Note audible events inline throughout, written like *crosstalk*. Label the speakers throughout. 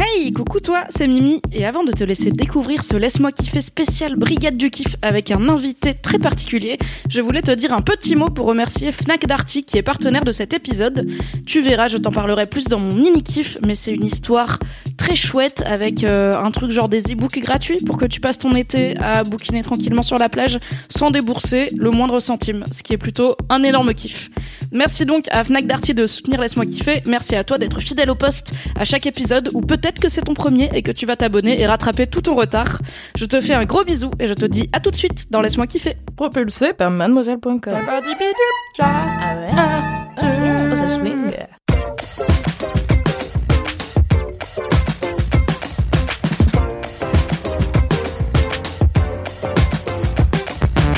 Speaker 1: Hey, coucou toi, c'est Mimi. Et avant de te laisser découvrir ce Laisse-moi kiffer spécial Brigade du Kiff avec un invité très particulier, je voulais te dire un petit mot pour remercier Fnac Darty qui est partenaire de cet épisode. Tu verras, je t'en parlerai plus dans mon mini-kiff, mais c'est une histoire très chouette avec euh, un truc genre des e-books gratuits pour que tu passes ton été à bouquiner tranquillement sur la plage sans débourser le moindre centime, ce qui est plutôt un énorme kiff. Merci donc à Fnac Darty de soutenir Laisse-moi kiffer. Merci à toi d'être fidèle au poste à chaque épisode ou peut-être que c'est ton premier et que tu vas t'abonner et rattraper tout ton retard. Je te fais un gros bisou et je te dis à tout de suite dans Laisse-moi kiffer.
Speaker 2: Propulsé par mademoiselle.com.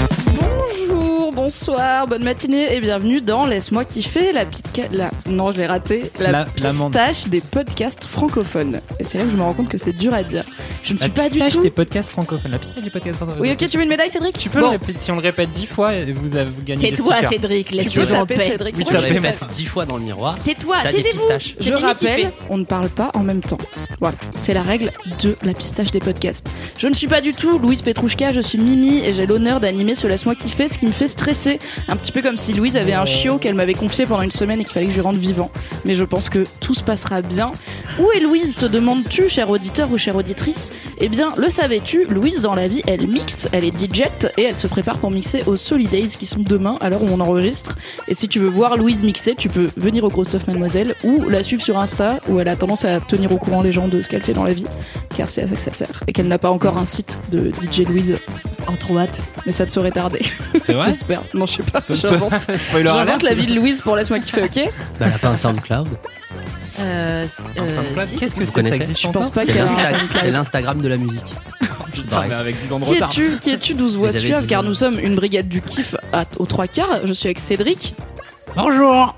Speaker 1: Bonjour, bonsoir, bonne matinée et bienvenue dans Laisse-moi kiffer, la pica... la- Non, je l'ai raté. La,
Speaker 3: La- l'amende.
Speaker 1: pistache des podcasts francophones. Et c'est là que je me rends compte que c'est dur à dire. Je ne suis
Speaker 3: La
Speaker 1: pas du
Speaker 3: pistache
Speaker 1: tout...
Speaker 3: des podcasts francophones. La pistache des podcasts francophones.
Speaker 1: Oui, ok, tu veux une médaille, Cédric
Speaker 3: Tu peux
Speaker 1: Bon,
Speaker 3: le répéter. Si on le répète dix fois, vous, avez, vous gagnez des
Speaker 4: Tais-toi,
Speaker 3: stickers.
Speaker 4: Cédric,
Speaker 1: Tu
Speaker 4: laisse
Speaker 1: peux
Speaker 4: le gens en
Speaker 1: taper
Speaker 4: paix.
Speaker 1: Cédric.
Speaker 5: Oui,
Speaker 1: c'est moi
Speaker 5: t'as
Speaker 1: qui le
Speaker 5: fait
Speaker 1: fais.
Speaker 5: mettre dix fois dans le miroir.
Speaker 4: Tais-toi,
Speaker 5: T'as des
Speaker 4: Ah, taisez-vous.
Speaker 5: pistaches.
Speaker 1: Je
Speaker 4: Mimi qui
Speaker 1: rappelle,
Speaker 4: fait.
Speaker 1: on ne parle pas en même temps. Voilà, c'est la règle de la pistache des podcasts. Je ne suis pas du tout Louise Petrouchka, je suis Mimi et j'ai l'honneur d'animer ce Laisse-moi kiffer, ce qui me fait stresser. Un petit peu comme si Louise avait un chiot qu'elle m'avait confié pendant une semaine et qu'il fallait que je lui rende vivant. Mais je pense que tout se passera bien. Où est Louise, te demandes-tu, cher auditeur ou chère auditrice Eh bien, le savais-tu, Louise, dans la vie, elle mixe, elle est DJ et elle se prépare pour mixer aux Solidays qui sont demain à l'heure où on enregistre. Et si tu veux voir Louise mixer, tu peux venir au Gros Stuff Mademoiselle ou la suivre sur Insta où elle a tendance à tenir au courant les gens de ce qu'elle fait dans la vie, car c'est à ça que ça sert. Et qu'elle n'a pas encore un site de DJ Louise en trop hâte, mais ça te serait tardé.
Speaker 3: C'est vrai
Speaker 1: J'espère. Non, je sais pas. J'invente
Speaker 3: *laughs* Spoiler
Speaker 1: j'invente
Speaker 3: alert.
Speaker 1: la vie de Louise pour laisse-moi kiffer, ok
Speaker 5: Bah, elle a pas un SoundCloud.
Speaker 4: Euh,
Speaker 3: Un
Speaker 4: euh,
Speaker 3: SoundCloud,
Speaker 4: si,
Speaker 3: Qu'est-ce que
Speaker 5: vous
Speaker 3: c'est Ça
Speaker 5: connaissez
Speaker 3: existe
Speaker 1: Je pense
Speaker 3: encore
Speaker 1: pas
Speaker 5: C'est
Speaker 1: qu'elle a un
Speaker 5: l'Insta-
Speaker 1: SoundCloud.
Speaker 5: c'est l''Instagram de la musique.
Speaker 3: Putain, mais avec 10 ans de
Speaker 1: Qui
Speaker 3: retard.
Speaker 1: es-tu Qui es-tu 12 voix
Speaker 5: Vous avez
Speaker 1: suaves
Speaker 5: dit-
Speaker 1: Car nous sommes une brigade du kiff à- aux trois quarts. Je suis avec Cédric.
Speaker 3: Bonjour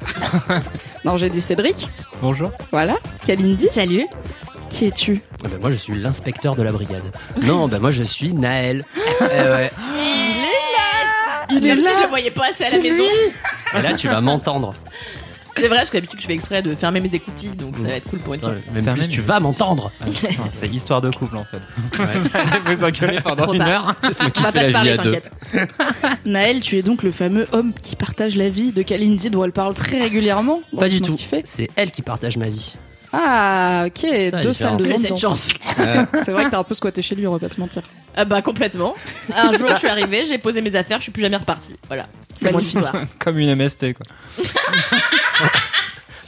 Speaker 1: Non, j'ai dit Cédric.
Speaker 3: Bonjour.
Speaker 1: Voilà. Kalindi.
Speaker 4: Salut.
Speaker 1: Qui es-tu
Speaker 5: Ah bah, moi, je suis l'inspecteur de
Speaker 4: *laughs*
Speaker 5: la brigade. Non, bah, moi, je suis Naël. Euh, ouais.
Speaker 4: Il est là. Si je le voyais pas, c'est à la maison.
Speaker 5: Et là, tu vas m'entendre.
Speaker 4: C'est vrai, parce que d'habitude, je fais exprès de fermer mes écoutilles, donc ça va être cool pour une
Speaker 5: Non,
Speaker 4: fois.
Speaker 5: Même
Speaker 3: Fermez,
Speaker 5: plus, tu vas m'entendre.
Speaker 3: Ah, putain, c'est histoire de couple *laughs* en fait. *laughs*
Speaker 5: Ouais.
Speaker 3: vous engueulez pendant
Speaker 4: Trop
Speaker 3: une
Speaker 4: tard.
Speaker 3: heure.
Speaker 5: Laisse-moi
Speaker 4: On va pas
Speaker 5: kiffer
Speaker 4: se
Speaker 5: la vie
Speaker 4: parler,
Speaker 5: à deux.
Speaker 4: t'inquiète.
Speaker 1: Naël, tu es donc le fameux homme qui partage la vie de Kalindi, dont elle parle très régulièrement.
Speaker 5: Pas du
Speaker 1: Laisse-moi
Speaker 5: tout.
Speaker 1: kiffer.
Speaker 5: C'est elle qui partage ma vie.
Speaker 1: Ah, ok.
Speaker 5: la
Speaker 1: Deux
Speaker 5: différence.
Speaker 1: salles de
Speaker 5: J'ai
Speaker 1: vente
Speaker 4: cette
Speaker 1: dans-
Speaker 4: chance.
Speaker 1: C'est vrai que t'as un peu squatté chez lui, on va pas se mentir.
Speaker 4: Ah bah complètement. Un jour, je suis arrivée, j'ai posé mes affaires, je suis plus jamais repartie. Voilà. C'est mon histoire.
Speaker 3: Comme une MST quoi.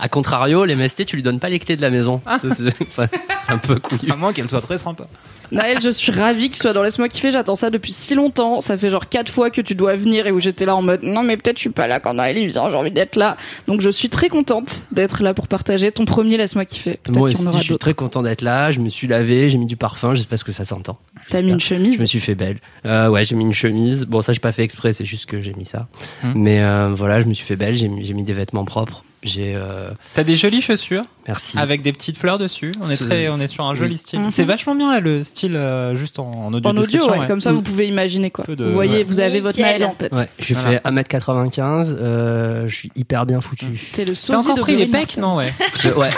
Speaker 5: A contrario, les MST, tu lui donnes pas les clés de la maison. C'est- C'est enfin, c'est un peu couillu.
Speaker 3: *laughs* À moins qu'elle soit très sympa.
Speaker 1: Naël, je suis ravie que tu sois dans Laisse-moi kiffer, j'attends ça depuis si longtemps. Ça fait genre quatre fois que tu dois venir et où j'étais là en mode non, mais peut-être je suis pas là quand Naël il vient, j'ai envie d'être là. Donc je suis très contente d'être là pour partager ton premier Laisse-moi kiffer. Peut-être
Speaker 5: Moi
Speaker 1: qu'il y en
Speaker 5: aussi,
Speaker 1: aura
Speaker 5: je suis
Speaker 1: d'autres.
Speaker 5: très content d'être là. Je me suis lavé, j'ai mis du parfum. J'espère que ça s'entend.
Speaker 1: T'as mis une chemise.
Speaker 5: Je me suis fait belle. Euh, ouais, j'ai mis une chemise. Bon, ça, j'ai pas fait exprès, c'est juste que j'ai mis ça.
Speaker 3: Hmm.
Speaker 5: Mais euh, voilà, je me suis fait belle. J'ai mis, j'ai mis des vêtements propres. J'ai. euh,
Speaker 3: T'as des jolies chaussures
Speaker 5: merci.
Speaker 3: avec des petites fleurs dessus. On est
Speaker 5: Ce-
Speaker 3: très, on est sur un joli
Speaker 5: Oui.
Speaker 3: style.
Speaker 1: Mhm.
Speaker 3: Mm. C'est vachement bien là le style euh, juste en, en audio.
Speaker 1: En audio,
Speaker 3: description,
Speaker 1: ouais,
Speaker 3: ouais.
Speaker 1: comme ça
Speaker 5: Mm.
Speaker 1: vous pouvez imaginer quoi.
Speaker 3: Peu de-
Speaker 1: vous voyez,
Speaker 3: ouais.
Speaker 1: vous avez votre
Speaker 4: Nickel.
Speaker 1: Naël en tête.
Speaker 5: Ouais, je
Speaker 3: Voilà.
Speaker 5: fais 1m95. euh, je suis hyper bien foutu.
Speaker 1: T'es le
Speaker 3: T'as
Speaker 1: sosie
Speaker 3: encore
Speaker 1: de
Speaker 3: pris des
Speaker 1: Green
Speaker 3: pecs,
Speaker 1: Lantern.
Speaker 3: non ouais.
Speaker 5: Je- ouais.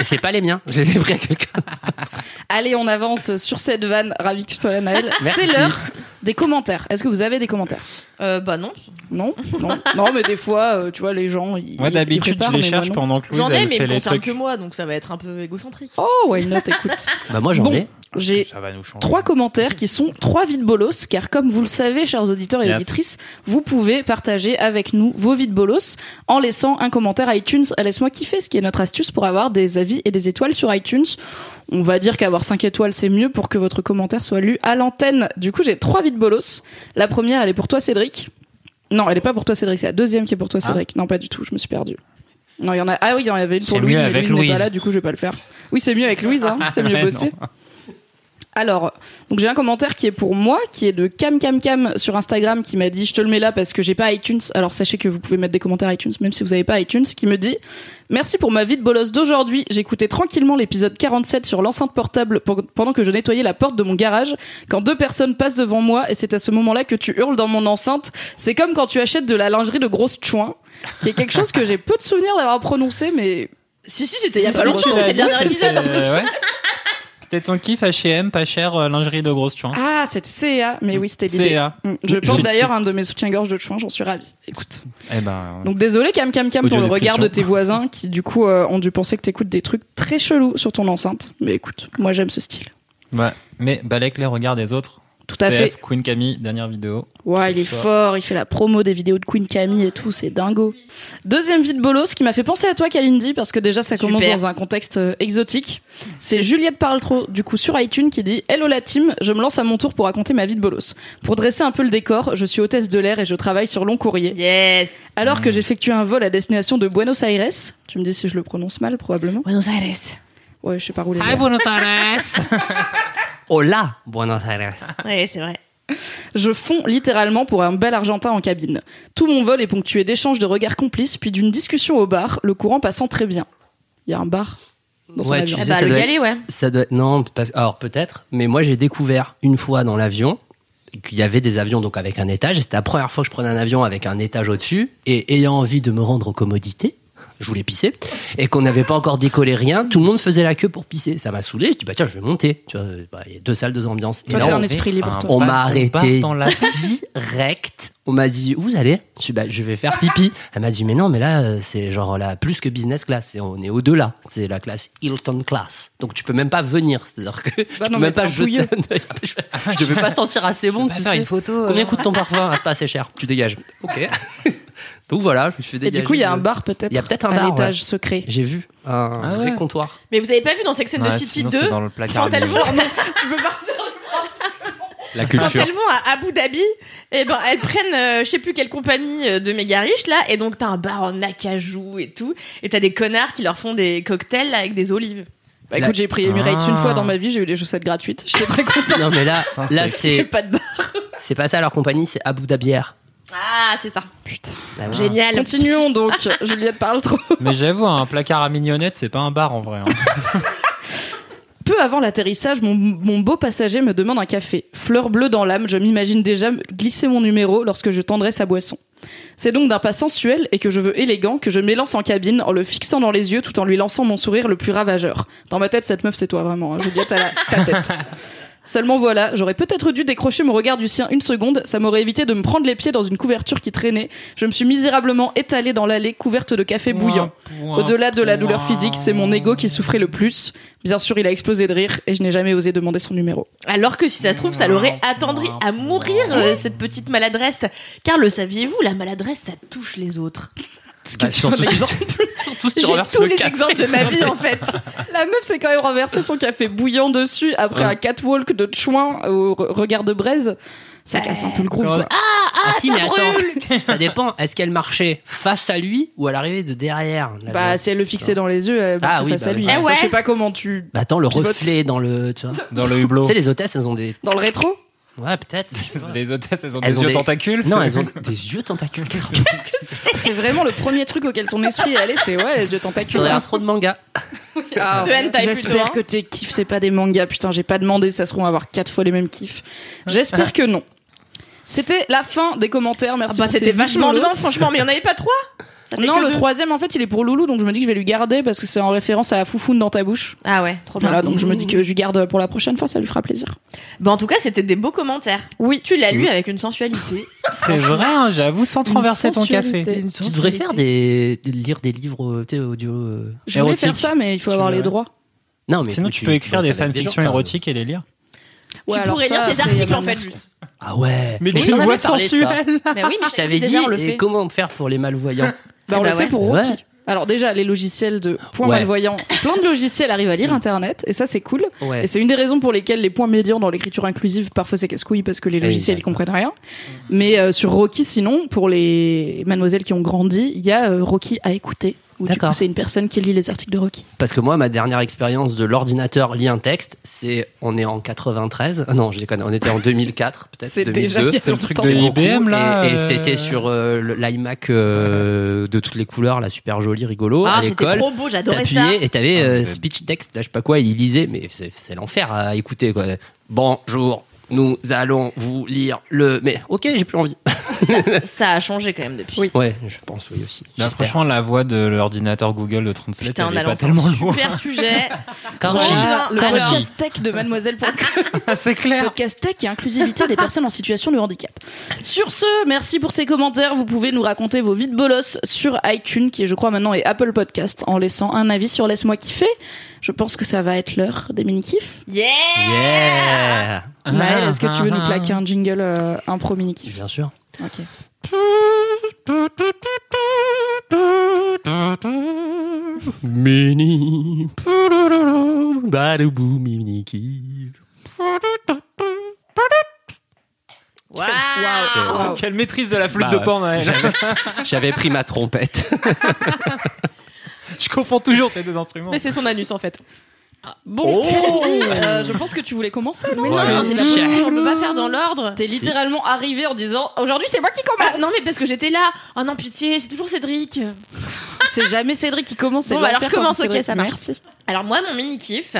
Speaker 5: Et c'est pas les miens. *laughs* Je les ai pris à quelqu'un.
Speaker 1: Allez, on avance sur cette vanne. Ravi que tu sois là,
Speaker 3: *laughs*
Speaker 1: Naël. C'est
Speaker 5: Merci.
Speaker 1: l'heure des commentaires. Est-ce que vous avez des commentaires
Speaker 4: Euh, bah non.
Speaker 1: Non, non, non, mais des fois, euh, tu vois, les gens. Ils,
Speaker 3: Moi
Speaker 1: ils- ils
Speaker 3: d'habitude
Speaker 1: préparent,
Speaker 3: je les
Speaker 1: mais
Speaker 3: cherche
Speaker 1: moi, non.
Speaker 3: pendant que Louise
Speaker 4: J'en ai,
Speaker 3: elle
Speaker 4: mais
Speaker 3: fait
Speaker 4: ils
Speaker 3: les
Speaker 4: concernent
Speaker 3: trucs.
Speaker 4: que moi, donc ça va être un peu égocentrique.
Speaker 1: Oh, why not Écoute,
Speaker 5: Bah, moi, j'en
Speaker 1: Bon.
Speaker 5: ai.
Speaker 1: j'ai
Speaker 3: Ça va nous changer.
Speaker 1: trois commentaires qui sont trois vides bolos, car comme vous le savez, chers auditeurs et
Speaker 3: Yes.
Speaker 1: auditrices, vous pouvez partager avec nous vos vides bolos en laissant un commentaire iTunes. à Laisse-moi kiffer, ce qui est notre astuce pour avoir des avis et des étoiles sur iTunes. On va dire qu'avoir 5 étoiles, c'est mieux pour que votre commentaire soit lu à l'antenne. Du coup, j'ai trois vides bolos. La première, elle est pour toi, Cédric. Non, elle est pas pour toi, Cédric. C'est la deuxième qui est pour toi,
Speaker 3: Ah.
Speaker 1: Cédric. Non, pas du tout. Je me suis perdue. Non, il y en a. Ah oui, il y en avait une pour
Speaker 3: C'est
Speaker 1: Louise.
Speaker 3: mieux
Speaker 1: mais
Speaker 3: avec
Speaker 1: Louise. n'est pas
Speaker 3: Louise.
Speaker 1: là, du coup, je vais pas le faire. Oui, c'est mieux avec Louise. Hein. C'est
Speaker 3: *laughs*
Speaker 1: mieux
Speaker 3: Ah, Mais
Speaker 1: bossé. Alors, donc j'ai un commentaire qui est pour moi, qui est de Cam Cam Cam sur Instagram, qui m'a dit je te le mets là parce que j'ai pas iTunes. Alors sachez que vous pouvez mettre des commentaires iTunes, même si vous n'avez pas iTunes, qui me dit merci pour ma vie de bolos d'aujourd'hui. J'écoutais tranquillement l'épisode 47 sur l'enceinte portable pour- pendant que je nettoyais la porte de mon garage quand deux personnes passent devant moi et c'est à ce moment-là que tu hurles dans mon enceinte. C'est comme quand tu achètes de la lingerie de grosse chouin, qui est quelque chose que j'ai peu de souvenirs d'avoir prononcé, mais
Speaker 4: Si, si, c'était il y a
Speaker 1: Si,
Speaker 4: pas
Speaker 1: si,
Speaker 4: longtemps,
Speaker 1: tu l'as
Speaker 4: c'était le
Speaker 1: dit,
Speaker 4: dernier
Speaker 1: c'était-
Speaker 4: épisode. en plus.
Speaker 3: Euh, ouais. C'était ton kiff H&M, pas cher, euh, lingerie de grosse chouin.
Speaker 1: ah c'était CA, mais oui c'était l'idée.
Speaker 3: CA.
Speaker 1: Mm. Je porte
Speaker 3: J'ai-
Speaker 1: d'ailleurs un de mes soutiens-gorge de chouin, j'en suis ravie. Écoute.
Speaker 3: Eh ben,
Speaker 1: Donc désolé Cam Cam Cam pour
Speaker 3: Audio
Speaker 1: le regard
Speaker 3: description.
Speaker 1: de tes voisins qui du coup euh, ont dû penser que t'écoutes des trucs très chelous sur ton enceinte. Mais écoute, moi j'aime ce style.
Speaker 3: ouais. Mais balèque les regards des autres.
Speaker 1: Tout à
Speaker 3: CF,
Speaker 1: fait.
Speaker 3: Queen Camille, dernière vidéo.
Speaker 1: Ouais,
Speaker 3: C'est
Speaker 1: il est
Speaker 3: ça.
Speaker 1: fort, il fait la promo des vidéos de Queen Camille et tout, c'est dingo. Deuxième vie de bolos qui m'a fait penser à toi Kalindi parce que déjà ça commence
Speaker 4: Super.
Speaker 1: dans un contexte euh, exotique. C'est Juliette parle trop du coup sur iTunes qui dit "Hello la team, je me lance à mon tour pour raconter ma vie de bolos. Pour dresser un peu le décor, je suis hôtesse de l'air et je travaille sur long courrier.
Speaker 4: Yes.
Speaker 1: Alors
Speaker 5: Hmm.
Speaker 1: que j'effectue un vol à destination de Buenos Aires, tu me dis si je le prononce mal probablement.
Speaker 4: Buenos Aires.
Speaker 1: Ouais, je sais pas où les
Speaker 3: Hi Buenos Aires
Speaker 5: Hola, Buenos Aires.
Speaker 4: Ouais, c'est vrai.
Speaker 1: Je fonds littéralement pour un bel argentin en cabine. Tout mon vol est ponctué d'échanges de regards complices, puis d'une discussion au bar, le courant passant très bien. Il y a un bar dans son
Speaker 5: Ouais,
Speaker 1: avion.
Speaker 5: tu
Speaker 4: Ah
Speaker 5: sais,
Speaker 4: bah,
Speaker 5: ça
Speaker 4: le
Speaker 5: doit
Speaker 4: galet,
Speaker 5: être-
Speaker 4: ouais.
Speaker 5: Ça doit être- non, parce- alors peut-être, mais moi j'ai découvert une fois dans l'avion qu'il y avait des avions donc avec un étage. et C'était la première fois que je prenais un avion avec un étage au-dessus et ayant envie de me rendre aux commodités. Je voulais pisser et qu'on n'avait pas encore décollé rien. Tout le monde faisait la queue pour pisser. Ça m'a saoulé. Je dis bah tiens, je vais monter. Tu vois, bah, il y a deux salles, deux ambiances. Et
Speaker 1: Toi,
Speaker 5: là,
Speaker 1: t'es
Speaker 5: on-
Speaker 1: un esprit libre, toi.
Speaker 5: on m'a arrêté
Speaker 3: Dans
Speaker 1: *laughs*
Speaker 3: la...
Speaker 5: direct. On m'a dit où vous allez Je suis bah, je vais faire pipi. Elle m'a dit mais non mais là euh, c'est genre là plus que business class et on est au delà. C'est la classe Hilton class. Donc tu peux même pas venir. C'est-à-dire que
Speaker 1: Bah
Speaker 5: tu
Speaker 1: non,
Speaker 5: peux
Speaker 1: mais
Speaker 5: même pas
Speaker 1: t'es
Speaker 5: jeter.
Speaker 1: embrouilleux.
Speaker 5: je, je peux pas sentir assez bon. tu sais.
Speaker 3: photo.
Speaker 5: Combien coûte ton parfum Ah, C'est pas assez cher. Tu dégages. Ok. *laughs* Donc voilà, je me suis fait
Speaker 1: Et
Speaker 5: dégager.
Speaker 1: du coup, il y a un
Speaker 5: de-
Speaker 1: bar peut-être.
Speaker 5: Il y a peut-être un
Speaker 1: à
Speaker 5: bar,
Speaker 1: l'étage secret.
Speaker 5: J'ai vu un
Speaker 3: Ah
Speaker 5: vrai
Speaker 3: ouais.
Speaker 5: comptoir.
Speaker 4: Mais vous avez pas vu dans Sex and the City 2
Speaker 3: dans le
Speaker 4: quand
Speaker 3: placard.
Speaker 4: elles vont, *laughs*
Speaker 1: Tu peux pas.
Speaker 3: La
Speaker 4: quand
Speaker 3: culture.
Speaker 5: Ah,
Speaker 4: elles vont à Abu Dhabi, et ben elles prennent euh, je sais plus quelle compagnie euh, de méga riches là, et donc t'as un bar en acajou et tout, et t'as des connards qui leur font des cocktails là, avec des olives.
Speaker 1: Bah écoute, j'ai pris Emirates
Speaker 3: Ah.
Speaker 1: une fois dans ma vie, j'ai eu des chaussettes gratuites. J'étais très contente.
Speaker 5: Non mais là,
Speaker 3: Putain,
Speaker 5: là
Speaker 1: Il y avait
Speaker 5: c'est
Speaker 1: pas de bar.
Speaker 5: c'est pas ça leur compagnie, c'est Abu Dhabi Air.
Speaker 4: Ah c'est ça.
Speaker 1: Putain.
Speaker 5: Ah, voilà.
Speaker 4: Génial.
Speaker 1: Continuons donc. Juliette parle trop.
Speaker 3: Mais j'avoue, un placard à mignonnette, c'est pas un bar en vrai. hein.
Speaker 1: Peu avant l'atterrissage, mon, mon beau passager me demande un café. Fleur bleue dans l'âme, je m'imagine déjà me- glisser mon numéro lorsque je tendrai sa boisson. C'est donc d'un pas sensuel et que je veux élégant que je m'élance en cabine en le fixant dans les yeux tout en lui lançant mon sourire le plus ravageur. Dans ma tête, cette meuf, c'est toi vraiment. hein. Juliette, à la, ta tête. Seulement voilà, j'aurais peut-être dû décrocher mon regard du sien une seconde, ça m'aurait évité de me prendre les pieds dans une couverture qui traînait. Je me suis misérablement étalée dans l'allée couverte de café bouillant. Au-delà de la douleur physique, c'est mon ego qui
Speaker 3: *laughs*
Speaker 1: souffrait le plus. Bien sûr, il a explosé de rire et je n'ai jamais osé demander son numéro.
Speaker 4: Alors que si ça se trouve, ça l'aurait attendri à mourir euh, cette petite maladresse. Car le saviez-vous, la maladresse ça touche les autres.
Speaker 5: Bah, surtout si- surtout si
Speaker 4: J'ai
Speaker 5: tu renverses
Speaker 4: tous
Speaker 5: le
Speaker 4: les
Speaker 5: café.
Speaker 4: exemples de ma vie en fait.
Speaker 1: La meuf s'est quand même renversé son café bouillant dessus après un catwalk de chouin au re- regard de braise. Ça casse un peu le groove.
Speaker 3: Bah,
Speaker 1: quoi.
Speaker 5: Ah, si,
Speaker 4: ça
Speaker 5: mais attends, *laughs* ça dépend. Est-ce qu'elle marchait face à lui ou à l'arrivée de derrière la
Speaker 1: Bah,
Speaker 5: vieille
Speaker 1: si elle le fixait dans les yeux, elle
Speaker 5: Ah
Speaker 1: était
Speaker 5: oui,
Speaker 1: face
Speaker 5: bah
Speaker 1: à lui.
Speaker 5: oui.
Speaker 4: Eh ouais.
Speaker 1: Je sais pas comment tu.
Speaker 5: Bah, attends, le
Speaker 1: pivote.
Speaker 5: reflet dans le. Tu vois.
Speaker 3: Dans le hublot.
Speaker 5: Tu sais, les hôtesses, elles ont des.
Speaker 1: Dans le rétro
Speaker 3: *laughs*
Speaker 5: Ouais, peut-être. je sais pas.
Speaker 3: Les hôtesses, elles ont
Speaker 5: Elles
Speaker 3: des
Speaker 5: ont
Speaker 3: yeux
Speaker 5: des-
Speaker 3: tentacules. *laughs*
Speaker 5: Non, elles ont des yeux tentacules. *laughs*
Speaker 1: C'est vraiment le premier truc auquel ton esprit est allé, c'est ouais, je
Speaker 5: Tu
Speaker 1: tentacule.
Speaker 5: regardes trop de mangas.
Speaker 1: Ah,
Speaker 4: De hentai plutôt, hein.
Speaker 1: J'espère que tes kiffs, c'est pas des mangas. Putain, j'ai pas demandé, ça se trouve, on va avoir quatre fois les mêmes kiffs. J'espère que non. C'était la fin des commentaires,
Speaker 4: Ah
Speaker 1: merci.
Speaker 4: bah,
Speaker 1: pour ces
Speaker 4: c'était vachement
Speaker 1: vidéos.
Speaker 4: bien franchement, mais il y en avait pas trois. Ça fait
Speaker 1: Non,
Speaker 4: que
Speaker 1: le
Speaker 4: deux.
Speaker 1: troisième, en fait, il est pour Loulou, donc je me dis que je vais lui garder parce que c'est en référence à Foufoune dans ta bouche.
Speaker 4: Ah ouais, trop bien.
Speaker 1: Voilà, donc je me dis que je lui garde pour la prochaine fois, ça lui fera plaisir.
Speaker 4: Bah en tout cas, c'était des beaux commentaires.
Speaker 1: Oui.
Speaker 4: Tu l'as lu avec une *laughs* sensualité.
Speaker 3: C'est vrai, hein, j'avoue, sans transverser ton
Speaker 1: sensualité.
Speaker 3: café.
Speaker 5: Tu devrais faire des. lire des livres, euh, tu sais, audio. euh.
Speaker 1: Je voulais
Speaker 3: Érotique.
Speaker 1: faire ça, mais il faut
Speaker 3: Tu
Speaker 1: avoir
Speaker 3: veux,
Speaker 1: les
Speaker 3: ouais.
Speaker 1: droits.
Speaker 5: Non, mais.
Speaker 3: Sinon, tu peux écrire
Speaker 5: bosses
Speaker 3: des
Speaker 5: avec gens,
Speaker 3: fanfictions
Speaker 5: t'as-
Speaker 3: érotiques et les lire.
Speaker 1: Ouais,
Speaker 4: tu
Speaker 1: alors
Speaker 4: pourrais
Speaker 1: ça, euh,
Speaker 4: lire
Speaker 1: c'est
Speaker 4: tes articles en
Speaker 1: vraiment-
Speaker 4: fait. juste.
Speaker 5: Ah ouais.
Speaker 3: Mais
Speaker 5: tu
Speaker 3: d'une voix
Speaker 5: sensuelle.
Speaker 4: *laughs*
Speaker 3: Ah,
Speaker 4: Mais oui, mais
Speaker 5: Je t'avais dit,
Speaker 4: on le
Speaker 5: et
Speaker 4: fait.
Speaker 5: comment faire pour les malvoyants
Speaker 1: Bah, on
Speaker 4: Bah
Speaker 1: le fait
Speaker 4: ouais.
Speaker 1: pour Rocky.
Speaker 5: Ouais.
Speaker 1: Alors déjà, les logiciels de points
Speaker 5: Ouais.
Speaker 1: malvoyants, plein de logiciels arrivent à lire
Speaker 4: Mm.
Speaker 1: Internet, et ça c'est cool.
Speaker 5: Ouais.
Speaker 1: Et c'est une des raisons pour lesquelles les points médians dans l'écriture inclusive, parfois c'est casse-couille parce
Speaker 5: Ah
Speaker 1: que les logiciels ils
Speaker 5: d'accord.
Speaker 1: comprennent rien. Mais euh, sur Rocky, sinon, pour les mademoiselles qui ont grandi, il y a euh, Rocky à écouter. Où du
Speaker 5: D'accord.
Speaker 1: coup, c'est une personne qui lit les articles de Rocky.
Speaker 5: Parce que moi, ma dernière expérience de l'ordinateur lit un texte, c'est on est en 93. Ah non, je déconne, on était en 2004, *laughs* peut-être
Speaker 1: C'est déjà
Speaker 5: 2002.
Speaker 1: bien
Speaker 3: C'est le truc
Speaker 1: longtemps.
Speaker 3: de
Speaker 5: Beaucoup.
Speaker 3: IBM là.
Speaker 5: Et, et
Speaker 3: euh,
Speaker 5: c'était sur euh, le- l'iMac euh, de toutes les couleurs, là, super joli, rigolo,
Speaker 4: Ah,
Speaker 5: à
Speaker 4: c'était
Speaker 5: l'école.
Speaker 4: trop beau, j'adorais ça.
Speaker 5: T'appuyais et t'avais
Speaker 3: Ah,
Speaker 5: euh,
Speaker 3: c'est-
Speaker 5: speech text, là, je sais pas quoi, il lisait, mais c'est c'est l'enfer à écouter. Quoi. Bonjour, nous allons vous lire le. Mais ok, j'ai plus envie.
Speaker 4: Ça a changé quand même depuis.
Speaker 5: *laughs* Ouais, je pense, oui aussi.
Speaker 3: Là,
Speaker 5: J'espère.
Speaker 3: franchement, la voix de l'ordinateur Google de 37,
Speaker 4: Putain,
Speaker 3: elle
Speaker 4: on a
Speaker 3: est pas
Speaker 4: lancé
Speaker 3: tellement
Speaker 4: un
Speaker 3: loin.
Speaker 4: super *laughs* sujet.
Speaker 5: Corgi.
Speaker 4: Voilà,
Speaker 1: le
Speaker 4: alors-
Speaker 1: podcast tech de
Speaker 4: *laughs*
Speaker 1: mademoiselle.com.
Speaker 3: c'est clair.
Speaker 1: podcast tech et inclusivité des personnes en situation de handicap. Sur ce, merci pour ces commentaires. Vous pouvez nous raconter vos vies de bolos sur iTunes, qui je crois maintenant est Apple Podcast, en laissant un avis sur Laisse-moi kiffer. Je pense que ça va être l'heure des mini-kifs.
Speaker 4: Yeah
Speaker 5: Yeah!
Speaker 3: Ah,
Speaker 1: Maëlle, est-ce que tu veux nous plaquer un jingle euh, impro mini-kiff
Speaker 5: Bien sûr.
Speaker 1: Ok.
Speaker 5: Mini. Badoubou, mini kiff.
Speaker 4: Waouh
Speaker 1: Wow.
Speaker 3: Quelle maîtrise de la flûte
Speaker 5: Bah,
Speaker 3: de pan, Maëlle.
Speaker 5: J'avais pris ma trompette.
Speaker 3: Je confonds toujours ces deux instruments.
Speaker 4: Mais c'est son anus en fait.
Speaker 1: Ah, Bon, Candy, euh, je pense que tu voulais commencer, non
Speaker 4: Mais
Speaker 5: Ouais.
Speaker 4: non, c'est pas possible, on peut pas faire dans l'ordre.
Speaker 1: T'es littéralement arrivé en disant aujourd'hui c'est moi qui commence.
Speaker 4: Ah, non mais parce que j'étais là. Oh non pitié, c'est toujours Cédric.
Speaker 1: C'est jamais Cédric qui commence. c'est
Speaker 4: Bon, bah, alors
Speaker 1: l'enfer
Speaker 4: je commence,
Speaker 1: quand c'est
Speaker 4: ok,
Speaker 1: Cédric.
Speaker 4: ça marche.
Speaker 1: Merci.
Speaker 4: Alors moi mon mini kiff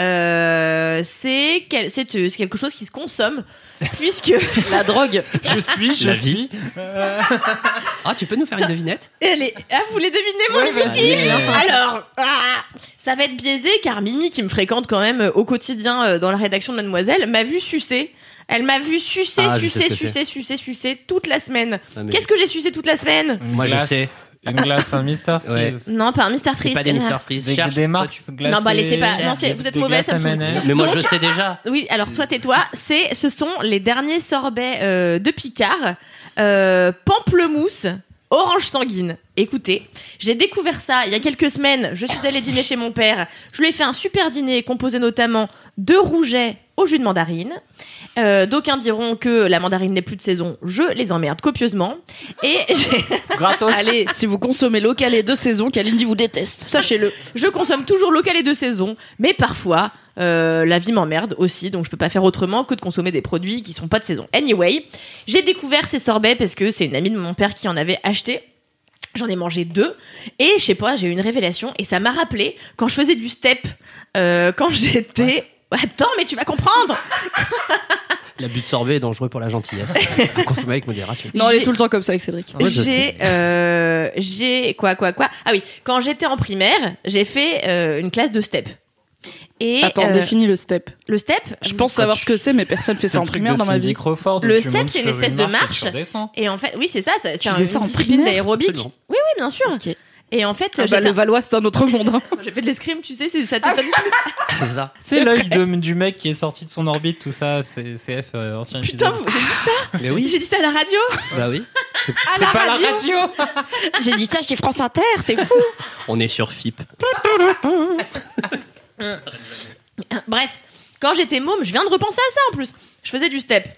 Speaker 4: euh, c'est quel- c'est euh, c'est quelque chose qui se consomme
Speaker 5: *laughs*
Speaker 4: puisque
Speaker 1: La drogue.
Speaker 3: Je suis, je
Speaker 5: La
Speaker 3: suis.
Speaker 5: Euh. Ah, tu peux nous faire une devinette
Speaker 4: Elle est- Ah, vous voulez deviner mon
Speaker 3: Ouais,
Speaker 4: mini kiff
Speaker 3: vas-y.
Speaker 4: Alors, ah, ça va être biaisé car Mimi, qui me fréquente quand même euh, au quotidien euh, dans la rédaction de Mademoiselle, m'a vu sucer. Elle m'a vu sucer,
Speaker 5: Ah, je sais
Speaker 4: sucer,
Speaker 5: ce que
Speaker 4: sucer, sucer, sucer toute la semaine.
Speaker 5: Ah, mais-
Speaker 4: Qu'est-ce que j'ai sucé toute la semaine
Speaker 5: Moi, je sais.
Speaker 3: Une glace, un Mister
Speaker 5: Ouais.
Speaker 3: Freeze.
Speaker 4: Non, pas un Mr.
Speaker 5: C'est
Speaker 4: Freeze.
Speaker 5: pas des
Speaker 4: connard.
Speaker 5: Mr. Freeze.
Speaker 3: Des,
Speaker 5: Cherche,
Speaker 3: des
Speaker 5: toi,
Speaker 3: Mars glacées.
Speaker 4: Non, bah laissez pas. Non, c'est- vous êtes
Speaker 3: des
Speaker 4: mauvais, ça
Speaker 3: glaces
Speaker 4: me
Speaker 3: à
Speaker 4: fout-
Speaker 5: tu-
Speaker 3: M&M's.
Speaker 5: Mais moi, je sais déjà.
Speaker 4: Oui, alors toi, tais-toi. C'est, ce sont les derniers sorbets euh, de Picard, euh, pamplemousse, orange sanguine. Écoutez, j'ai découvert ça il y a quelques semaines. Je suis allée dîner chez mon père. Je lui ai fait un super dîner composé notamment de rouget au jus de mandarine. Euh, D'aucuns diront que la mandarine n'est plus de saison. Je les emmerde copieusement. Et j'ai-
Speaker 3: Gratos.
Speaker 1: Allez, si vous consommez local et de saison, Kalindi vous déteste. Sachez-le.
Speaker 4: je consomme toujours local et de saison, mais parfois euh, la vie m'emmerde aussi, donc je peux pas faire autrement que de consommer des produits qui sont pas de saison. Anyway, j'ai découvert ces sorbets parce que c'est une amie de mon père qui en avait acheté. J'en ai mangé deux et je sais pas, j'ai eu une révélation et ça m'a rappelé quand je faisais du step, euh, quand *laughs* j'étais. Attends, mais tu vas comprendre.
Speaker 5: Ah L'abus de sorbet est dangereux pour la *laughs* gentillesse. À consommer avec modération.
Speaker 1: Non, il est
Speaker 4: J'ai-
Speaker 1: tout le temps comme ça avec Cédric.
Speaker 5: Ouais,
Speaker 4: j'ai,
Speaker 5: je sais.
Speaker 4: euh, j'ai quoi, quoi, quoi Ah oui, quand j'étais en primaire, j'ai fait euh, une classe de step. Et
Speaker 1: Attends,
Speaker 4: euh,
Speaker 1: définis le step.
Speaker 4: le step,
Speaker 1: Je pense savoir ce que c'est, mais personne fait
Speaker 3: C'est
Speaker 1: ça
Speaker 3: un
Speaker 1: en
Speaker 3: truc
Speaker 1: primaire
Speaker 3: de
Speaker 1: dans ma
Speaker 3: Cindy
Speaker 1: vie.
Speaker 3: Crawford. où
Speaker 4: Le
Speaker 3: tu
Speaker 4: step,
Speaker 3: montes
Speaker 4: c'est une
Speaker 3: sur
Speaker 4: espèce de
Speaker 3: et
Speaker 4: marche.
Speaker 3: tu redescends.
Speaker 4: Et en fait, oui, c'est ça, ça- c'est
Speaker 1: faisais ça en
Speaker 4: une discipline
Speaker 1: primaire
Speaker 4: d'aérobic. Oui,
Speaker 5: Absolument.
Speaker 4: oui, bien sûr. Et en fait,
Speaker 1: Ah bah,
Speaker 4: j'étais-
Speaker 1: le Ah, Valois, c'est un autre monde. hein.
Speaker 4: j'ai fait de l'escrime, tu sais, c'est- ça t'étonne pas.
Speaker 5: C'est ça.
Speaker 3: *laughs* C'est l'œil de- du mec qui est sorti de son orbite, tout ça. C'est CF, euh, ancien
Speaker 4: Putain,
Speaker 3: épisode.
Speaker 4: vous- j'ai dit-
Speaker 5: Mais oui,
Speaker 4: j'ai dit ça à la radio.
Speaker 5: bah oui.
Speaker 4: À la
Speaker 3: pas
Speaker 4: radio.
Speaker 3: la radio
Speaker 1: J'ai dit ça chez France Inter, c'est *laughs* fou.
Speaker 5: On est sur FIP.
Speaker 4: Bref, quand j'étais môme, je viens de repenser à ça en plus. Je faisais du step.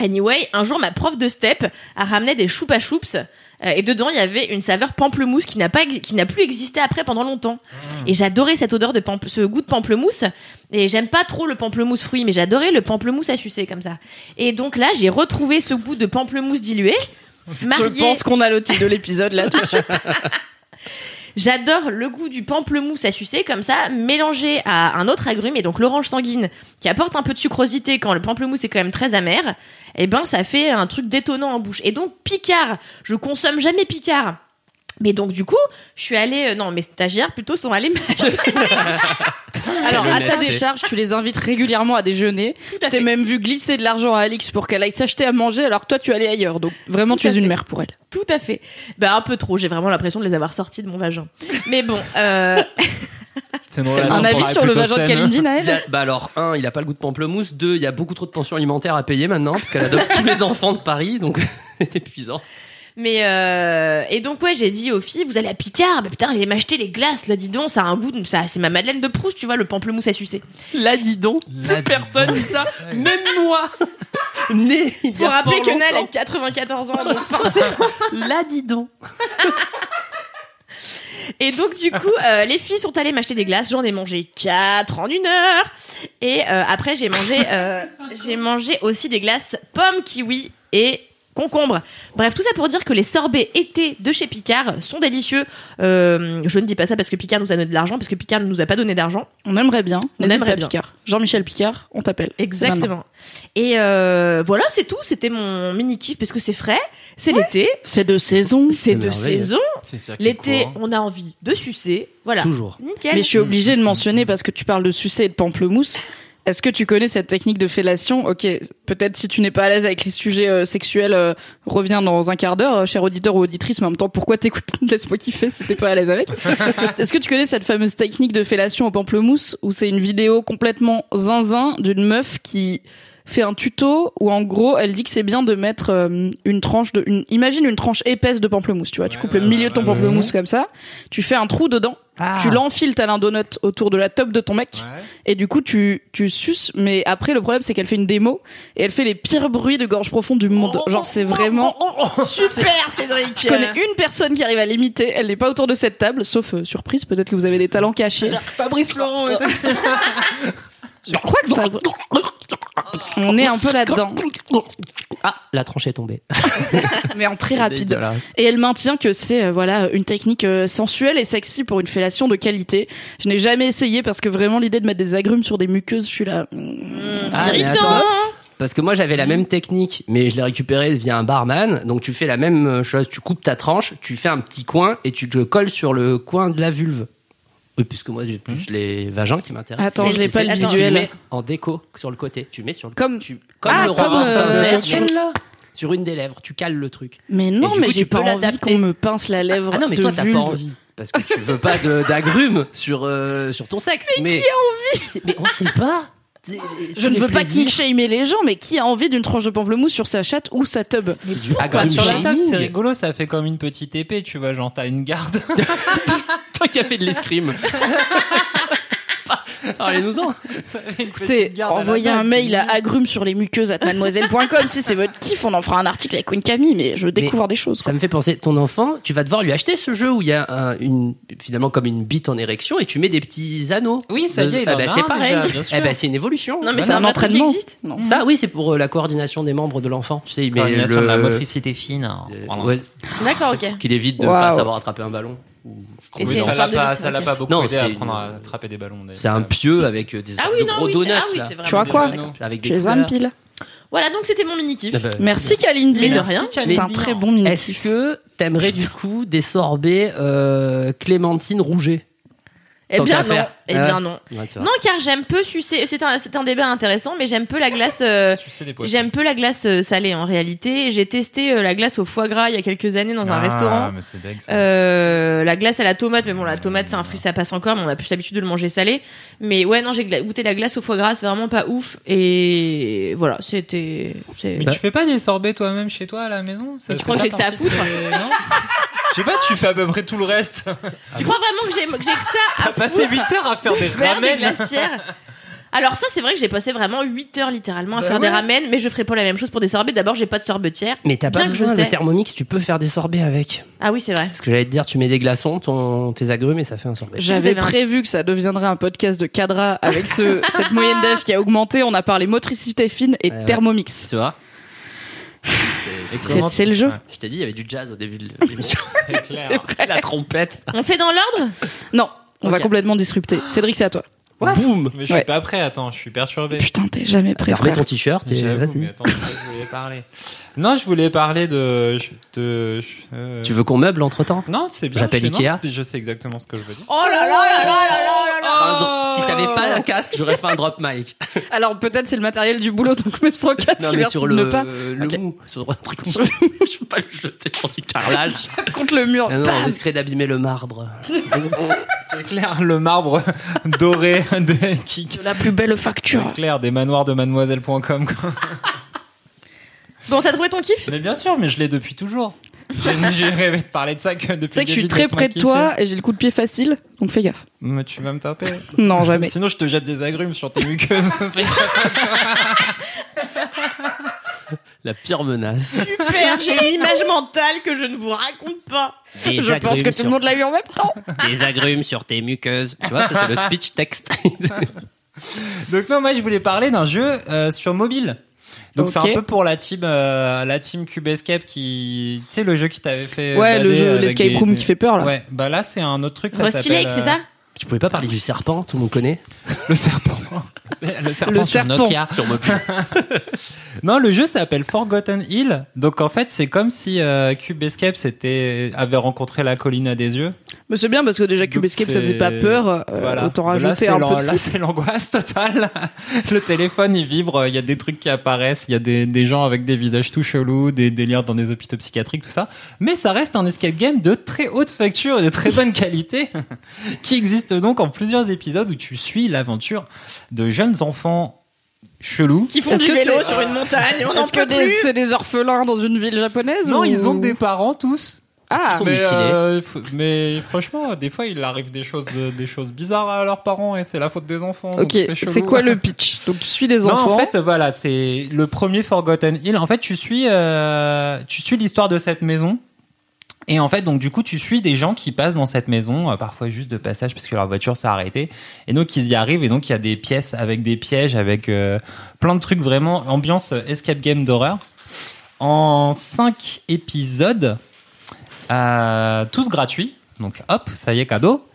Speaker 4: Anyway, un jour, ma prof de step a ramené des choupa choups euh, et dedans il y avait une saveur pamplemousse qui n'a pas ex- qui n'a plus existé après pendant longtemps.
Speaker 5: Ah.
Speaker 4: Et j'adorais cette odeur de pample, ce goût de pamplemousse et j'aime pas trop le pamplemousse fruit mais j'adorais le pamplemousse à sucer comme ça. Et donc là, j'ai retrouvé ce goût de pamplemousse dilué.
Speaker 1: Je
Speaker 4: Marié,
Speaker 1: pense qu'on a le titre de l'épisode là tout de suite.
Speaker 4: *laughs* j'adore le goût du pamplemousse à sucer comme ça, mélangé à un autre agrume et donc l'orange sanguine qui apporte un peu de sucrosité quand le pamplemousse est quand même très amer. Eh ben, ça fait un truc détonnant en bouche. Et donc Picard, je consomme jamais Picard. Mais donc du coup, je suis allée, euh, non, mes stagiaires plutôt sont allés *laughs* m'acheter. ah,
Speaker 1: Alors, à ta
Speaker 5: L'honnêteté.
Speaker 1: décharge, tu les invites régulièrement à déjeuner.
Speaker 4: Tout
Speaker 1: Je
Speaker 4: à
Speaker 1: t'ai
Speaker 4: fait.
Speaker 1: même vu glisser de l'argent à Alix pour qu'elle aille s'acheter à manger alors que toi tu allais ailleurs. Donc vraiment,
Speaker 4: Tout
Speaker 1: tu
Speaker 4: à
Speaker 1: es une
Speaker 4: fait.
Speaker 1: mère pour elle.
Speaker 4: Tout à fait. Bah un peu trop, j'ai vraiment l'impression de les avoir sortis de mon vagin. Mais bon,
Speaker 1: *laughs*
Speaker 4: euh,
Speaker 3: C'est une
Speaker 1: Un
Speaker 3: relation
Speaker 1: avis
Speaker 3: pareil,
Speaker 1: sur le
Speaker 3: plutôt
Speaker 1: vagin de
Speaker 3: saine.
Speaker 1: Kalindi,
Speaker 5: Il
Speaker 1: Naël
Speaker 5: a- bah alors, un, il a pas le goût de pamplemousse. Deux, *laughs* il y a beaucoup trop de pensions alimentaires à payer maintenant, parce qu'elle adopte tous les enfants de Paris, donc *laughs* c'est épuisant.
Speaker 4: Mais euh, et donc ouais, j'ai dit aux filles, vous allez à Picard, mais putain, allez m'acheter les glaces, là dis donc, ça a un goût, de- ça c'est ma Madeleine de Proust, tu vois, le pamplemousse à sucer.
Speaker 1: Là, dis donc,
Speaker 3: Là,
Speaker 1: plus
Speaker 3: dis
Speaker 1: personne
Speaker 3: donc.
Speaker 1: dit ça.
Speaker 3: Ouais.
Speaker 1: Même moi, né il y
Speaker 4: Faut
Speaker 1: a
Speaker 4: rappeler
Speaker 1: fort
Speaker 4: que Nal a
Speaker 1: longtemps.
Speaker 4: 94 ans,
Speaker 1: *laughs*
Speaker 4: donc forcément.
Speaker 1: Là, dis donc.
Speaker 4: Et donc du coup, euh, les filles sont allées m'acheter des glaces, j'en ai mangé 4 en une heure. Et euh, après j'ai mangé, euh, j'ai mangé aussi des glaces pommes, kiwi et concombre. Bref, tout ça pour dire que les sorbets été de chez Picard sont délicieux. Euh, je ne dis pas ça parce que Picard nous a donné de l'argent, parce que Picard ne nous a pas donné d'argent.
Speaker 1: On aimerait bien.
Speaker 4: On
Speaker 1: N'hésite
Speaker 4: aimerait
Speaker 1: pas,
Speaker 4: bien.
Speaker 1: Picard. Jean-Michel Picard, on t'appelle. Maintenant.
Speaker 4: Exactement. Et euh, voilà, c'est tout. C'était mon mini kiff parce que c'est frais, c'est l'été,
Speaker 1: C'est de saison.
Speaker 4: c'est de
Speaker 5: merveilleux.
Speaker 4: saison.
Speaker 3: C'est sûr qu'il
Speaker 4: L'été,
Speaker 3: court, hein.
Speaker 4: on a envie de sucer. Voilà.
Speaker 5: Toujours.
Speaker 4: Nickel.
Speaker 1: Mais je suis obligée de mentionner parce que tu parles de sucer et de pamplemousse. Est-ce que tu connais cette technique de fellation Ok, peut-être si tu n'es pas à l'aise avec les sujets euh, sexuels, euh, reviens dans un quart d'heure, euh, cher auditeur ou auditrice, mais en même temps, pourquoi t'écoutes *laughs* Laisse-moi kiffer si t'es pas à l'aise avec. Est-ce que tu connais cette fameuse technique de fellation au pamplemousse où c'est une vidéo complètement zinzin d'une meuf qui fait un tuto où en gros elle dit que c'est bien de mettre euh, une tranche de une imagine une tranche épaisse de pamplemousse tu vois tu
Speaker 3: Ouais,
Speaker 1: coupes
Speaker 3: ouais,
Speaker 1: le milieu
Speaker 3: ouais,
Speaker 1: de ton
Speaker 3: ouais, ouais.
Speaker 1: pamplemousse comme ça tu fais un trou dedans
Speaker 3: Ah.
Speaker 1: tu
Speaker 5: Ah.
Speaker 1: l'enfiles à l'un donut autour de la top de ton mec
Speaker 3: Ouais.
Speaker 1: et du coup tu tu suces mais après le problème c'est qu'elle fait une démo et elle fait les pires bruits de gorge profonde du monde
Speaker 3: Oh,
Speaker 1: genre c'est vraiment
Speaker 4: Super, Cédric.
Speaker 1: je connais une personne qui arrive à l'imiter elle n'est pas autour de cette table sauf euh, surprise peut-être que vous avez des talents cachés
Speaker 3: Fabrice Florent et tout.
Speaker 1: *laughs* je crois que Fabri- on est un peu là-dedans
Speaker 5: Ah, la tranche est tombée.
Speaker 1: mais en très rapide Et elle maintient que c'est euh, voilà une technique euh, sensuelle et sexy pour une fellation de qualité. Je n'ai jamais essayé parce que vraiment l'idée de mettre des agrumes sur des muqueuses, je suis là. hmm,
Speaker 4: Mmh,
Speaker 5: Ah, mais
Speaker 4: irritant.
Speaker 5: attends. Parce que moi j'avais la même technique, mais je l'ai récupérée via un barman. Donc tu fais la même chose, tu coupes ta tranche, tu fais un petit coin et tu te le colles sur le coin de la vulve. Oui, puisque moi j'ai plus les vagins qui m'intéressent.
Speaker 1: Mmh. Attends,
Speaker 4: j'ai pas le
Speaker 5: Attends,
Speaker 1: visuel.
Speaker 5: Tu mets en déco sur le côté. Tu mets sur le
Speaker 1: Comme-
Speaker 5: tu, comme
Speaker 1: Ah,
Speaker 5: le
Speaker 1: comme,
Speaker 5: robin
Speaker 1: euh,
Speaker 5: Steinberg,
Speaker 1: bien
Speaker 5: sur, sur une des lèvres. Tu cales le truc.
Speaker 1: Mais non,
Speaker 5: Et du
Speaker 1: mais
Speaker 5: coup,
Speaker 1: j'ai
Speaker 5: tu
Speaker 1: pas
Speaker 5: peux
Speaker 1: envie
Speaker 5: l'adapter.
Speaker 1: qu'on me pince la lèvre
Speaker 5: Ah non, mais
Speaker 1: de
Speaker 5: toi t'as
Speaker 1: vulve.
Speaker 5: pas envie. Parce que tu veux pas *laughs* de- d'agrumes sur, euh, sur ton sexe. Mais, qui a *laughs* envie Mais on sait pas. C'est-
Speaker 1: Je ne
Speaker 5: les
Speaker 1: veux pas
Speaker 5: plaisirs,
Speaker 1: qu'il shamer les gens, mais qui a envie d'une tranche de pamplemousse sur sa chatte ou sa tub
Speaker 5: c'est du
Speaker 3: Bah,
Speaker 5: agrume
Speaker 3: sur la table, c'est
Speaker 5: shaming. *laughs*
Speaker 3: rigolo, ça fait comme une petite épée, tu vois, genre t'as une garde.
Speaker 5: Toi qui as fait de l'escrime. *laughs* Parlez-nous-en.
Speaker 3: une petite
Speaker 1: Écoutez,
Speaker 3: garde à la
Speaker 1: envoyez un
Speaker 3: base.
Speaker 1: mail à agrumes sur les muqueuses at mademoiselle.com si c'est votre kiff, on en fera un article avec Queen Camille, mais je découvre des choses. quoi.
Speaker 5: Ça me fait penser, ton enfant, tu vas devoir lui acheter ce jeu où il y a un- une, finalement comme une bite en érection et tu mets des petits anneaux.
Speaker 3: Oui, ça y est, il
Speaker 5: Ah
Speaker 3: en
Speaker 5: bah,
Speaker 3: a
Speaker 5: c'est
Speaker 3: un
Speaker 5: pareil.
Speaker 3: déjà, bien sûr.
Speaker 5: Eh bah, c'est une évolution.
Speaker 4: Non, mais
Speaker 3: Voilà.
Speaker 4: c'est un entraînement. Qui existe.
Speaker 1: Non.
Speaker 5: Ça, oui, c'est pour euh, la coordination des membres de l'enfant. Tu sais, il met
Speaker 3: Coordination
Speaker 5: le-
Speaker 3: de la motricité fine. hein.
Speaker 5: euh,
Speaker 3: Voilà.
Speaker 5: ouais,
Speaker 4: D'accord, ok.
Speaker 5: qu'il évite de
Speaker 1: Waouh.
Speaker 5: pas savoir attraper un ballon. Ou-
Speaker 4: Et
Speaker 3: Oui,
Speaker 4: c'est-
Speaker 3: ça
Speaker 4: on
Speaker 3: l'a
Speaker 4: parle de
Speaker 3: pas,
Speaker 4: bite,
Speaker 3: ça l'a
Speaker 4: ok.
Speaker 3: pas beaucoup
Speaker 5: Non,
Speaker 3: aidé à
Speaker 5: c'est-
Speaker 3: apprendre à attraper des ballons. d'ailleurs.
Speaker 5: C'est un pieu avec euh, des
Speaker 4: Ah
Speaker 5: sortes
Speaker 4: oui,
Speaker 5: de
Speaker 4: non,
Speaker 5: gros
Speaker 4: oui,
Speaker 5: donuts.
Speaker 4: c'est ah oui,
Speaker 5: là,
Speaker 4: c'est
Speaker 1: Tu vois
Speaker 4: vraiment.
Speaker 3: Des
Speaker 1: quoi
Speaker 3: anneaux.
Speaker 5: avec des
Speaker 1: Tu les as un
Speaker 5: couleurs.
Speaker 1: pile.
Speaker 4: Voilà, donc c'était mon mini kiff.
Speaker 5: Ah bah,
Speaker 1: Merci Kalindi.
Speaker 4: Mais de rien.
Speaker 1: C'est un très bon mini
Speaker 5: Est-ce que t'aimerais du coup des sorbets euh, clémentine rouget
Speaker 4: Eh
Speaker 5: tant
Speaker 4: bien
Speaker 5: qu'à
Speaker 4: non.
Speaker 5: faire.
Speaker 4: Eh
Speaker 5: Ah
Speaker 4: bien
Speaker 5: ouais.
Speaker 4: non.
Speaker 5: Ouais, tu vois.
Speaker 4: Non, car j'aime peu sucer. C'est un, c'est un débat intéressant, mais j'aime peu la glace. euh,
Speaker 3: Tu sais, des poissons.
Speaker 4: J'aime peu la glace euh, salée en réalité. J'ai testé euh, la glace au foie gras il y a quelques années dans un
Speaker 3: Ah,
Speaker 4: restaurant.
Speaker 3: mais c'est dingue, ça.
Speaker 4: Euh, la glace à la tomate, mais bon, la tomate c'est un fruit, ça passe encore, mais on a plus l'habitude de le manger salé. Mais ouais, non, j'ai gla- goûté la glace au foie gras, c'est vraiment pas ouf. Et voilà, c'était. c'est-
Speaker 3: Mais tu fais pas des sorbets toi-même chez toi à la maison Ça
Speaker 4: Mais
Speaker 3: fait
Speaker 4: tu crois que
Speaker 3: pas
Speaker 4: j'ai que ça à
Speaker 3: partie de- Non Je sais pas, tu fais à peu près tout le reste.
Speaker 4: Tu crois vraiment que j'ai que, j'ai que ça à
Speaker 3: T'as passé
Speaker 4: foutre
Speaker 3: 8 heures à faire des
Speaker 4: faire des
Speaker 3: ramen.
Speaker 4: glacières alors ça c'est vrai que j'ai passé vraiment 8 heures littéralement à
Speaker 3: Bah
Speaker 4: faire des
Speaker 3: ouais.
Speaker 4: ramen mais je ferai pas la même chose pour des sorbets d'abord j'ai pas de sorbetière
Speaker 5: Mais t'as pas
Speaker 4: Bien que je
Speaker 5: besoin de
Speaker 4: sais.
Speaker 5: Thermomix, tu peux faire des sorbets avec.
Speaker 4: ah oui c'est vrai
Speaker 5: C'est ce que j'allais te dire, tu mets des glaçons, ton, tes agrumes et ça fait un sorbet.
Speaker 1: J'avais
Speaker 4: Vous avez un-
Speaker 1: prévu que ça deviendrait un podcast de cadra avec ce,
Speaker 5: *laughs*
Speaker 1: cette moyenne d'âge qui a augmenté. On a parlé motricité fine et
Speaker 5: Ouais, ouais.
Speaker 1: thermomix.
Speaker 5: Tu vois
Speaker 1: C'est- C'est le jeu.
Speaker 3: Ouais.
Speaker 5: Je t'ai dit, il y avait du jazz au début de l'émission.
Speaker 3: C'est clair.
Speaker 5: C'est vrai, la trompette.
Speaker 4: on fait dans l'ordre
Speaker 1: Non, on va
Speaker 5: Ok.
Speaker 1: complètement disrupter. Cédric, c'est à toi.
Speaker 5: Boum
Speaker 3: Mais je
Speaker 1: Ouais.
Speaker 3: suis pas prêt, attends, je suis perturbé.
Speaker 1: Putain, t'es jamais prêt,
Speaker 5: Alors, Mets
Speaker 1: frère.
Speaker 5: ton t-shirt et
Speaker 3: J'avoue,
Speaker 5: vas-y.
Speaker 3: mais euh, attends, de quoi je voulais parler. Non, je voulais parler de. je- de- je- euh,
Speaker 5: Tu veux qu'on meuble entre temps
Speaker 3: Non, c'est bien.
Speaker 5: J'appelle
Speaker 3: je- non,
Speaker 5: Ikea.
Speaker 3: Je sais exactement ce que je veux dire.
Speaker 4: oh là là là là là
Speaker 3: Oh!
Speaker 5: Si t'avais pas un casque, j'aurais fait un drop mic.
Speaker 1: Alors, peut-être c'est le matériel du boulot, donc même sans casque,
Speaker 5: Non, mais
Speaker 1: merci
Speaker 5: sur
Speaker 1: de
Speaker 5: le,
Speaker 1: ne pas.
Speaker 5: le
Speaker 1: Ok.
Speaker 5: mou, sur un truc. sur- *laughs* je peux pas le jeter sur du carrelage.
Speaker 1: Contre le mur.
Speaker 5: Ah *laughs* non, on
Speaker 1: Bam
Speaker 5: risquerait d'abîmer le marbre.
Speaker 3: C'est clair, le marbre *laughs* doré de qui
Speaker 1: De la plus belle facture.
Speaker 3: C'est clair, des manoirs de mademoiselle.com. quoi.
Speaker 4: bon t'as trouvé ton kiff
Speaker 3: *laughs* Mais bien sûr, mais je l'ai depuis toujours. J'ai *laughs* j'ai rêvé de parler de ça que depuis
Speaker 1: C'est vrai que
Speaker 3: le
Speaker 1: je suis
Speaker 3: début
Speaker 1: très
Speaker 3: laisse-moi
Speaker 1: près de
Speaker 3: kiffer.
Speaker 1: toi et j'ai le coup de pied facile, donc fais gaffe.
Speaker 3: Mais tu vas me taper.
Speaker 1: Non, jamais.
Speaker 3: Sinon, je te jette des agrumes sur tes
Speaker 1: *laughs*
Speaker 3: muqueuses. Fais gaffe.
Speaker 5: La pire menace.
Speaker 4: Super, j'ai une image mentale que je ne vous raconte pas.
Speaker 5: Des
Speaker 1: Je pense
Speaker 5: agrumes
Speaker 1: que tout
Speaker 5: sur-
Speaker 1: le monde l'a eu en même temps.
Speaker 5: Des agrumes sur tes muqueuses. Tu vois, ça c'est le speech texte.
Speaker 3: Donc non, moi je voulais parler d'un jeu euh, sur mobile. Donc c'est
Speaker 1: Ok.
Speaker 3: un peu pour la team, euh, la team Cube Escape qui, tu sais le jeu qui t'avait fait.
Speaker 1: Ouais, le
Speaker 3: bader
Speaker 1: jeu,
Speaker 3: Euh, avec
Speaker 1: l'escape
Speaker 3: des-
Speaker 1: room
Speaker 3: des-
Speaker 1: qui fait peur là.
Speaker 3: Ouais, bah là c'est un autre truc. Ça
Speaker 4: Rusty
Speaker 3: s'appelle,
Speaker 4: Lake, c'est ça
Speaker 5: *laughs* tu pouvais pas parler du serpent, tout le monde connaît.
Speaker 3: euh, Le serpent. le serpent
Speaker 1: Le
Speaker 3: sur
Speaker 1: serpent.
Speaker 3: Nokia. non, le jeu s'appelle Forgotten Hill. Donc en fait c'est comme si euh, Cube Escape c'était avait rencontré la colline à des yeux.
Speaker 1: Mais c'est bien parce que déjà Cube
Speaker 3: Donc,
Speaker 1: Escape ça
Speaker 3: c'est-
Speaker 1: faisait pas peur, euh,
Speaker 3: Voilà.
Speaker 1: autant
Speaker 3: Là,
Speaker 1: rajouter
Speaker 3: c'est
Speaker 1: un
Speaker 3: l'an-
Speaker 1: peu de
Speaker 3: Là, c'est l'angoisse totale. *laughs* Le téléphone, il vibre. Il y a des trucs qui apparaissent. Il y a des, des gens avec des visages tout chelous, des délires dans des hôpitaux psychiatriques, tout ça. Mais ça reste un escape game de très haute facture et de très bonne qualité, *laughs* qui existe donc en plusieurs épisodes où tu suis l'aventure de jeunes enfants chelous.
Speaker 4: Qui font
Speaker 1: Est-ce
Speaker 4: du
Speaker 1: que
Speaker 4: vélo
Speaker 1: c'est- *laughs*
Speaker 4: sur une montagne, on n'en
Speaker 1: Est-ce que
Speaker 4: peut
Speaker 1: des-
Speaker 4: plus.
Speaker 1: c'est des orphelins dans une ville japonaise
Speaker 3: Non,
Speaker 1: ou-
Speaker 3: ils ont des parents tous.
Speaker 1: Ah,
Speaker 5: Ils sont
Speaker 3: mais,
Speaker 5: mutilés.
Speaker 3: euh, f- mais franchement, des fois, il arrive des choses, des choses bizarres à leurs parents et c'est la faute des enfants. donc
Speaker 1: ok. C'est
Speaker 3: chelou.
Speaker 1: quoi le pitch Donc tu suis les
Speaker 3: Non,
Speaker 1: enfants.
Speaker 3: en fait, voilà, c'est le premier Forgotten Hill. En fait, tu suis, euh, tu suis l'histoire de cette maison. Et en fait, donc du coup, tu suis des gens qui passent dans cette maison, euh, parfois juste de passage parce que leur voiture s'est arrêtée. Et donc ils y arrivent. Et donc il y a des pièces avec des pièges, avec euh, plein de trucs vraiment ambiance euh, escape game d'horreur. En cinq épisodes, euh, tous gratuits. Donc hop, ça y est, cadeau.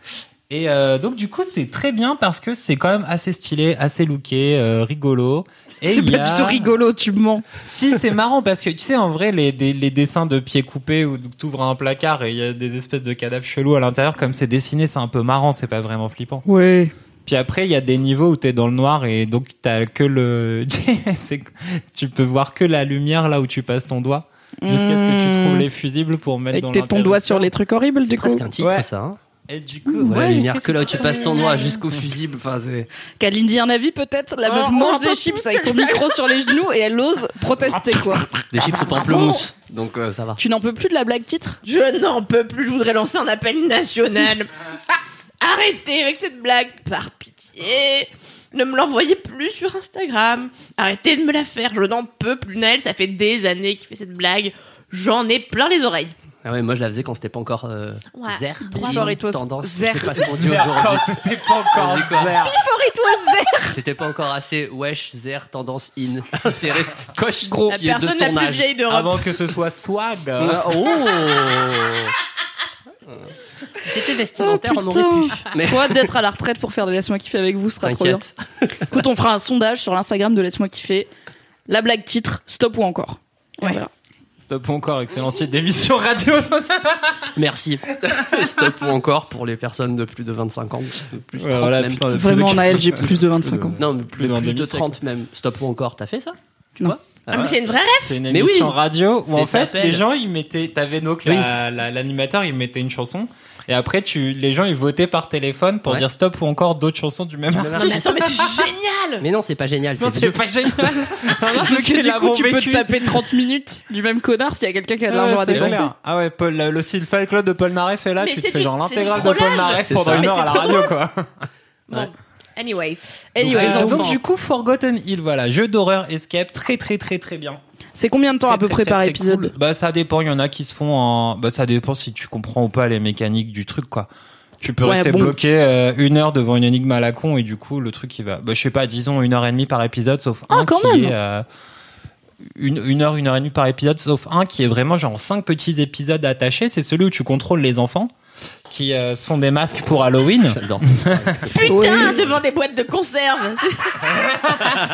Speaker 3: Et euh, donc du coup c'est très bien parce que c'est quand même assez stylé, assez looké, euh, rigolo. Et
Speaker 1: c'est
Speaker 3: il y
Speaker 1: pas
Speaker 3: a-
Speaker 1: du tout rigolo, tu mens.
Speaker 3: si, c'est marrant parce que tu sais, en vrai, les, des- les dessins de pieds coupés où t'ouvres un placard et il y a des espèces de cadavres chelous à l'intérieur, comme c'est dessiné, c'est un peu marrant, c'est pas vraiment flippant.
Speaker 1: Ouais.
Speaker 3: Puis après, il y a des niveaux où t'es dans le noir et donc t'as que le. *laughs* c'est- tu peux voir que la lumière là où tu passes ton doigt jusqu'à ce que tu trouves les fusibles pour mettre
Speaker 1: Mmh. Et
Speaker 3: dans
Speaker 1: que t'aies ton doigt sur les trucs horribles du coup.
Speaker 5: Presque un titre,
Speaker 3: Ouais.
Speaker 5: ça. hein.
Speaker 3: Et du coup,
Speaker 5: Voilà,
Speaker 3: ouais,
Speaker 5: la
Speaker 3: jusqu'à
Speaker 5: lumière
Speaker 3: ce
Speaker 5: que là où
Speaker 3: tu-
Speaker 5: tu passes ton doigt jusqu'au fusible. Enfin, c'est.
Speaker 1: Kalindi un avis peut-être La
Speaker 4: Oh,
Speaker 1: meuf
Speaker 4: on en
Speaker 1: mange des
Speaker 4: peut
Speaker 1: chips
Speaker 4: plus.
Speaker 1: avec son micro sur les genoux et elle ose protester quoi.
Speaker 5: Des chips au pamplemousse. Donc euh, Ah, ça va.
Speaker 1: Tu n'en peux plus de la blague titre
Speaker 4: Je n'en peux plus, je voudrais lancer un appel national. Ah, Arrêtez avec cette blague, par pitié. Ne me l'envoyez plus sur Instagram. Arrêtez de me la faire, je n'en peux plus. Naël, ça fait des années qu'il fait cette blague. J'en ai plein les oreilles.
Speaker 5: Ah ouais, moi je la faisais quand c'était pas encore euh,
Speaker 4: Ouais.
Speaker 5: zer.
Speaker 1: Before
Speaker 5: ligne,
Speaker 1: it was
Speaker 5: tendance.
Speaker 1: zer.
Speaker 5: Je sais pas ce qu'on dit
Speaker 3: Quand
Speaker 5: aujourd'hui.
Speaker 3: c'était pas encore
Speaker 5: On dit quoi
Speaker 3: vert.
Speaker 5: C'était pas encore assez wesh, zer, tendance in. *laughs* Insérer ce coche
Speaker 1: Gros.
Speaker 4: La
Speaker 5: qui est de
Speaker 4: personne la
Speaker 5: ton
Speaker 4: plus
Speaker 5: âge.
Speaker 4: vieille
Speaker 3: *laughs*
Speaker 4: d'Europe.
Speaker 3: Avant que ce soit swag.
Speaker 5: Ah, Oh Si c'était vestimentaire,
Speaker 1: Oh,
Speaker 5: on aurait pu. Mais
Speaker 1: Toi d'être à la retraite pour faire de laisse-moi kiffer avec vous ce sera trop bien.
Speaker 5: t'inquiète.
Speaker 1: Écoute, on fera un sondage sur l'Instagram de laisse-moi kiffer. La blague titre, stop ou encore. Et on
Speaker 4: Ouais.
Speaker 1: verra.
Speaker 3: Stop encore, excellent titre d'émission radio.
Speaker 5: Merci. *laughs* Stop ou encore pour les personnes de plus de 25 ans. de Plus de 30
Speaker 3: Voilà,
Speaker 5: même.
Speaker 3: putain, de plus de
Speaker 1: Vraiment,
Speaker 3: quatre-
Speaker 1: Naël,
Speaker 3: *laughs*
Speaker 1: j'ai plus de 25 ans.
Speaker 5: Non, mais plus,
Speaker 3: Plus d'un
Speaker 5: plus de
Speaker 3: demi-siècle.
Speaker 5: 30 même. Stop ou encore, t'as fait ça Tu
Speaker 1: Non.
Speaker 5: vois Ah,
Speaker 4: Ah, mais
Speaker 5: voilà.
Speaker 4: c'est une vraie
Speaker 3: C'est une
Speaker 5: Mais
Speaker 3: émission
Speaker 5: oui.
Speaker 3: radio où
Speaker 5: C'est
Speaker 3: en fait
Speaker 5: Papel.
Speaker 3: les gens ils mettaient, t'avais donc
Speaker 5: Oui.
Speaker 3: la- la- l'animateur il mettait une chanson et après tu les gens ils votaient par téléphone pour
Speaker 5: Ouais.
Speaker 3: dire stop ou encore d'autres chansons du même
Speaker 5: mais
Speaker 3: artiste.
Speaker 4: Non, mais attends, mais
Speaker 5: *laughs*
Speaker 4: c'est génial
Speaker 5: Mais non, c'est pas génial.
Speaker 3: Non
Speaker 5: C'est
Speaker 3: c'est
Speaker 5: vieux.
Speaker 3: pas génial.
Speaker 1: Parce que du coup, tu peux te
Speaker 3: vécu.
Speaker 1: taper 30 minutes du même connard s'il y a quelqu'un qui a de
Speaker 3: Ah ouais,
Speaker 1: l'argent à
Speaker 3: c'est
Speaker 1: dépenser.
Speaker 3: clair. Ah ouais, Paul, le, le style Fall Club de Paul Naref est là,
Speaker 4: Mais
Speaker 3: tu te
Speaker 4: c'est
Speaker 3: fais
Speaker 4: du-
Speaker 3: genre
Speaker 4: c'est du
Speaker 3: l'intégrale de Paul
Speaker 4: trollage.
Speaker 3: Naref
Speaker 5: C'est
Speaker 3: pendant
Speaker 5: ça.
Speaker 3: une
Speaker 4: Mais
Speaker 3: heure à
Speaker 4: c'est
Speaker 3: la
Speaker 4: trop
Speaker 3: radio
Speaker 4: *laughs*
Speaker 3: quoi.
Speaker 4: Bon, anyways.
Speaker 1: Anyway, les
Speaker 3: Euh, donc
Speaker 1: enfants.
Speaker 3: du coup Forgotten Hill voilà, jeu d'horreur escape très très très très bien.
Speaker 1: C'est combien de temps
Speaker 3: Très,
Speaker 1: à peu
Speaker 3: très,
Speaker 1: près
Speaker 3: très,
Speaker 1: par
Speaker 3: très
Speaker 1: épisode
Speaker 3: cool. Bah ça dépend, il y en a qui se font en bah ça dépend si tu comprends ou pas les mécaniques du truc quoi. Tu peux
Speaker 1: Ouais,
Speaker 3: rester
Speaker 1: bon.
Speaker 3: bloqué euh, une heure devant une énigme à la con et du coup le truc il va bah je sais pas disons une heure et demie par épisode sauf
Speaker 1: Ah,
Speaker 3: un
Speaker 1: quand
Speaker 3: qui
Speaker 1: même.
Speaker 3: est euh, une, une heure une heure et demie par épisode sauf un qui est vraiment genre cinq petits épisodes attachés c'est celui où tu contrôles les enfants qui euh, se font des masques pour Halloween
Speaker 5: J'adore.
Speaker 4: Putain,
Speaker 1: Ouais.
Speaker 4: devant des boîtes de conserve.
Speaker 5: Ah,
Speaker 4: C'est-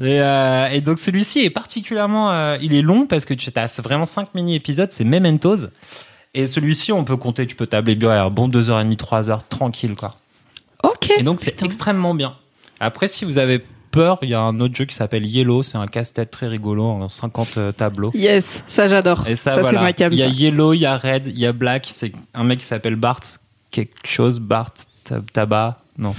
Speaker 3: Et, euh, et donc celui-ci est particulièrement, euh, il est long parce que tu as vraiment 5 mini épisodes, c'est Mementos. Et celui-ci, on peut compter, tu peux tabler bien, alors bon 2h30, 3h, tranquille quoi.
Speaker 1: Ok.
Speaker 3: Et donc c'est extrêmement bien. Après, si vous avez peur, il y a un autre jeu qui s'appelle Yellow, c'est un casse-tête très rigolo en 50 euh, tableaux.
Speaker 1: Yes, ça j'adore.
Speaker 3: Et ça,
Speaker 1: Ça, c'est
Speaker 3: voilà.
Speaker 1: ma cam.
Speaker 3: Il y a
Speaker 1: ça.
Speaker 3: Yellow, il y a Red, il y a Black, c'est un mec qui s'appelle Bart, quelque chose, Bart, Tab- Tabac, non.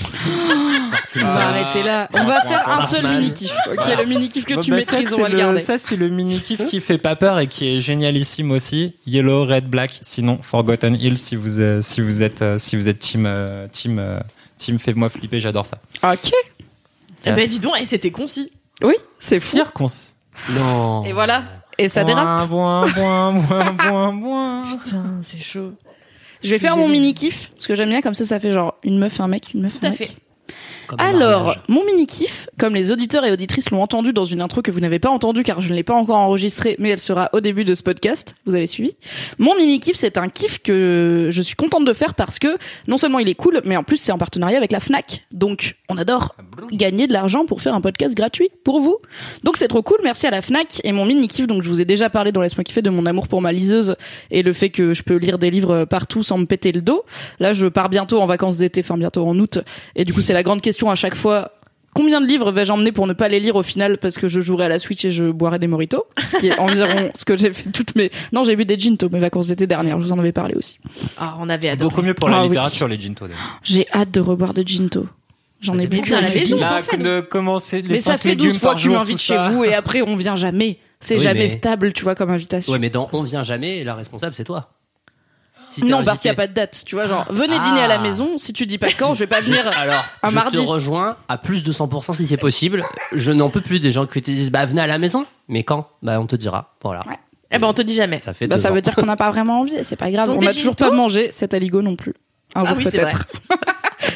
Speaker 1: On va
Speaker 5: Ah.
Speaker 1: arrêter là.
Speaker 4: Bah,
Speaker 5: Point,
Speaker 1: On va
Speaker 5: point,
Speaker 1: faire
Speaker 5: point,
Speaker 1: un
Speaker 5: par
Speaker 1: seul
Speaker 5: semaine.
Speaker 1: mini-kiff. Ok,
Speaker 5: Voilà.
Speaker 1: le mini-kiff que
Speaker 3: Bon,
Speaker 1: tu
Speaker 3: bah,
Speaker 1: maîtrises,
Speaker 3: ça,
Speaker 1: on va
Speaker 3: c'est
Speaker 1: le
Speaker 3: le-
Speaker 1: garder.
Speaker 3: Ça, c'est le mini
Speaker 1: *laughs*
Speaker 3: kiff qui fait pas peur et qui est génialissime aussi. Yellow, Red, Black. Sinon, Forgotten Hill, si vous, euh, si vous êtes, euh, si vous êtes team, euh, team, euh, team, fais-moi flipper. J'adore ça.
Speaker 1: Ok.
Speaker 4: Eh ben,
Speaker 3: Yes.
Speaker 4: dis donc, et c'était concis.
Speaker 1: Oui, c'est fou.
Speaker 3: Circons.
Speaker 5: Non.
Speaker 1: Et voilà. Et ça dérape.
Speaker 3: Boin, boin, boin, boin, boin.
Speaker 1: *laughs*
Speaker 4: Putain, c'est chaud.
Speaker 1: Je vais faire mon mini-kiff, parce que j'aime bien, comme ça, ça fait genre une meuf, un mec, une meuf,
Speaker 4: Tout
Speaker 1: un
Speaker 4: à
Speaker 1: mec.
Speaker 4: fait.
Speaker 5: Comme un
Speaker 1: Alors,
Speaker 5: mariage.
Speaker 1: mon mini-kiff, comme les auditeurs et auditrices l'ont entendu dans une intro que vous n'avez pas entendue car je ne l'ai pas encore enregistrée, mais elle sera au début de ce podcast, vous avez suivi. Mon mini-kiff, c'est un kiff que je suis contente de faire parce que non seulement il est cool, mais en plus c'est en partenariat avec la FNAC. Donc, on adore gagner de l'argent pour faire un podcast gratuit pour vous. Donc c'est trop cool, merci à la FNAC et mon mini-kiff, donc je vous ai déjà parlé dans Laisse-moi kiffer de mon amour pour ma liseuse et le fait que je peux lire des livres partout sans me péter le dos. Là, je pars bientôt en vacances d'été, enfin bientôt en août, et
Speaker 5: Mm.
Speaker 1: du coup, c'est la grande question à chaque fois. Combien de livres vais-je emmener pour ne pas les lire au final parce que je jouerai à la Switch et je boirai des moritos Ce *laughs* qui est environ ce que j'ai fait toutes mes... Non, j'ai bu des ginto mes vacances d'été dernières, je vous en avais parlé aussi.
Speaker 4: Ah, on avait adoré.
Speaker 3: Beaucoup mieux pour la
Speaker 1: Ah oui.
Speaker 3: littérature, les Jinto. d'ailleurs.
Speaker 1: J'ai hâte de reboire des ginto. J'en ai
Speaker 4: dépend
Speaker 1: bu
Speaker 4: bien à la
Speaker 1: j'en ai
Speaker 4: maison.
Speaker 1: bu.
Speaker 4: Là,
Speaker 3: Là, Bah, de commencer les
Speaker 1: Mais ça
Speaker 3: cinq
Speaker 1: fait
Speaker 3: légumes
Speaker 1: 12 fois
Speaker 3: par
Speaker 1: que tu
Speaker 3: jour,
Speaker 1: m'invites
Speaker 3: tout
Speaker 1: chez
Speaker 3: *laughs* ça.
Speaker 1: vous et après on vient jamais. C'est
Speaker 5: Oui,
Speaker 1: jamais
Speaker 5: mais-
Speaker 1: stable, tu vois, comme invitation.
Speaker 5: Ouais, mais dans On vient jamais, la responsable, c'est toi. Si t'es
Speaker 1: non,
Speaker 5: invité-
Speaker 1: parce qu'il n'y a pas de date. Tu vois, genre, venez dîner à la
Speaker 5: Ah.
Speaker 1: maison. Si tu dis pas quand, je vais pas
Speaker 5: Je- *laughs*
Speaker 1: venir.
Speaker 5: Alors,
Speaker 1: un
Speaker 5: je
Speaker 1: mardi.
Speaker 5: te rejoins à plus de 100% si c'est possible. Je n'en peux plus des gens qui te disent bah venez à la maison, mais quand Bah on te dira. Voilà.
Speaker 1: Ouais.
Speaker 4: Eh ben, on te dit jamais.
Speaker 5: Ça fait
Speaker 1: Bah,
Speaker 5: deux
Speaker 1: ça
Speaker 5: ans.
Speaker 1: veut dire qu'on n'a pas vraiment envie, et c'est pas grave.
Speaker 4: Donc,
Speaker 1: on
Speaker 4: des
Speaker 1: n'a toujours
Speaker 4: gingos
Speaker 1: pas mangé cet aligot non plus. Un
Speaker 4: Ah
Speaker 1: jour
Speaker 4: oui, c'est
Speaker 1: peut-être. *laughs*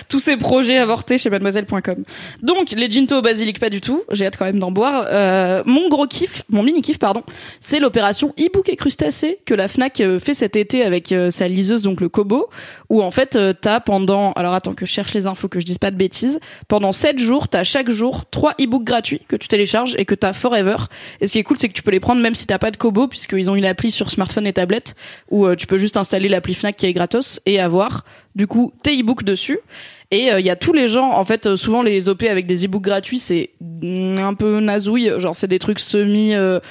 Speaker 1: Tous ces projets avortés chez mademoiselle.com. Donc, les ginto au basilic, pas du tout. J'ai hâte quand même d'en boire. Euh, mon gros kiff, mon mini kiff, pardon, c'est l'opération e-book et crustacés que la FNAC euh, fait cet été avec euh, sa liseuse, donc le Kobo, où en fait, euh, t'as pendant, alors attends que je cherche les infos, que je dise pas de bêtises, pendant 7 jours, t'as chaque jour 3 e-books gratuits que tu télécharges et que t'as forever. Et ce qui est cool, c'est que tu peux les prendre même si t'as pas de Kobo, puisqu'ils ont une appli sur smartphone et tablette, où euh, tu peux juste installer l'appli Fnac qui est gratos et avoir, du coup, tes e-books dessus. Et euh, il y a tous les gens, en fait, euh, souvent les OP avec des e-books gratuits, c'est un peu nazouille, genre c'est des trucs semi... euh,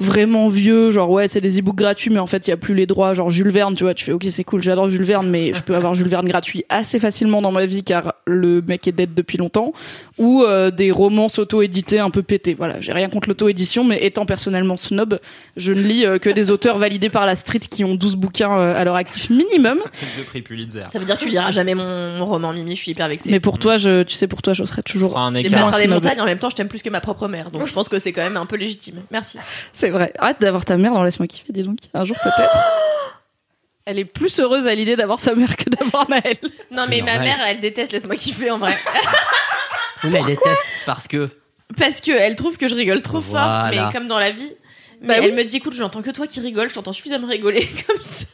Speaker 1: vraiment vieux genre ouais c'est des e-books gratuits mais en fait il y a plus les droits genre Jules Verne tu vois tu fais ok c'est cool j'adore Jules Verne mais je peux avoir Jules Verne gratuit assez facilement dans ma vie car le mec est dead depuis longtemps ou euh, des romans auto-édités un peu pétés. Voilà, j'ai rien contre l'auto-édition, mais étant personnellement snob, je ne lis euh, que des auteurs validés par la street qui ont 12 bouquins euh, à leur actif minimum.
Speaker 3: Deux prix Pulitzer.
Speaker 4: Ça veut dire que tu liras jamais mon, mon roman, Mimi, je suis hyper vexée.
Speaker 1: Mais pour toi, je, tu sais, pour toi, je serai toujours.
Speaker 3: Fera un
Speaker 4: Les
Speaker 3: écart.
Speaker 4: places
Speaker 1: moins
Speaker 4: des
Speaker 1: snob.
Speaker 4: montagnes, en même temps, je t'aime plus que ma propre mère, donc je pense que c'est quand même un peu légitime. Merci.
Speaker 1: C'est vrai. Arrête d'avoir ta mère dans Laisse-moi kiffer, dis donc. Un jour peut-être. *gasps* Elle est plus heureuse à l'idée d'avoir sa mère que d'avoir Naël.
Speaker 4: Non,
Speaker 5: C'est
Speaker 4: mais ma
Speaker 5: normal.
Speaker 4: mère, elle déteste Laisse-moi kiffer en vrai.
Speaker 5: Oui, mais elle déteste parce que
Speaker 4: Parce que elle trouve que je rigole trop fort,
Speaker 5: Voilà.
Speaker 4: mais comme dans la vie. Mais
Speaker 1: Bah
Speaker 4: elle
Speaker 1: oui.
Speaker 4: me dit écoute, je n'entends que toi qui rigole, je t'entends suffisamment rigoler comme ça.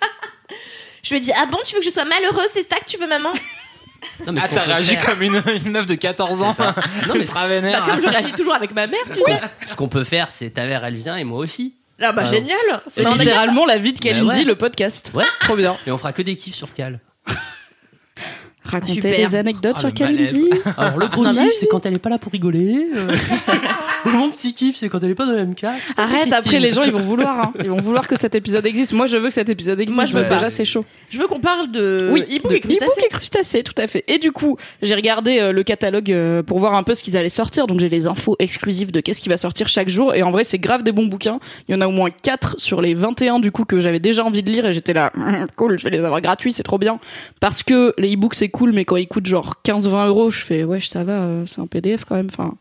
Speaker 4: Je lui ai dit ah bon, tu veux que je sois malheureuse, c'est ça que tu veux, maman
Speaker 5: non mais
Speaker 3: Ah,
Speaker 5: ce qu'on
Speaker 3: t'as
Speaker 5: peut
Speaker 3: réagi
Speaker 5: faire-
Speaker 3: comme une, une meuf de 14 ans.
Speaker 5: Non mais
Speaker 3: Ultra vénère.
Speaker 4: Bah, Comme je réagis toujours avec ma mère, tu sais.
Speaker 5: ce qu'on peut faire, c'est ta mère elle vient et moi aussi.
Speaker 4: Ah bah
Speaker 5: Ah non.
Speaker 4: génial
Speaker 1: C'est
Speaker 4: Bah, on a-
Speaker 1: littéralement la vie de Kalindi,
Speaker 5: ouais.
Speaker 1: le podcast.
Speaker 5: Ouais.
Speaker 1: Ah, Trop bien.
Speaker 5: Et on fera que des kiffs sur Cal.
Speaker 1: Raconter
Speaker 4: Super.
Speaker 1: des anecdotes
Speaker 3: Ah,
Speaker 1: sur
Speaker 3: le malaise.
Speaker 1: Kalindi. *laughs*
Speaker 5: Alors le gros
Speaker 1: Non, mais
Speaker 5: kiff, c'est quand elle est pas là pour rigoler. euh. *laughs* Mon petit kiff, c'est quand elle est pas dans la MK.
Speaker 1: Arrête,
Speaker 5: Christine.
Speaker 1: après les gens ils vont vouloir, hein. ils vont vouloir que cet épisode existe. Moi je veux que cet épisode existe.
Speaker 4: Moi, je
Speaker 1: donc
Speaker 4: veux pas.
Speaker 1: déjà c'est chaud.
Speaker 4: Je veux qu'on parle de
Speaker 1: oui,
Speaker 4: hibou
Speaker 1: de-
Speaker 4: et crustacés.
Speaker 1: hibou et crustacés, tout à fait. Et du coup, j'ai regardé euh, le catalogue euh, pour voir un peu ce qu'ils allaient sortir. Donc j'ai les infos exclusives de qu'est-ce qui va sortir chaque jour. Et en vrai, c'est grave des bons bouquins. Il y en a au moins 4 sur les 21 du coup que j'avais déjà envie de lire et j'étais là, *laughs* Hum, cool, je vais les avoir gratuits, c'est trop bien. Parce que les e-books c'est cool, mais quand ils coûtent genre 15-20 euros, je fais ouais, ça va, euh, c'est un PDF quand même. Enfin,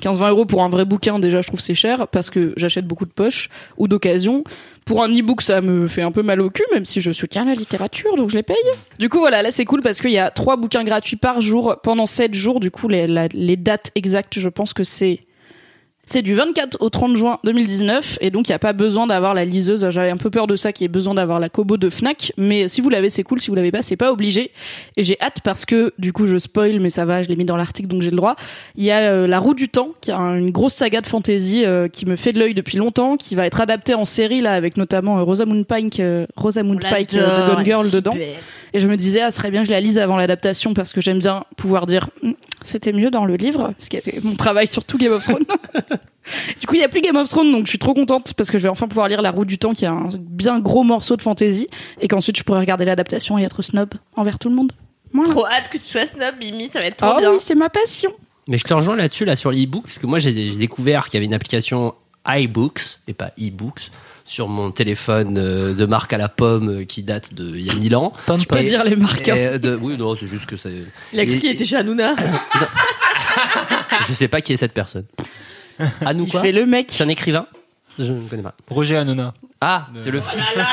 Speaker 1: 15-20 euros pour un vrai bouquin, déjà je trouve c'est cher parce que j'achète beaucoup de poches ou d'occasion. Pour un e-book, ça me fait un peu mal au cul, même si je soutiens la littérature, donc je les paye. Du coup, voilà, là c'est cool parce qu'il y a trois bouquins gratuits par jour pendant 7 jours. Du coup, les, la- les dates exactes, je pense que c'est. C'est du 24 au 30 juin 2019 et donc il n'y a pas besoin d'avoir la liseuse. J'avais un peu peur de ça, qu'il y ait besoin d'avoir la Kobo de Fnac, mais si vous l'avez c'est cool, si vous l'avez pas c'est pas obligé. Et j'ai hâte parce que du coup je spoil, mais ça va, je l'ai mis dans l'article donc j'ai le droit. Il y a euh, La Roue du Temps, qui est un- une grosse saga de fantasy euh, qui me fait de l'œil depuis longtemps, qui va être adaptée en série là avec notamment euh, Rosamund Pike, euh, Rosamund Pike euh, de Gone Girl dedans. Et je me disais, ah, ce serait bien que je la lise avant l'adaptation parce que j'aime bien pouvoir dire, Hum, c'était mieux dans le livre, ce qui était mon travail sur tout Game of
Speaker 4: *laughs*
Speaker 1: Thrones. du coup, il n'y a plus Game of Thrones, donc je suis trop contente parce que je vais enfin pouvoir lire La Roue du Temps, qui est un bien gros morceau de fantasy, et qu'ensuite je pourrais regarder l'adaptation et être snob envers tout le monde. Voilà.
Speaker 4: Trop hâte que tu sois snob, Mimi, ça va être trop
Speaker 1: Oh
Speaker 4: bien.
Speaker 1: oui, c'est ma passion.
Speaker 5: Mais je te rejoins là-dessus, là, sur l'e-book, parce que moi, j'ai j'ai découvert qu'il y avait une application iBooks, et pas e-books, sur mon téléphone euh, de marque à la pomme euh, qui date de il y a 1000 ans.
Speaker 3: Pomme
Speaker 1: Pas
Speaker 5: Et-
Speaker 1: dire les marques. hein.
Speaker 5: et euh, de- oui, non, c'est juste que c'est.
Speaker 4: Il a cru
Speaker 5: Et-
Speaker 4: qu'il était chez Hanouna.
Speaker 1: Ah,
Speaker 5: Je sais pas qui est
Speaker 1: *laughs*
Speaker 5: cette personne. À nous
Speaker 1: Il
Speaker 5: quoi
Speaker 1: fait le mec.
Speaker 5: C'est un écrivain Je ne connais pas.
Speaker 3: Roger Hanouna.
Speaker 5: Ah, c'est
Speaker 1: Euh.
Speaker 5: le fils.
Speaker 4: là,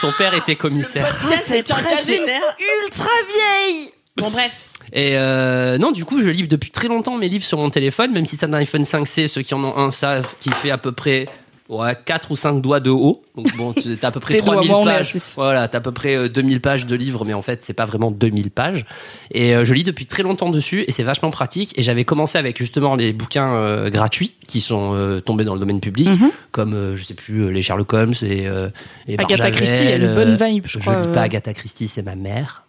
Speaker 5: Son père était commissaire.
Speaker 4: Ah, c'est quinquagénaire.
Speaker 1: ultra vieille.
Speaker 4: Bon, bref.
Speaker 5: Et euh, non, du coup, je lis depuis très longtemps mes livres sur mon téléphone, même si c'est un iPhone 5C, ceux qui en ont un savent qu'il fait à peu près ouais, 4 ou 5 doigts de haut. Donc bon, tu- t'as à peu près
Speaker 1: Tes doigts,
Speaker 5: 3000
Speaker 1: moi, on est à
Speaker 5: pages.
Speaker 1: six.
Speaker 5: Voilà, t'as à peu près euh, 2000 pages de livres, mais en fait, c'est pas vraiment 2000 pages. Et euh, je lis depuis très longtemps dessus, et c'est vachement pratique. Et j'avais commencé avec justement les bouquins euh, gratuits qui sont euh, tombés dans le domaine public,
Speaker 1: Mhm.
Speaker 5: comme, euh, je sais plus, euh, les Sherlock Holmes et, euh, et
Speaker 1: Agatha
Speaker 5: Barjavel,
Speaker 1: Christie, elle a une
Speaker 5: euh,
Speaker 1: bonne vibe, je
Speaker 5: je
Speaker 1: crois.
Speaker 5: lis
Speaker 1: euh.
Speaker 5: pas Agatha Christie, c'est ma mère.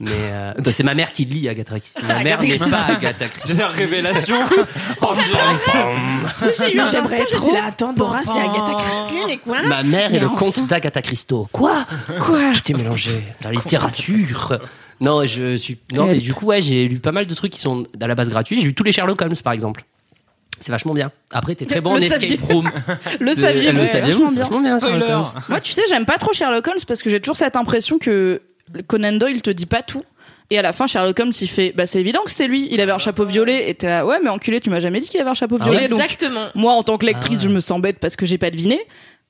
Speaker 5: Mais
Speaker 1: *laughs*
Speaker 5: euh, non, c'est ma mère qui lit Agatha Christie.
Speaker 1: Ah,
Speaker 5: Ma mère
Speaker 4: Agatha Christie.
Speaker 5: n'est pas Agatha Christie.
Speaker 3: J'ai la
Speaker 4: *laughs*
Speaker 3: révélation
Speaker 4: Oh,
Speaker 3: en direct.
Speaker 4: J'ai eu un instant, j'étais là, attends, Dora,
Speaker 3: Pan,
Speaker 4: c'est
Speaker 3: pan.
Speaker 4: Agatha Christie, mais quoi
Speaker 5: Ma mère est
Speaker 1: Mais
Speaker 5: le
Speaker 1: enfin.
Speaker 5: comte d'Agatha Christo. Quoi
Speaker 1: Quoi
Speaker 5: Tout est mélangé. La littérature. Non, je suis. Non, mais du coup, ouais, j'ai lu pas mal de trucs qui sont à la base gratuits. J'ai lu tous les Sherlock Holmes, par exemple. C'est vachement bien. Après, t'es très bon en
Speaker 1: Le
Speaker 5: escape
Speaker 1: saviez-
Speaker 5: room.
Speaker 1: *laughs* Le
Speaker 5: C'est-
Speaker 1: saviez,
Speaker 5: elle le
Speaker 1: ouais,
Speaker 5: savait,
Speaker 1: vachement
Speaker 5: c'est
Speaker 1: bien.
Speaker 5: vachement bien, Sherlock
Speaker 3: Spoiler.
Speaker 5: Holmes.
Speaker 1: Moi, tu sais, j'aime pas trop Sherlock Holmes parce que j'ai toujours cette impression que Conan Doyle te dit pas tout. Et à la fin, Sherlock Holmes, il fait Bah, c'est évident que c'était lui. Il avait un chapeau violet. Et t'es là, ouais, mais enculé, tu m'as jamais dit qu'il avait un chapeau
Speaker 5: Ah
Speaker 1: violet. donc,
Speaker 4: Exactement.
Speaker 1: moi, en tant que lectrice,
Speaker 5: Ah ouais.
Speaker 1: je me sens bête parce que j'ai pas deviné.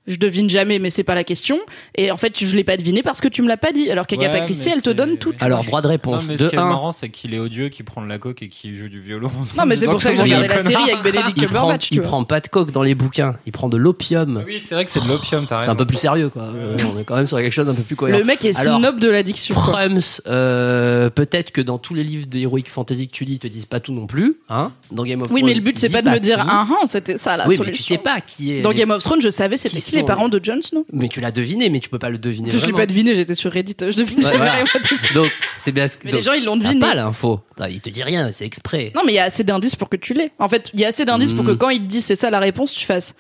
Speaker 1: Je devine jamais, mais c'est pas la question. Et en fait, je l'ai pas deviné parce que tu me l'as pas dit. Alors qu'Agatha
Speaker 3: Ouais,
Speaker 1: Christie,
Speaker 3: mais
Speaker 1: elle te
Speaker 3: c'est-
Speaker 1: donne tout.
Speaker 5: Alors, droit de
Speaker 3: Non,
Speaker 5: réponse.
Speaker 3: mais ce
Speaker 5: de
Speaker 3: qui est
Speaker 5: 1.
Speaker 3: marrant, c'est qu'il est odieux, qui prend de la coque et qui joue du violon.
Speaker 1: Non, mais c'est pour ça que j'ai
Speaker 5: Oui,
Speaker 1: regardé
Speaker 5: le
Speaker 1: la série avec Benedict
Speaker 5: Il prend,
Speaker 1: Cumberbatch, tu
Speaker 5: il
Speaker 1: vois.
Speaker 5: prend pas de coke dans les bouquins. Il prend de l'opium.
Speaker 3: Oui, c'est vrai que c'est de l'opium, t'as
Speaker 5: C'est
Speaker 3: raison.
Speaker 5: un peu plus sérieux, quoi. Euh, On est quand même sur quelque chose d'un peu plus cohérent.
Speaker 1: Le mec est
Speaker 5: Alors,
Speaker 1: snob de l'addiction. quoi.
Speaker 5: Prums, euh, peut-être que dans tous les livres d'Heroic Fantasy que tu lis, ils te disent pas tout non plus. Hein dans Game of
Speaker 1: Oui,
Speaker 5: Thrones,
Speaker 1: mais le but, c'est
Speaker 5: dis
Speaker 1: pas de me dire
Speaker 5: qui.
Speaker 1: un han, c'était ça la
Speaker 5: hein. Oui, mais tu
Speaker 1: solution.
Speaker 5: sais pas qui est.
Speaker 1: Dans Game of Thrones, je savais c'était
Speaker 5: Qui
Speaker 1: qui, les
Speaker 5: sont- euh,
Speaker 1: parents de Jon Snow.
Speaker 5: Mais tu l'as deviné, mais tu peux pas le deviner.
Speaker 1: Je l'ai
Speaker 5: vraiment.
Speaker 1: pas deviné, j'étais sur Reddit, je devine
Speaker 5: Ouais,
Speaker 1: jamais
Speaker 5: voilà.
Speaker 1: rien.
Speaker 5: Donc, c'est bien. ce-
Speaker 1: Mais
Speaker 5: donc,
Speaker 1: les gens, ils l'ont
Speaker 5: t'as
Speaker 1: deviné.
Speaker 5: pas l'info. Ah, Il te dit rien, c'est exprès.
Speaker 1: Non, mais il y a assez d'indices pour que tu l'aies. En fait, il y a assez d'indices pour que
Speaker 5: Mm.
Speaker 1: quand il te dit c'est ça la réponse, tu fasses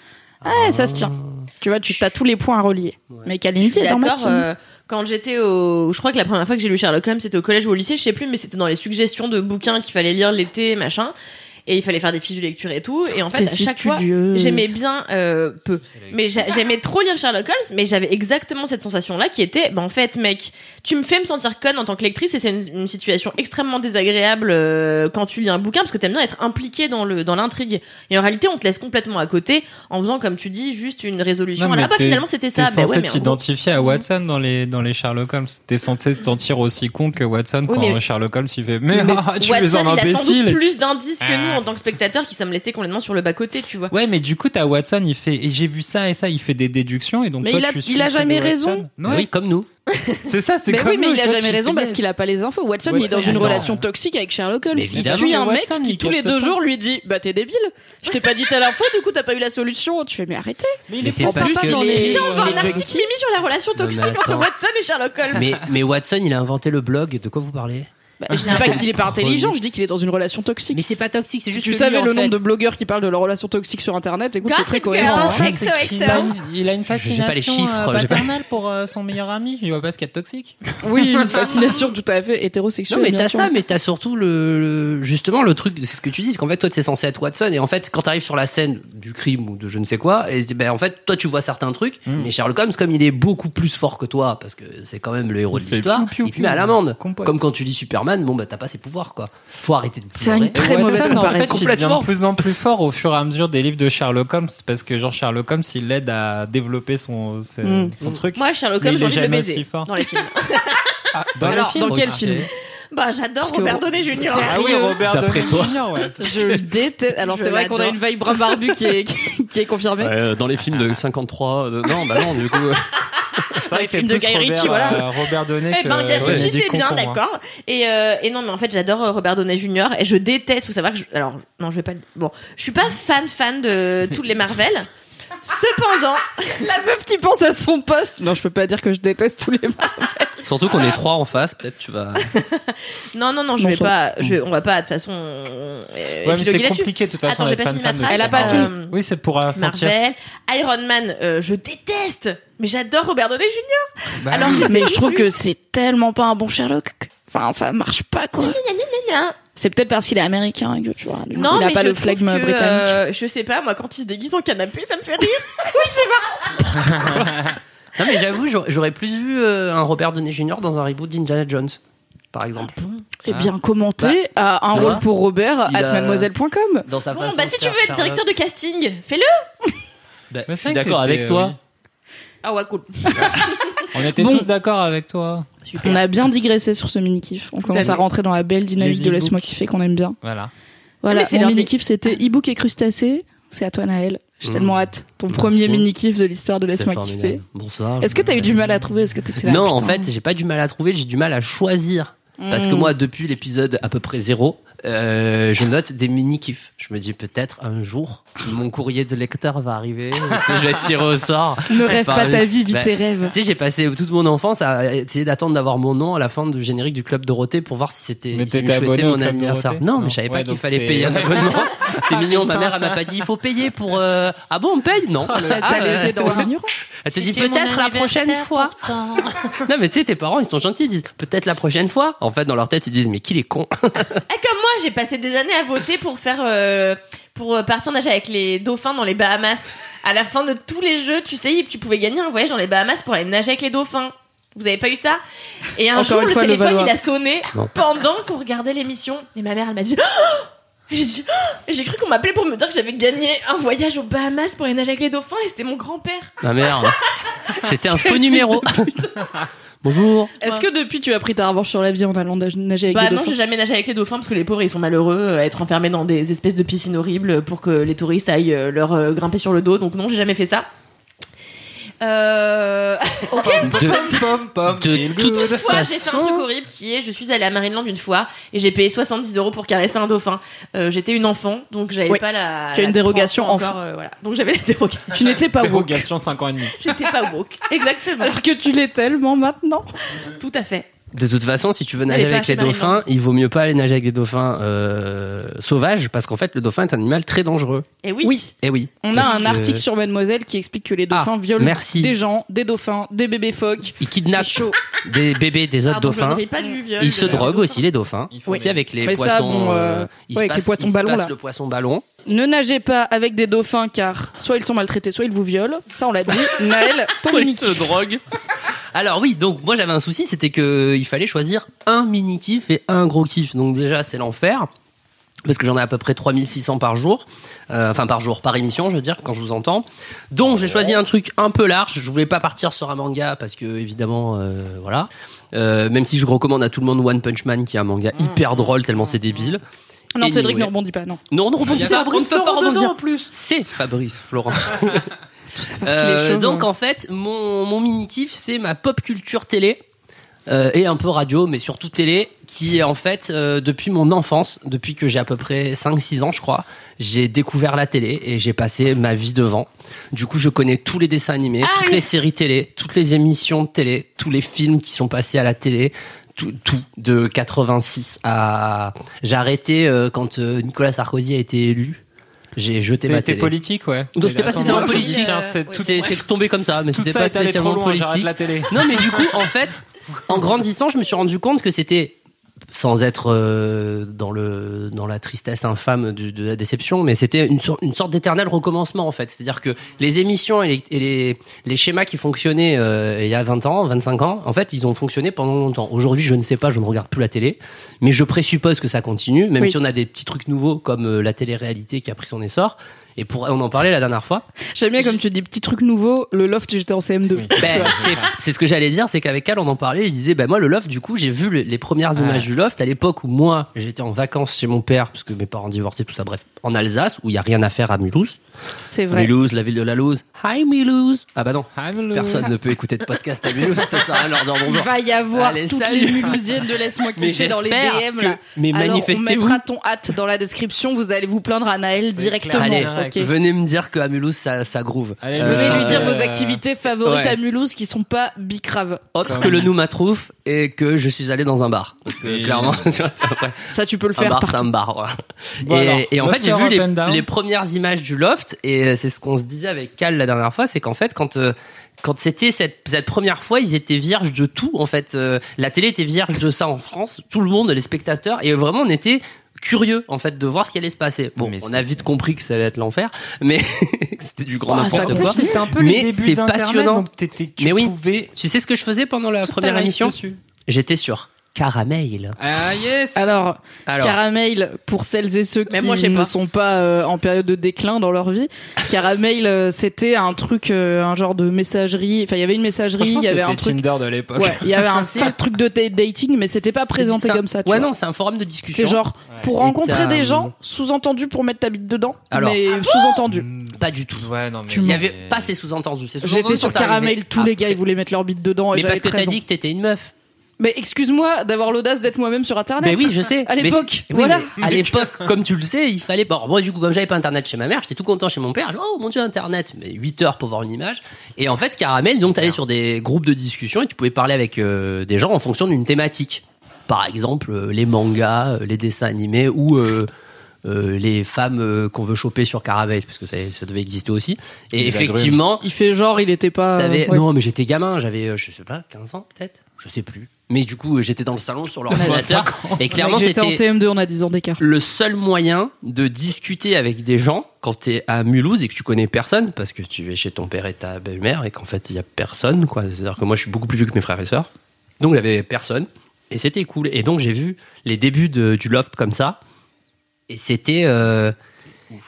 Speaker 1: Ah, ça se tient. Tu vois, tu as tous les points à relier. Mais
Speaker 4: Je
Speaker 1: Kalindi
Speaker 4: suis
Speaker 1: est dans ma
Speaker 4: d'accord.
Speaker 1: team.
Speaker 4: euh, quand j'étais au, je crois que la première fois que j'ai lu Sherlock Holmes, c'était au collège ou au lycée, je sais plus, mais c'était dans les suggestions de bouquins qu'il fallait lire l'été, machin, et il fallait faire des fiches de lecture et tout. Et en fait,
Speaker 1: T'es
Speaker 4: à
Speaker 1: si
Speaker 4: chaque fois,
Speaker 1: studieuse.
Speaker 4: j'aimais bien euh, peu, mais j'a- j'aimais trop lire Sherlock Holmes, mais j'avais exactement cette sensation-là qui était, bah en fait, mec, tu me fais me sentir conne en tant que lectrice, et c'est une, une situation extrêmement désagréable euh, quand tu lis un bouquin parce que t'aimes bien être impliqué dans le dans l'intrigue. Et en réalité, on te laisse complètement à côté en faisant, comme tu dis, juste une résolution.
Speaker 3: Non,
Speaker 4: à la-
Speaker 3: mais
Speaker 4: Ah bah
Speaker 3: t'es-
Speaker 4: finalement, c'était ça.
Speaker 3: T'es
Speaker 4: Bah ouais,
Speaker 3: censé
Speaker 4: mais en gros,
Speaker 3: t'identifier à
Speaker 1: Mm-hmm.
Speaker 3: Watson dans les, dans les Sherlock Holmes. T'es censé te sentir aussi con que Watson
Speaker 4: Oui,
Speaker 3: quand
Speaker 4: mais-
Speaker 3: Sherlock Holmes il fait Mais, ah, *laughs* tu es
Speaker 4: Watson,
Speaker 3: un
Speaker 4: Il a sans doute
Speaker 3: imbécile
Speaker 4: plus d'indices que nous
Speaker 3: Ah.
Speaker 4: en tant que spectateurs qui sommes laissés complètement sur le bas côté, tu vois.
Speaker 3: Ouais, mais du coup, t'as Watson, il fait Et j'ai vu ça et ça, il fait des déductions et donc
Speaker 1: Mais
Speaker 3: toi
Speaker 1: il a-
Speaker 3: tu suis
Speaker 1: il a
Speaker 3: le truc de
Speaker 1: jamais
Speaker 3: Watson.
Speaker 1: raison.
Speaker 3: Ouais,
Speaker 5: Oui, comme nous.
Speaker 3: c'est ça, c'est
Speaker 1: Mais
Speaker 3: comme
Speaker 1: oui, mais
Speaker 3: nous,
Speaker 1: il
Speaker 3: et
Speaker 1: a
Speaker 3: toi, tu
Speaker 1: jamais
Speaker 3: fais
Speaker 1: raison parce
Speaker 3: yes.
Speaker 1: qu'il a pas les infos. Watson,
Speaker 3: Ouais,
Speaker 1: il est dans
Speaker 3: Watson,
Speaker 1: une
Speaker 3: attends.
Speaker 1: relation toxique avec Sherlock Holmes.
Speaker 5: Mais
Speaker 1: Il
Speaker 5: évidemment.
Speaker 1: suit un mec
Speaker 3: Watson,
Speaker 1: qui
Speaker 3: il
Speaker 1: tous les
Speaker 3: capte
Speaker 1: deux
Speaker 3: pas.
Speaker 1: jours lui dit Bah t'es débile, je t'ai pas dit telle info, du coup t'as pas eu la solution. Tu fais Mais arrêtez.
Speaker 3: Mais
Speaker 5: Mais
Speaker 3: il
Speaker 5: c'est
Speaker 3: est trop
Speaker 5: parce
Speaker 3: sympa
Speaker 5: que-
Speaker 3: dans
Speaker 1: Il est-
Speaker 3: les.
Speaker 4: Putain, on voit
Speaker 1: les
Speaker 4: un article
Speaker 1: junkies.
Speaker 4: Mimi sur la relation
Speaker 5: Non, mais
Speaker 4: toxique entre
Speaker 5: attends.
Speaker 4: Watson et Sherlock Holmes.
Speaker 5: Mais, mais Watson, il a inventé le blog. De quoi vous parlez
Speaker 1: Bah, je dis pas qu'il est pas intelligent, je dis qu'il est dans une relation toxique.
Speaker 5: Mais c'est pas toxique, c'est
Speaker 1: Si
Speaker 5: juste.
Speaker 1: tu
Speaker 5: que
Speaker 1: savais
Speaker 5: lui, en
Speaker 1: le nombre
Speaker 5: fait-
Speaker 1: de blogueurs qui parlent de leur relation toxique sur internet, écoute, c'est très
Speaker 4: Gossip
Speaker 1: cohérent.
Speaker 4: Girl.
Speaker 1: hein.
Speaker 4: XOXO.
Speaker 3: Il a, une- il a une
Speaker 5: pas les
Speaker 3: fascination
Speaker 5: chiffres,
Speaker 3: euh,
Speaker 5: j'ai pas-
Speaker 3: paternelle pour euh, son meilleur ami. Il voit pas ce qu'il y a de toxique.
Speaker 1: Oui, une fascination tout à fait hétérosexuelle.
Speaker 5: Non mais
Speaker 1: bien
Speaker 5: t'as
Speaker 1: sûr.
Speaker 5: ça, mais t'as surtout le, le- justement le truc, c'est ce que tu dis, c'est qu'en fait toi t'es censé être Watson et en fait quand t'arrives sur la scène du crime ou de je ne sais quoi, et ben en fait toi tu vois certains trucs,
Speaker 3: Mm.
Speaker 5: mais Sherlock Holmes comme il est beaucoup plus fort que toi parce que c'est quand même le héros
Speaker 3: Il
Speaker 5: de
Speaker 3: fait
Speaker 5: l'histoire,
Speaker 3: piou, piou,
Speaker 5: il te
Speaker 3: piou.
Speaker 5: met à l'amende.
Speaker 3: Compote.
Speaker 5: Comme quand tu dis Superman, bon bah t'as pas ses pouvoirs quoi. Faut arrêter de.
Speaker 1: C'est une
Speaker 5: pleurer.
Speaker 1: Très
Speaker 3: Watson,
Speaker 1: mauvaise
Speaker 3: En fait,
Speaker 1: comparaison.
Speaker 3: il devient
Speaker 5: Complètement.
Speaker 3: de plus en plus fort au fur et à mesure des livres de Sherlock Holmes parce que genre Sherlock Holmes, il l'aide à développer son ses-
Speaker 1: Mm.
Speaker 3: son truc.
Speaker 4: Moi, Sherlock
Speaker 3: Mais
Speaker 4: Holmes,
Speaker 3: il
Speaker 4: j'ai
Speaker 3: est
Speaker 4: envie de le
Speaker 3: jamais
Speaker 4: baiser
Speaker 3: aussi fort.
Speaker 4: dans les films.
Speaker 3: Dans
Speaker 1: Alors,
Speaker 3: le film.
Speaker 1: dans quel
Speaker 5: Ok.
Speaker 1: film
Speaker 4: bah, j'adore
Speaker 1: que
Speaker 4: Robert
Speaker 1: Ro-
Speaker 4: Downey Jr.
Speaker 3: Ah oui, Robert
Speaker 5: D'après
Speaker 3: Downey
Speaker 5: toi.
Speaker 3: Jr. Ouais.
Speaker 1: Je le déteste. Alors
Speaker 4: Je
Speaker 1: c'est vrai qu'on a
Speaker 4: l'adore.
Speaker 1: une vibe brun barbu qui est, qui est confirmée.
Speaker 5: Ouais, euh, dans les films de 53, euh, non bah non du coup. euh,
Speaker 3: C'est vrai que
Speaker 1: film
Speaker 3: t'es
Speaker 1: de
Speaker 3: plus
Speaker 1: Guy Ritchie,
Speaker 3: Robert,
Speaker 1: voilà.
Speaker 3: euh, Robert Downey
Speaker 4: Eh ben,
Speaker 3: que
Speaker 4: Gabi,
Speaker 3: Benedict
Speaker 4: c'est bien,
Speaker 3: Cumberbatch.
Speaker 4: d'accord. Et, euh, et non, mais en fait, j'adore euh, Robert Downey Jr. Et je déteste, faut savoir que je- alors, non, je vais pas. le- Bon, je suis pas fan fan de toutes les Marvel. Cependant,
Speaker 1: *laughs* La meuf qui pense à son poste. Non, je peux pas dire que je déteste tous les Marvel.
Speaker 5: Surtout qu'on est trois en face, peut-être tu vas.
Speaker 4: Non, non, non, je
Speaker 1: Non,
Speaker 4: vais
Speaker 1: ça-
Speaker 4: pas. Je, on va pas, de toute façon. euh,
Speaker 3: Ouais, mais
Speaker 4: épiloguer
Speaker 3: c'est
Speaker 4: là-dessus.
Speaker 3: compliqué de toute façon
Speaker 4: Attends, j'ai
Speaker 3: d'être
Speaker 4: pas
Speaker 3: fan
Speaker 4: fini ma
Speaker 3: fan de
Speaker 4: phrase.
Speaker 2: Elle a pas
Speaker 3: Marvel.
Speaker 4: fini.
Speaker 3: Oui, c'est pour euh, sentir.
Speaker 4: Marvel, Iron Man, euh, je déteste, mais j'adore Robert Downey Jr.
Speaker 3: Bah
Speaker 4: Alors,
Speaker 1: Mais je trouve que c'est tellement pas un bon Sherlock. Enfin, ça marche pas quoi. C'est peut-être parce qu'il est américain et que tu vois. du coup,
Speaker 4: Non,
Speaker 1: il a
Speaker 4: mais
Speaker 1: pas
Speaker 4: je
Speaker 1: le
Speaker 4: trouve
Speaker 1: flegme
Speaker 4: que,
Speaker 1: britannique.
Speaker 4: euh, je sais pas, moi, quand il se déguise en canapé, ça me fait rire.
Speaker 5: Non, mais j'avoue, j'aurais- j'aurais plus vu euh, un Robert Downey Jr. dans un reboot d'Indiana Jones, par exemple.
Speaker 1: Eh bien, commenté à un
Speaker 5: tu
Speaker 1: rôle
Speaker 5: vois,
Speaker 1: pour Robert
Speaker 5: il
Speaker 1: at
Speaker 5: a-
Speaker 1: mademoiselle.com.
Speaker 5: Dans sa
Speaker 4: Bon,
Speaker 5: façon
Speaker 4: bah,
Speaker 5: de
Speaker 4: si tu
Speaker 5: faire
Speaker 4: veux être
Speaker 5: Sherlock.
Speaker 4: directeur de casting, fais-le.
Speaker 5: Bah,
Speaker 3: Mais
Speaker 5: je
Speaker 3: c'est
Speaker 5: suis
Speaker 3: vrai que
Speaker 5: d'accord
Speaker 3: c'était, euh,
Speaker 5: avec toi.
Speaker 4: Ah ouais, *laughs* cool.
Speaker 3: On était
Speaker 1: Bon.
Speaker 3: tous d'accord avec toi.
Speaker 1: On a bien digressé sur ce mini-kiff. On commence
Speaker 4: à
Speaker 1: à
Speaker 4: fait.
Speaker 1: rentrer dans la belle dynamique
Speaker 3: Les
Speaker 1: de laisse-moi
Speaker 3: e-books.
Speaker 1: kiffer qu'on aime bien.
Speaker 3: Voilà.
Speaker 1: Voilà,
Speaker 4: Mais c'est
Speaker 1: mon
Speaker 4: leur dé-
Speaker 1: mini-kiff c'était e-book et crustacés. C'est à toi, Naël. J'ai
Speaker 5: Mmh.
Speaker 1: tellement hâte. Ton
Speaker 5: Merci.
Speaker 1: premier mini-kiff de l'histoire de
Speaker 5: C'est
Speaker 1: laisse-moi
Speaker 5: formidable.
Speaker 1: kiffer.
Speaker 5: Bonsoir.
Speaker 1: Est-ce
Speaker 5: je
Speaker 1: que t'as eu
Speaker 5: m'appelle-
Speaker 1: du mal à trouver Est-ce que t'étais là
Speaker 5: Non, en
Speaker 1: putain
Speaker 5: fait, j'ai pas du mal à trouver, j'ai du mal à choisir. Parce que
Speaker 1: Mmh.
Speaker 5: moi, depuis l'épisode à peu près zéro, euh, je note des mini-kiffs. Je me dis peut-être un jour, mon courrier de lecteur va arriver, tu sais, je vais tirer au sort.
Speaker 1: Ne rêve
Speaker 5: Enfin,
Speaker 1: pas ta vie, vis
Speaker 5: bah,
Speaker 1: tes rêves.
Speaker 5: Tu sais, j'ai passé toute mon enfance à essayer d'attendre d'avoir mon nom à la fin du générique du Club Dorothée pour voir si c'était
Speaker 3: Mais
Speaker 5: si je
Speaker 3: t'étais abonné
Speaker 5: souhaitais
Speaker 3: au
Speaker 5: mon
Speaker 3: Club
Speaker 5: anniversaire.
Speaker 3: Dorothée
Speaker 5: Non,
Speaker 3: Non.
Speaker 5: mais je savais
Speaker 3: Ouais,
Speaker 5: pas qu'il
Speaker 3: donc
Speaker 5: fallait
Speaker 3: c'est- *laughs*
Speaker 5: payer un abonnement. T'es mignon, ma mère, elle m'a pas dit il faut payer pour. euh, Ah bon, on paye
Speaker 3: *laughs*
Speaker 5: Non.
Speaker 3: Oh,
Speaker 1: Elle
Speaker 5: Ah,
Speaker 1: t'a
Speaker 5: euh,
Speaker 1: laissé dans l'ignorance.
Speaker 5: elle te dit peut-être la prochaine fois. *laughs* non, mais tu sais, tes parents, ils sont gentils, ils disent peut-être la prochaine fois. En fait, dans leur tête, ils disent mais qu'il est con.
Speaker 4: Ah, comme moi, j'ai passé des années à voter pour faire, euh, pour euh, partir nager avec les dauphins dans les Bahamas. À la fin de tous les jeux, tu sais, tu pouvais gagner un voyage dans les Bahamas pour aller nager avec les dauphins. Vous avez pas eu ça Et un
Speaker 1: Encore
Speaker 4: jour,
Speaker 1: une
Speaker 4: le
Speaker 1: fois, le
Speaker 4: téléphone,
Speaker 1: Valois.
Speaker 4: il a sonné
Speaker 5: Non.
Speaker 4: pendant qu'on regardait l'émission. Et ma mère, elle m'a dit. Ah J'ai dit, Ah Et j'ai cru qu'on m'appelait pour me dire que j'avais gagné un voyage aux Bahamas pour aller nager avec les dauphins et c'était mon grand-père.
Speaker 5: Ma
Speaker 1: *laughs*
Speaker 5: mère, c'était un
Speaker 1: Quel
Speaker 5: faux
Speaker 1: fils
Speaker 5: numéro. *laughs* Bonjour.
Speaker 1: Est-ce que depuis tu as pris ta revanche sur la vie en allant nager avec
Speaker 4: Bah
Speaker 1: des
Speaker 4: non,
Speaker 1: dauphins
Speaker 4: j'ai jamais nagé avec les dauphins parce que les pauvres ils sont malheureux euh, à être enfermés dans des espèces de piscines horribles pour que les touristes aillent euh, leur euh, grimper sur le dos. Donc non, j'ai jamais fait ça. Euh...
Speaker 5: De,
Speaker 3: Pom pom.
Speaker 5: de
Speaker 4: *laughs*
Speaker 5: toute
Speaker 4: Toutefois, j'ai fait un truc
Speaker 5: façon,
Speaker 4: horrible qui est je suis allée à Marineland une fois et j'ai payé 70 euros pour caresser un dauphin. Euh, J'étais une enfant donc j'avais
Speaker 1: Oui.
Speaker 4: pas la.
Speaker 1: Tu as
Speaker 4: la
Speaker 1: une dérogation
Speaker 4: tranche
Speaker 1: enfant.
Speaker 4: encore, euh, voilà. Donc j'avais la dérogation. *laughs*
Speaker 1: Tu n'étais pas woke.
Speaker 3: Dérogation 5 ans et demi.
Speaker 4: J'étais pas woke. *laughs* Exactement.
Speaker 1: Alors que tu l'es tellement maintenant.
Speaker 4: tout à fait.
Speaker 5: de toute façon, si tu veux
Speaker 4: Elle
Speaker 5: nager
Speaker 4: est pas
Speaker 5: avec
Speaker 4: chez
Speaker 5: les dauphins,
Speaker 4: Marie-Laure.
Speaker 5: il vaut mieux pas aller nager avec des dauphins euh, sauvages parce qu'en fait, le dauphin est un animal très dangereux.
Speaker 4: Et oui.
Speaker 1: Oui.
Speaker 5: Eh oui.
Speaker 1: On a
Speaker 5: Parce
Speaker 1: un
Speaker 5: que
Speaker 1: article sur Mademoiselle qui explique que les dauphins
Speaker 5: Ah,
Speaker 1: violent
Speaker 5: merci.
Speaker 1: des gens, des dauphins, des bébés phoques.
Speaker 5: Ils
Speaker 1: C'est
Speaker 5: kidnappent
Speaker 1: chaud.
Speaker 5: des bébés des autres
Speaker 4: Pardon, je
Speaker 5: dauphins.
Speaker 4: ne ris pas du viol.
Speaker 5: Ils se
Speaker 4: de-
Speaker 5: droguent aussi les dauphins.
Speaker 3: Il faut
Speaker 5: Oui.
Speaker 3: des-
Speaker 5: avec les
Speaker 1: Mais ça,
Speaker 5: poissons.
Speaker 1: bon, euh,
Speaker 5: euh, il
Speaker 1: ouais, avec
Speaker 5: se
Speaker 1: les
Speaker 5: passe-
Speaker 1: poissons
Speaker 5: il se
Speaker 1: ballons,
Speaker 5: passe
Speaker 1: là.
Speaker 5: le poisson ballon.
Speaker 1: Ne nagez pas avec des dauphins car soit ils sont maltraités, soit ils vous violent. Ça, on l'a dit.
Speaker 5: *laughs*
Speaker 1: Naël, *laughs* ton
Speaker 5: Soit il
Speaker 1: mini-kiff.
Speaker 5: se drogue. Alors oui, donc moi j'avais un souci, c'était que euh, il fallait choisir un mini kiff et un gros kiff. Donc déjà c'est l'enfer parce que j'en ai à peu près 3600 par jour, Euh, enfin par jour, par émission, je veux dire quand je vous entends. Donc j'ai choisi un truc un peu large. Je voulais pas partir sur un manga parce que évidemment euh, voilà. Euh, même si je recommande à tout le monde One Punch Man, qui est un manga
Speaker 1: Mm.
Speaker 5: hyper drôle tellement c'est débile.
Speaker 1: Non, Cédric
Speaker 5: Anyway.
Speaker 1: ne rebondit pas, non.
Speaker 5: Non, on ne
Speaker 3: Il y
Speaker 5: rebondit
Speaker 3: a
Speaker 5: pas. on ne
Speaker 3: Fabrice
Speaker 5: peut pas
Speaker 3: Florent dedans
Speaker 5: rebondir.
Speaker 3: en plus.
Speaker 5: C'est Fabrice *laughs* Florent.
Speaker 1: Parce qu'il est
Speaker 5: Euh,
Speaker 1: chauve.
Speaker 5: donc en fait, mon, mon mini kiff, c'est ma pop culture télé. euh, et un peu radio, mais surtout télé, qui est en fait, euh, depuis mon enfance, depuis que j'ai à peu près 5-6 ans, je crois, j'ai découvert la télé et j'ai passé ma vie devant. Du coup, je connais tous les dessins animés, toutes les séries télé, toutes les émissions de télé, tous les films qui sont passés à la télé, tout, tout de 86 à... J'ai arrêté euh, quand euh, Nicolas Sarkozy a été élu. J'ai jeté ma
Speaker 3: C'était
Speaker 5: télé.
Speaker 3: politique, ouais.
Speaker 5: Donc, c'était pas
Speaker 3: la-
Speaker 5: spécialement
Speaker 3: Tiens,
Speaker 5: politique.
Speaker 3: c'est tout-
Speaker 5: C'est c'est tombé comme ça, mais
Speaker 3: Tout
Speaker 5: c'était
Speaker 3: ça
Speaker 5: pas
Speaker 3: est allé
Speaker 5: spécialement
Speaker 3: trop loin, j'arrête
Speaker 5: politique.
Speaker 3: la télé.
Speaker 5: Non, mais du coup, en fait, en grandissant, je me suis rendu compte que c'était sans être euh, dans le dans la tristesse infâme du- de la déception, mais c'était une, sor- une sorte d'éternel recommencement en fait. C'est-à-dire que les émissions et les, et les, les schémas qui fonctionnaient euh, il y a 20 ans, 25 ans, en fait, ils ont fonctionné pendant longtemps. Aujourd'hui, je ne sais pas, je ne regarde plus la télé, mais je présuppose que ça continue, même
Speaker 1: Oui.
Speaker 5: si on a des petits trucs nouveaux comme euh, la télé-réalité qui a pris son essor. Et pour on en parlait la dernière fois.
Speaker 1: J'aime bien comme tu dis, petit truc nouveau, le loft, j'étais en CM2.
Speaker 3: Oui.
Speaker 5: Ben, c'est- c'est ce que j'allais dire, c'est qu'avec elle, on en parlait. Je disais, ben moi, le loft, du coup, j'ai vu le- les premières images du loft à l'époque où moi, j'étais en vacances chez mon père, parce que mes parents divorçaient, tout ça, bref, en Alsace, où il n'y a rien à faire à Mulhouse.
Speaker 1: *laughs* C'est vrai.
Speaker 5: Mulhouse, la ville de la Louse. Hi Mulhouse Ah bah non,
Speaker 3: *laughs* I'm
Speaker 5: personne ne peut écouter de podcast à Mulhouse, ça sert à rien de leur dire
Speaker 1: Il
Speaker 5: bonjour.
Speaker 1: va y avoir
Speaker 5: Allez,
Speaker 1: toutes
Speaker 5: salut.
Speaker 1: les mulhousiennes de
Speaker 5: *laughs*
Speaker 1: laisse-moi kiffer dans les
Speaker 5: j'espère
Speaker 1: DM
Speaker 5: que-
Speaker 1: là.
Speaker 5: Mais
Speaker 1: Alors, on
Speaker 5: manifestez-vous
Speaker 1: mettra ton hâte dans la description, vous allez vous plaindre à Naël
Speaker 3: C'est
Speaker 1: directement.
Speaker 5: clair.
Speaker 1: ok ok.
Speaker 5: Venez me dire qu'à Mulhouse, ça, ça groove.
Speaker 3: Allez,
Speaker 5: Euh,
Speaker 1: Venez lui dire
Speaker 3: euh,
Speaker 1: vos activités favorites
Speaker 5: ouais.
Speaker 1: à Mulhouse qui sont pas bicrave.
Speaker 5: Autre
Speaker 3: Quand
Speaker 5: que le
Speaker 3: même.
Speaker 5: Noumatrouf et que je suis allé dans un bar. Parce que
Speaker 3: Et-
Speaker 5: clairement, *laughs* tu vois, c'est après.
Speaker 1: Ça, tu peux le
Speaker 5: un
Speaker 1: faire
Speaker 5: bar,
Speaker 1: par
Speaker 5: c'est un bar. voilà.
Speaker 3: Bon,
Speaker 5: et,
Speaker 3: alors,
Speaker 5: et en fait, j'ai
Speaker 3: Lofter
Speaker 5: vu
Speaker 3: Up and Down.
Speaker 5: les, les premières images du loft, et euh, c'est ce qu'on se disait avec Cal la dernière fois, c'est qu'en fait, quand euh, quand c'était cette, cette première fois, ils étaient vierges de tout. En fait, Euh, la télé était vierge de ça en France, tout le monde, les spectateurs, et vraiment, on était curieux en fait de voir ce qui allait se passer. Bon,
Speaker 3: Mais
Speaker 5: on
Speaker 3: c'est-
Speaker 5: a vite compris que ça allait être l'enfer, mais *laughs* que c'était du grand
Speaker 1: Ah, ça
Speaker 5: n'importe
Speaker 3: En
Speaker 1: compte.
Speaker 3: plus,
Speaker 5: quoi.
Speaker 3: c'était un peu
Speaker 5: Mais
Speaker 3: les
Speaker 5: c'est
Speaker 3: débuts d'internet,
Speaker 5: passionnant.
Speaker 3: donc t'étais- tu
Speaker 5: Mais oui.
Speaker 3: pouvais
Speaker 5: Tu sais ce que je faisais pendant la
Speaker 3: toute ta
Speaker 5: première
Speaker 3: life
Speaker 5: émission
Speaker 3: dessus.
Speaker 5: J'étais sur Caramel.
Speaker 3: Ah yes.
Speaker 1: Alors,
Speaker 5: Alors,
Speaker 1: Caramel, pour celles et ceux
Speaker 4: Mais
Speaker 1: qui
Speaker 4: moi, je sais
Speaker 1: ne
Speaker 4: pas.
Speaker 1: sont pas euh, en période de déclin dans leur vie, Caramel, euh, c'était un truc, euh, un genre de messagerie. Enfin, il y avait une messagerie,
Speaker 3: Franchement,
Speaker 1: il y avait
Speaker 3: c'était
Speaker 1: un truc.
Speaker 3: Tinder de l'époque. *laughs*
Speaker 1: Ouais, il y *laughs* avait un
Speaker 5: C'est-
Speaker 1: fat truc de date- dating, mais c'était pas
Speaker 5: c'est-
Speaker 1: présenté
Speaker 5: c'est un-
Speaker 1: comme ça. tu
Speaker 5: Ouais,
Speaker 1: vois.
Speaker 5: non, c'est un forum de discussion.
Speaker 1: C'était genre pour
Speaker 5: Et
Speaker 1: rencontrer
Speaker 5: t'as,
Speaker 1: des
Speaker 5: euh,
Speaker 1: gens, sous-entendu pour mettre ta bite dedans,
Speaker 5: Alors- Ah,
Speaker 1: mais sous-entendu.
Speaker 3: Hmm.
Speaker 5: pas du tout.
Speaker 3: Ouais, non mais
Speaker 5: Il n'y avait pas ces sous-entendus. Ces sous-entendus
Speaker 1: J'étais
Speaker 5: sont
Speaker 1: sur Caramel,
Speaker 5: arrivés
Speaker 1: tous les gars ils
Speaker 5: après.
Speaker 1: voulaient mettre leur bite dedans. Et
Speaker 5: Mais parce
Speaker 1: j'avais
Speaker 5: que t'as
Speaker 1: 13 ans.
Speaker 5: dit que t'étais une meuf.
Speaker 1: Mais excuse-moi d'avoir l'audace d'être moi-même sur internet.
Speaker 5: Mais oui, je sais.
Speaker 1: Ah, À
Speaker 5: Mais
Speaker 1: l'époque,
Speaker 5: c'est- oui,
Speaker 1: voilà. *laughs*
Speaker 5: mais à l'époque, comme tu le sais, il fallait. Bon, moi, du coup, comme j'avais pas internet chez ma mère, j'étais tout content chez mon père. Je dis, oh mon dieu, internet. Mais 8 heures pour voir une image. Et en fait, Caramel, donc, t'allais sur des groupes de discussion et tu pouvais parler avec euh, des gens en fonction d'une thématique. Par exemple, euh, les mangas, euh, les dessins animés ou. euh, euh, les femmes euh, qu'on veut choper sur Caramel, parce que ça, ça devait exister aussi. Et
Speaker 3: Les agrumes.
Speaker 5: effectivement,
Speaker 1: Il fait genre, il était pas.
Speaker 5: T'avais-
Speaker 1: Euh, ouais.
Speaker 5: Non, mais j'étais gamin, j'avais, euh, je sais pas, 15 ans peut-être Je sais plus. Mais du coup, euh, j'étais dans le salon sur l'ordinateur. Et clairement,
Speaker 1: Mec, j'étais en
Speaker 5: c'était
Speaker 1: CM2, on a 10 ans d'écart.
Speaker 5: le seul moyen de discuter avec des gens quand t'es à Mulhouse et que tu connais personne, parce que tu es chez ton père et ta belle-mère et qu'en fait, il y a personne, quoi. C'est-à-dire que moi, je suis beaucoup plus vieux que mes frères et sœurs. Donc, j'avais personne. Et c'était cool. Et donc, j'ai vu les débuts de- du loft comme ça. Et c'était. euh,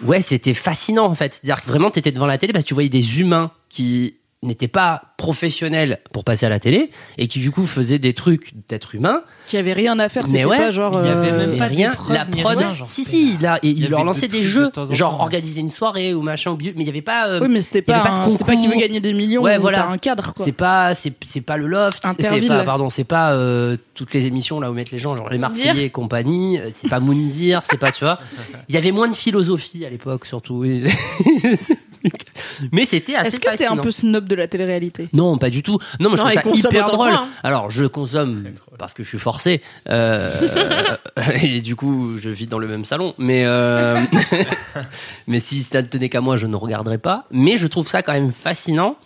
Speaker 5: Ouais, c'était fascinant en fait. C'est-à-dire que vraiment, t'étais devant la télé parce que tu voyais des humains qui n'étaient pas professionnels pour passer à la télé et qui du coup faisaient des trucs d'être humain.
Speaker 1: Qui avait rien à faire,
Speaker 5: Mais
Speaker 1: c'était
Speaker 5: ouais,
Speaker 1: pas genre.
Speaker 3: il y avait
Speaker 1: euh,
Speaker 3: même
Speaker 5: Mais
Speaker 3: pas
Speaker 5: rien,
Speaker 3: d'épreuve
Speaker 5: la
Speaker 3: ni
Speaker 5: prod.
Speaker 3: rien, genre,
Speaker 5: si,
Speaker 3: c'est-
Speaker 5: si, il, a- il- il
Speaker 3: y
Speaker 5: leur
Speaker 3: avait
Speaker 5: lançait
Speaker 3: des trucs
Speaker 5: des,
Speaker 3: de
Speaker 5: jeux,
Speaker 3: temps en
Speaker 5: genre
Speaker 3: temps.
Speaker 5: organiser une soirée ou machin au milieu, mais il n'y avait pas. euh,
Speaker 1: Oui, mais c'était
Speaker 5: il y
Speaker 1: pas,
Speaker 5: avait pas de
Speaker 1: un- c'était pas qui veut
Speaker 5: concours.
Speaker 1: gagner des millions,
Speaker 5: Ouais,
Speaker 1: mais
Speaker 5: voilà.
Speaker 1: t'as un cadre quoi.
Speaker 5: C'est pas, c'est c'est pas le loft. c'est- C'est
Speaker 1: Interville.
Speaker 5: pas, pardon, c'est pas euh, toutes les émissions là où mettent les gens, genre les Marseillais
Speaker 4: Dire.
Speaker 5: et compagnie. euh, C'est pas Moundir, c'est pas, tu vois. Il y avait moins de philosophie à l'époque surtout. *laughs* Mais c'était assez.
Speaker 1: Est-ce que t'es un
Speaker 5: fascinant.
Speaker 1: peu snob de la télé-réalité
Speaker 5: Non, pas du tout. Non, moi je
Speaker 4: Non, elle
Speaker 5: trouve ça
Speaker 4: consomme
Speaker 5: hyper
Speaker 4: autant que
Speaker 5: drôle.
Speaker 4: moi, hein.
Speaker 5: Alors, je consomme parce que je suis forcé. euh, *laughs* et du coup, je vis dans le même salon. Mais, euh, *laughs* mais si ça ne tenait qu'à moi, je ne regarderais pas. Mais je trouve ça quand même fascinant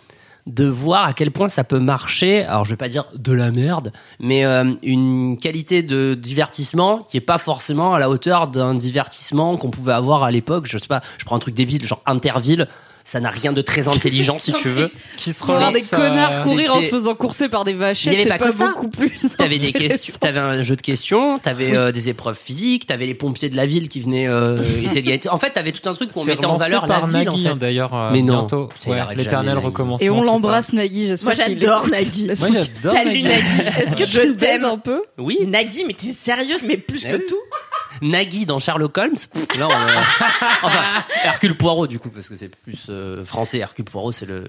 Speaker 5: de voir à quel point ça peut marcher. Alors, je vais pas dire de la merde, mais euh, une qualité de divertissement qui est pas forcément à la hauteur d'un divertissement qu'on pouvait avoir à l'époque. Je sais pas, je prends un truc débile, genre Interville. Ça n'a rien de très intelligent, si tu veux.
Speaker 3: qui se
Speaker 1: Faut voir des
Speaker 3: relance, euh,
Speaker 1: connards courir en se
Speaker 5: c'était-
Speaker 1: faisant courser par des
Speaker 5: Il y
Speaker 1: vachettes,
Speaker 5: avait
Speaker 1: c'est
Speaker 5: pas
Speaker 1: pas
Speaker 5: que ça.
Speaker 1: beaucoup plus.
Speaker 5: T'avais des
Speaker 1: intéressant.
Speaker 5: questions, t'avais un jeu de questions, t'avais euh, des épreuves physiques, t'avais les pompiers de la ville qui venaient euh, essayer de gagner. En fait, t'avais tout un truc qu'on
Speaker 3: c'est
Speaker 5: mettait en
Speaker 3: relancé
Speaker 5: valeur la
Speaker 3: par
Speaker 5: ville.
Speaker 3: Nagui,
Speaker 5: en fait.
Speaker 3: hein, d'ailleurs, euh,
Speaker 5: Mais non.
Speaker 3: bientôt.
Speaker 5: Ça, il
Speaker 3: Ouais,
Speaker 5: arrête
Speaker 3: l'éternel
Speaker 5: jamais, Nagui.
Speaker 3: recommencement.
Speaker 1: Et on
Speaker 3: c'est ça.
Speaker 1: l'embrasse, Nagui, j'espère
Speaker 4: Moi,
Speaker 1: qu'il
Speaker 4: j'adore
Speaker 1: écoute.
Speaker 4: Nagui.
Speaker 1: Laisse-moi
Speaker 3: Moi, j'adore
Speaker 4: Salut
Speaker 3: Nagui.
Speaker 4: Nagui. Est-ce que
Speaker 1: je t'aime
Speaker 4: tu t'aimes
Speaker 1: un peu
Speaker 5: Oui,
Speaker 4: Nagui, mais t'es sérieuse, mais plus
Speaker 5: Eh
Speaker 4: que
Speaker 5: oui.
Speaker 4: tout.
Speaker 5: Nagui dans Sherlock Holmes. Là,
Speaker 3: *laughs*
Speaker 5: on, euh, enfin, Hercule Poirot du coup parce que c'est plus euh, français. Hercule Poirot, c'est le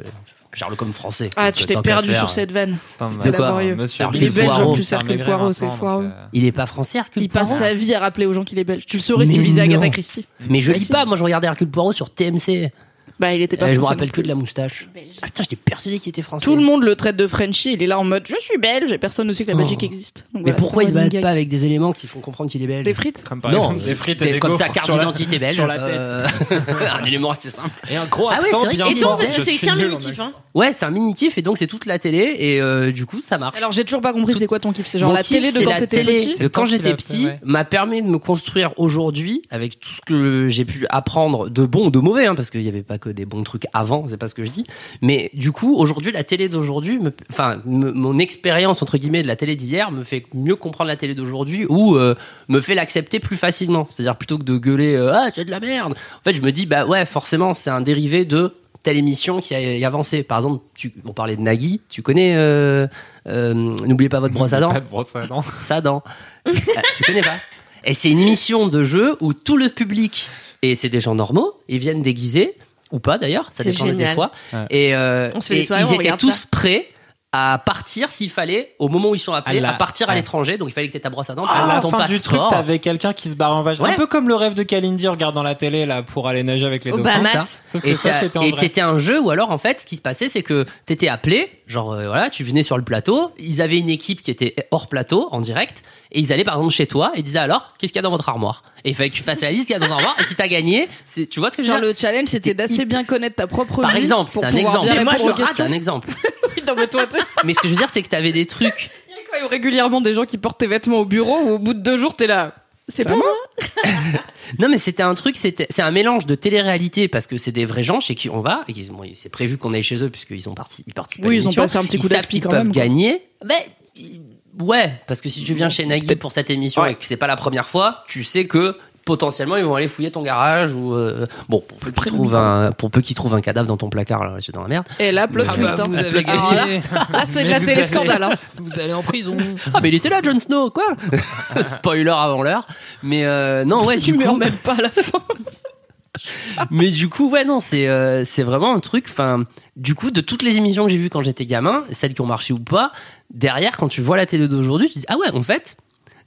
Speaker 5: Sherlock Holmes français.
Speaker 1: Ah,
Speaker 5: Donc,
Speaker 1: tu
Speaker 5: euh,
Speaker 1: t'es
Speaker 5: tant qu'à
Speaker 1: perdu
Speaker 5: faire,
Speaker 1: sur cette vanne.
Speaker 3: Putain,
Speaker 5: De
Speaker 3: madame,
Speaker 5: quoi
Speaker 1: laborieux.
Speaker 3: hein, Monsieur
Speaker 5: Alors,
Speaker 3: Hercule
Speaker 5: les Belges, en
Speaker 3: Poirot,
Speaker 1: plus,
Speaker 3: c'est un
Speaker 1: Hercule
Speaker 3: maigret
Speaker 1: Poirot,
Speaker 3: maintenant,
Speaker 1: c'est
Speaker 3: donc,
Speaker 1: foireux.
Speaker 3: euh,
Speaker 5: Il est pas français, Hercule
Speaker 1: Il
Speaker 5: Poirot.
Speaker 1: passe sa vie à rappeler aux gens qu'il est belge. Tu le saurais si
Speaker 5: Mais
Speaker 1: tu lisais
Speaker 5: non.
Speaker 1: Agatha Christie.
Speaker 5: Mais je
Speaker 1: Bah,
Speaker 5: lis
Speaker 1: si.
Speaker 5: pas. Moi, je regardais Hercule Poirot sur TMC.
Speaker 1: Bah, il était pas
Speaker 5: Euh, je me
Speaker 1: français
Speaker 5: rappelle
Speaker 1: non
Speaker 5: que
Speaker 1: plus.
Speaker 5: de la moustache. Ah, putain, j'étais persuadé qu'il était français.
Speaker 1: Tout le monde le traite de Frenchie, il est là en mode je suis belge et personne ne sait que la
Speaker 5: Oh.
Speaker 1: Belgique existe. Donc
Speaker 5: Mais
Speaker 1: voilà,
Speaker 5: pourquoi il
Speaker 1: c'est
Speaker 5: se
Speaker 1: un
Speaker 5: balade
Speaker 1: running
Speaker 5: pas
Speaker 1: gag.
Speaker 5: avec des éléments qui font comprendre qu'il est belge
Speaker 1: Des frites
Speaker 3: Comme par
Speaker 5: non,
Speaker 3: exemple des frites et des
Speaker 5: comme
Speaker 3: gaufres
Speaker 5: sa carte
Speaker 3: sur la-
Speaker 5: d'identité belge.
Speaker 3: sur la tête.
Speaker 5: euh,
Speaker 3: *laughs*
Speaker 5: un élément assez simple.
Speaker 3: Et un gros
Speaker 5: Ah ouais,
Speaker 3: accent
Speaker 5: c'est vrai
Speaker 3: bien
Speaker 5: que-
Speaker 4: Et donc,
Speaker 3: fort.
Speaker 4: parce que
Speaker 3: Je
Speaker 4: c'est
Speaker 3: suis
Speaker 4: qu'un
Speaker 3: nul en
Speaker 4: mini-kiff. hein.
Speaker 5: Ouais, c'est un mini kiff et donc c'est toute la télé et euh, du coup ça marche.
Speaker 1: Alors j'ai toujours pas compris c'est quoi ton kiff, c'est genre
Speaker 5: Mon
Speaker 1: la
Speaker 5: kiff,
Speaker 1: télé de
Speaker 5: c'est
Speaker 1: quand
Speaker 5: la
Speaker 1: t'étais
Speaker 5: télé
Speaker 1: petit.
Speaker 5: de quand
Speaker 3: C'est le temps
Speaker 5: j'étais
Speaker 3: qu'il
Speaker 5: petit
Speaker 3: a fait, ouais.
Speaker 5: m'a permis de me construire aujourd'hui avec tout ce que j'ai pu apprendre de bon ou de mauvais hein, parce qu'il n'y avait pas que des bons trucs avant, c'est pas ce que je dis. Mais du coup aujourd'hui la télé d'aujourd'hui, me- enfin me- mon expérience entre guillemets de la télé d'hier me fait mieux comprendre la télé d'aujourd'hui ou euh, me fait l'accepter plus facilement. C'est-à-dire plutôt que de gueuler euh, ah c'est de la merde. En fait je me dis bah ouais forcément c'est un dérivé de telle émission qui a avancé. Par exemple tu, on parlait de Nagui, tu connais euh, euh, n'oubliez pas votre
Speaker 3: *laughs*
Speaker 5: brosse à dents
Speaker 3: Pas de brosse à dents.
Speaker 5: ça dent. Ah, tu connais pas Et c'est une émission de jeu où tout le public, et c'est des gens normaux, ils viennent déguisés, ou pas d'ailleurs, ça
Speaker 4: C'est
Speaker 5: dépendait des
Speaker 4: génial.
Speaker 5: fois.
Speaker 3: Ouais.
Speaker 5: Et, euh,
Speaker 4: On se fait des
Speaker 5: et
Speaker 4: soirées, on
Speaker 5: ils étaient
Speaker 4: regarde
Speaker 5: tous
Speaker 4: ça.
Speaker 5: prêts à partir s'il fallait, au moment où ils sont
Speaker 3: À
Speaker 5: appelés, à,
Speaker 3: la-
Speaker 5: partir à
Speaker 3: ouais.
Speaker 5: l'étranger. Donc il fallait que tu ta brosse à dents,
Speaker 3: à la
Speaker 5: Ah, ton
Speaker 3: fin du truc,
Speaker 5: passeport.
Speaker 3: t'avais quelqu'un qui se barre en vache. Un
Speaker 5: Ouais.
Speaker 3: peu comme le rêve de Kalindi en regardant la télé là pour aller nager avec les
Speaker 4: Au
Speaker 5: Bah,
Speaker 3: dauphins.
Speaker 4: Bahamas.
Speaker 3: Sauf que
Speaker 5: Et
Speaker 3: ça,
Speaker 5: t'as-
Speaker 3: c'était en
Speaker 5: et
Speaker 3: vrai.
Speaker 5: c'était un jeu où alors en fait ce qui se passait c'est que t'étais appelé, genre euh, voilà, tu venais sur le plateau, ils avaient une équipe qui était hors plateau en direct et ils allaient par exemple chez toi et disaient alors qu'est-ce qu'il y a dans votre armoire Et il fallait que tu fasses la liste qu'il y a dans ton armoire et si t'as gagné, c'est tu vois ce que je veux
Speaker 1: Genre
Speaker 5: dire
Speaker 1: le challenge c'était d'assez bien connaître ta propre
Speaker 5: Par
Speaker 1: vie
Speaker 5: exemple,
Speaker 1: pour
Speaker 5: c'est un
Speaker 1: pouvoir
Speaker 5: exemple.
Speaker 1: bien
Speaker 4: Mais moi,
Speaker 1: répondre
Speaker 4: je
Speaker 1: aux
Speaker 4: rate
Speaker 5: C'est
Speaker 1: questions.
Speaker 5: un exemple.
Speaker 4: Non, mais toi, toi.
Speaker 5: Mais ce que je veux dire c'est que t'avais des trucs
Speaker 1: Il y a quand même régulièrement des gens qui portent tes vêtements au bureau où au bout de deux jours t'es là.
Speaker 4: C'est pas moi.
Speaker 5: Non, mais c'était un truc, c'était- c'est un mélange de télé-réalité parce que c'est des vrais gens chez qui on va. et qui- bon, c'est prévu qu'on aille chez eux puisqu'ils sont partis, ils participent. à
Speaker 1: Oui, ils ont
Speaker 5: l'émission.
Speaker 1: passé un petit coup
Speaker 5: Ils savent
Speaker 1: d'aspi
Speaker 5: qu'ils
Speaker 1: quand
Speaker 5: peuvent
Speaker 1: même, quoi.
Speaker 5: gagner.
Speaker 4: Bah,
Speaker 5: Ben ils- ouais, parce que si tu viens chez Nagui
Speaker 1: Peut-être-
Speaker 5: pour cette émission
Speaker 1: Ouais.
Speaker 5: et que c'est pas la première fois, tu sais que potentiellement ils vont aller fouiller ton garage ou euh, bon pour peu qu'ils trouvent un pour peu qu'ils trouvent un cadavre dans ton placard là c'est dans la merde
Speaker 1: Et là, plot
Speaker 5: Ah
Speaker 1: twist.
Speaker 5: bah,
Speaker 1: hein.
Speaker 5: vous avez
Speaker 1: Alors là, là, c'est
Speaker 3: Mais vous
Speaker 1: éclaté les
Speaker 3: avez-
Speaker 1: scandales. hein.
Speaker 3: Vous allez en *laughs* prison.
Speaker 5: ah mais il était là Jon Snow quoi
Speaker 1: *laughs*
Speaker 5: spoiler avant l'heure mais euh, non
Speaker 1: *laughs*
Speaker 5: ouais
Speaker 1: tu
Speaker 5: du
Speaker 1: meurs
Speaker 5: coup
Speaker 1: même pas à la fin.
Speaker 5: Mais du coup, ouais, non, c'est euh, c'est vraiment un truc. Enfin, du coup, de toutes les émissions que j'ai vues quand j'étais gamin, celles qui ont marché ou pas, derrière, quand tu vois la télé d'aujourd'hui, tu te dis ah ouais, en fait,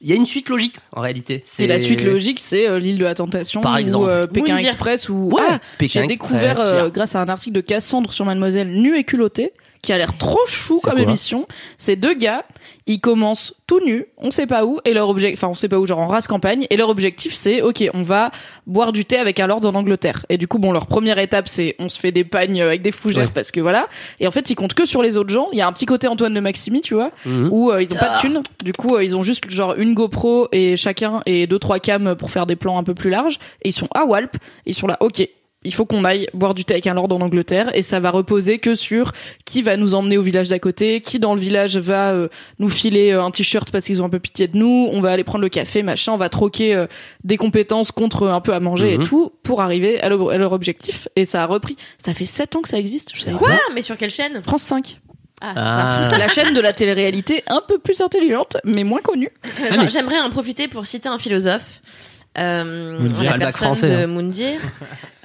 Speaker 5: il y a une suite logique en réalité. C'est
Speaker 1: Et la suite logique, c'est euh, l'île de la tentation.
Speaker 5: Par
Speaker 1: Ou,
Speaker 5: exemple.
Speaker 1: euh, Pékin
Speaker 4: Moondir.
Speaker 1: Express ou.
Speaker 5: Ouais,
Speaker 1: Ah,
Speaker 5: Pékin
Speaker 1: J'ai
Speaker 5: Express,
Speaker 1: découvert, euh,
Speaker 5: hier.
Speaker 1: grâce à un article de Cassandre sur Mademoiselle Nue et culottée, qui a l'air trop chou
Speaker 5: C'est
Speaker 1: comme
Speaker 5: quoi
Speaker 1: émission. Ces deux gars, ils commencent tout nus, on sait pas où, et leur objectif, enfin, on sait pas où, genre en race campagne, et leur objectif c'est, ok, on va boire du thé avec un lord en Angleterre. Et du coup, bon, leur première étape c'est, on se fait des pagnes avec des fougères
Speaker 5: Ouais.
Speaker 1: parce que voilà. Et en fait, ils comptent que sur les autres gens. Il y a un petit côté Antoine de Maximi, tu vois
Speaker 5: Mhm.
Speaker 1: où euh, ils ont pas de thunes. Du coup, euh, ils ont juste genre une GoPro et chacun et deux trois cams pour faire des plans un peu plus larges. Et ils sont à Walp. Ils sont là. Ok. Il faut qu'on aille boire du thé avec un lord en Angleterre et ça va reposer que sur qui va nous emmener au village d'à côté, qui dans le village va euh, nous filer euh, un t-shirt parce qu'ils ont un peu pitié de nous, on va aller prendre le café, machin, on va troquer euh, des compétences contre un peu à manger
Speaker 5: Mhm.
Speaker 1: et tout pour arriver à leur, à leur objectif. Et ça a repris. Ça fait 7 ans que ça existe. Je savais
Speaker 4: Quoi ah, Mais sur quelle chaîne
Speaker 1: pas. France 5.
Speaker 4: Ah, c'est ça.
Speaker 5: Ah.
Speaker 1: La chaîne de la télé-réalité un peu plus intelligente mais moins connue.
Speaker 4: Genre,
Speaker 5: Ah, mais-
Speaker 4: J'aimerais en profiter pour citer un philosophe. Euh,
Speaker 3: Moundir.
Speaker 4: la
Speaker 5: Pas le bac
Speaker 4: personne
Speaker 5: français,
Speaker 4: de
Speaker 5: hein.
Speaker 4: Moundir,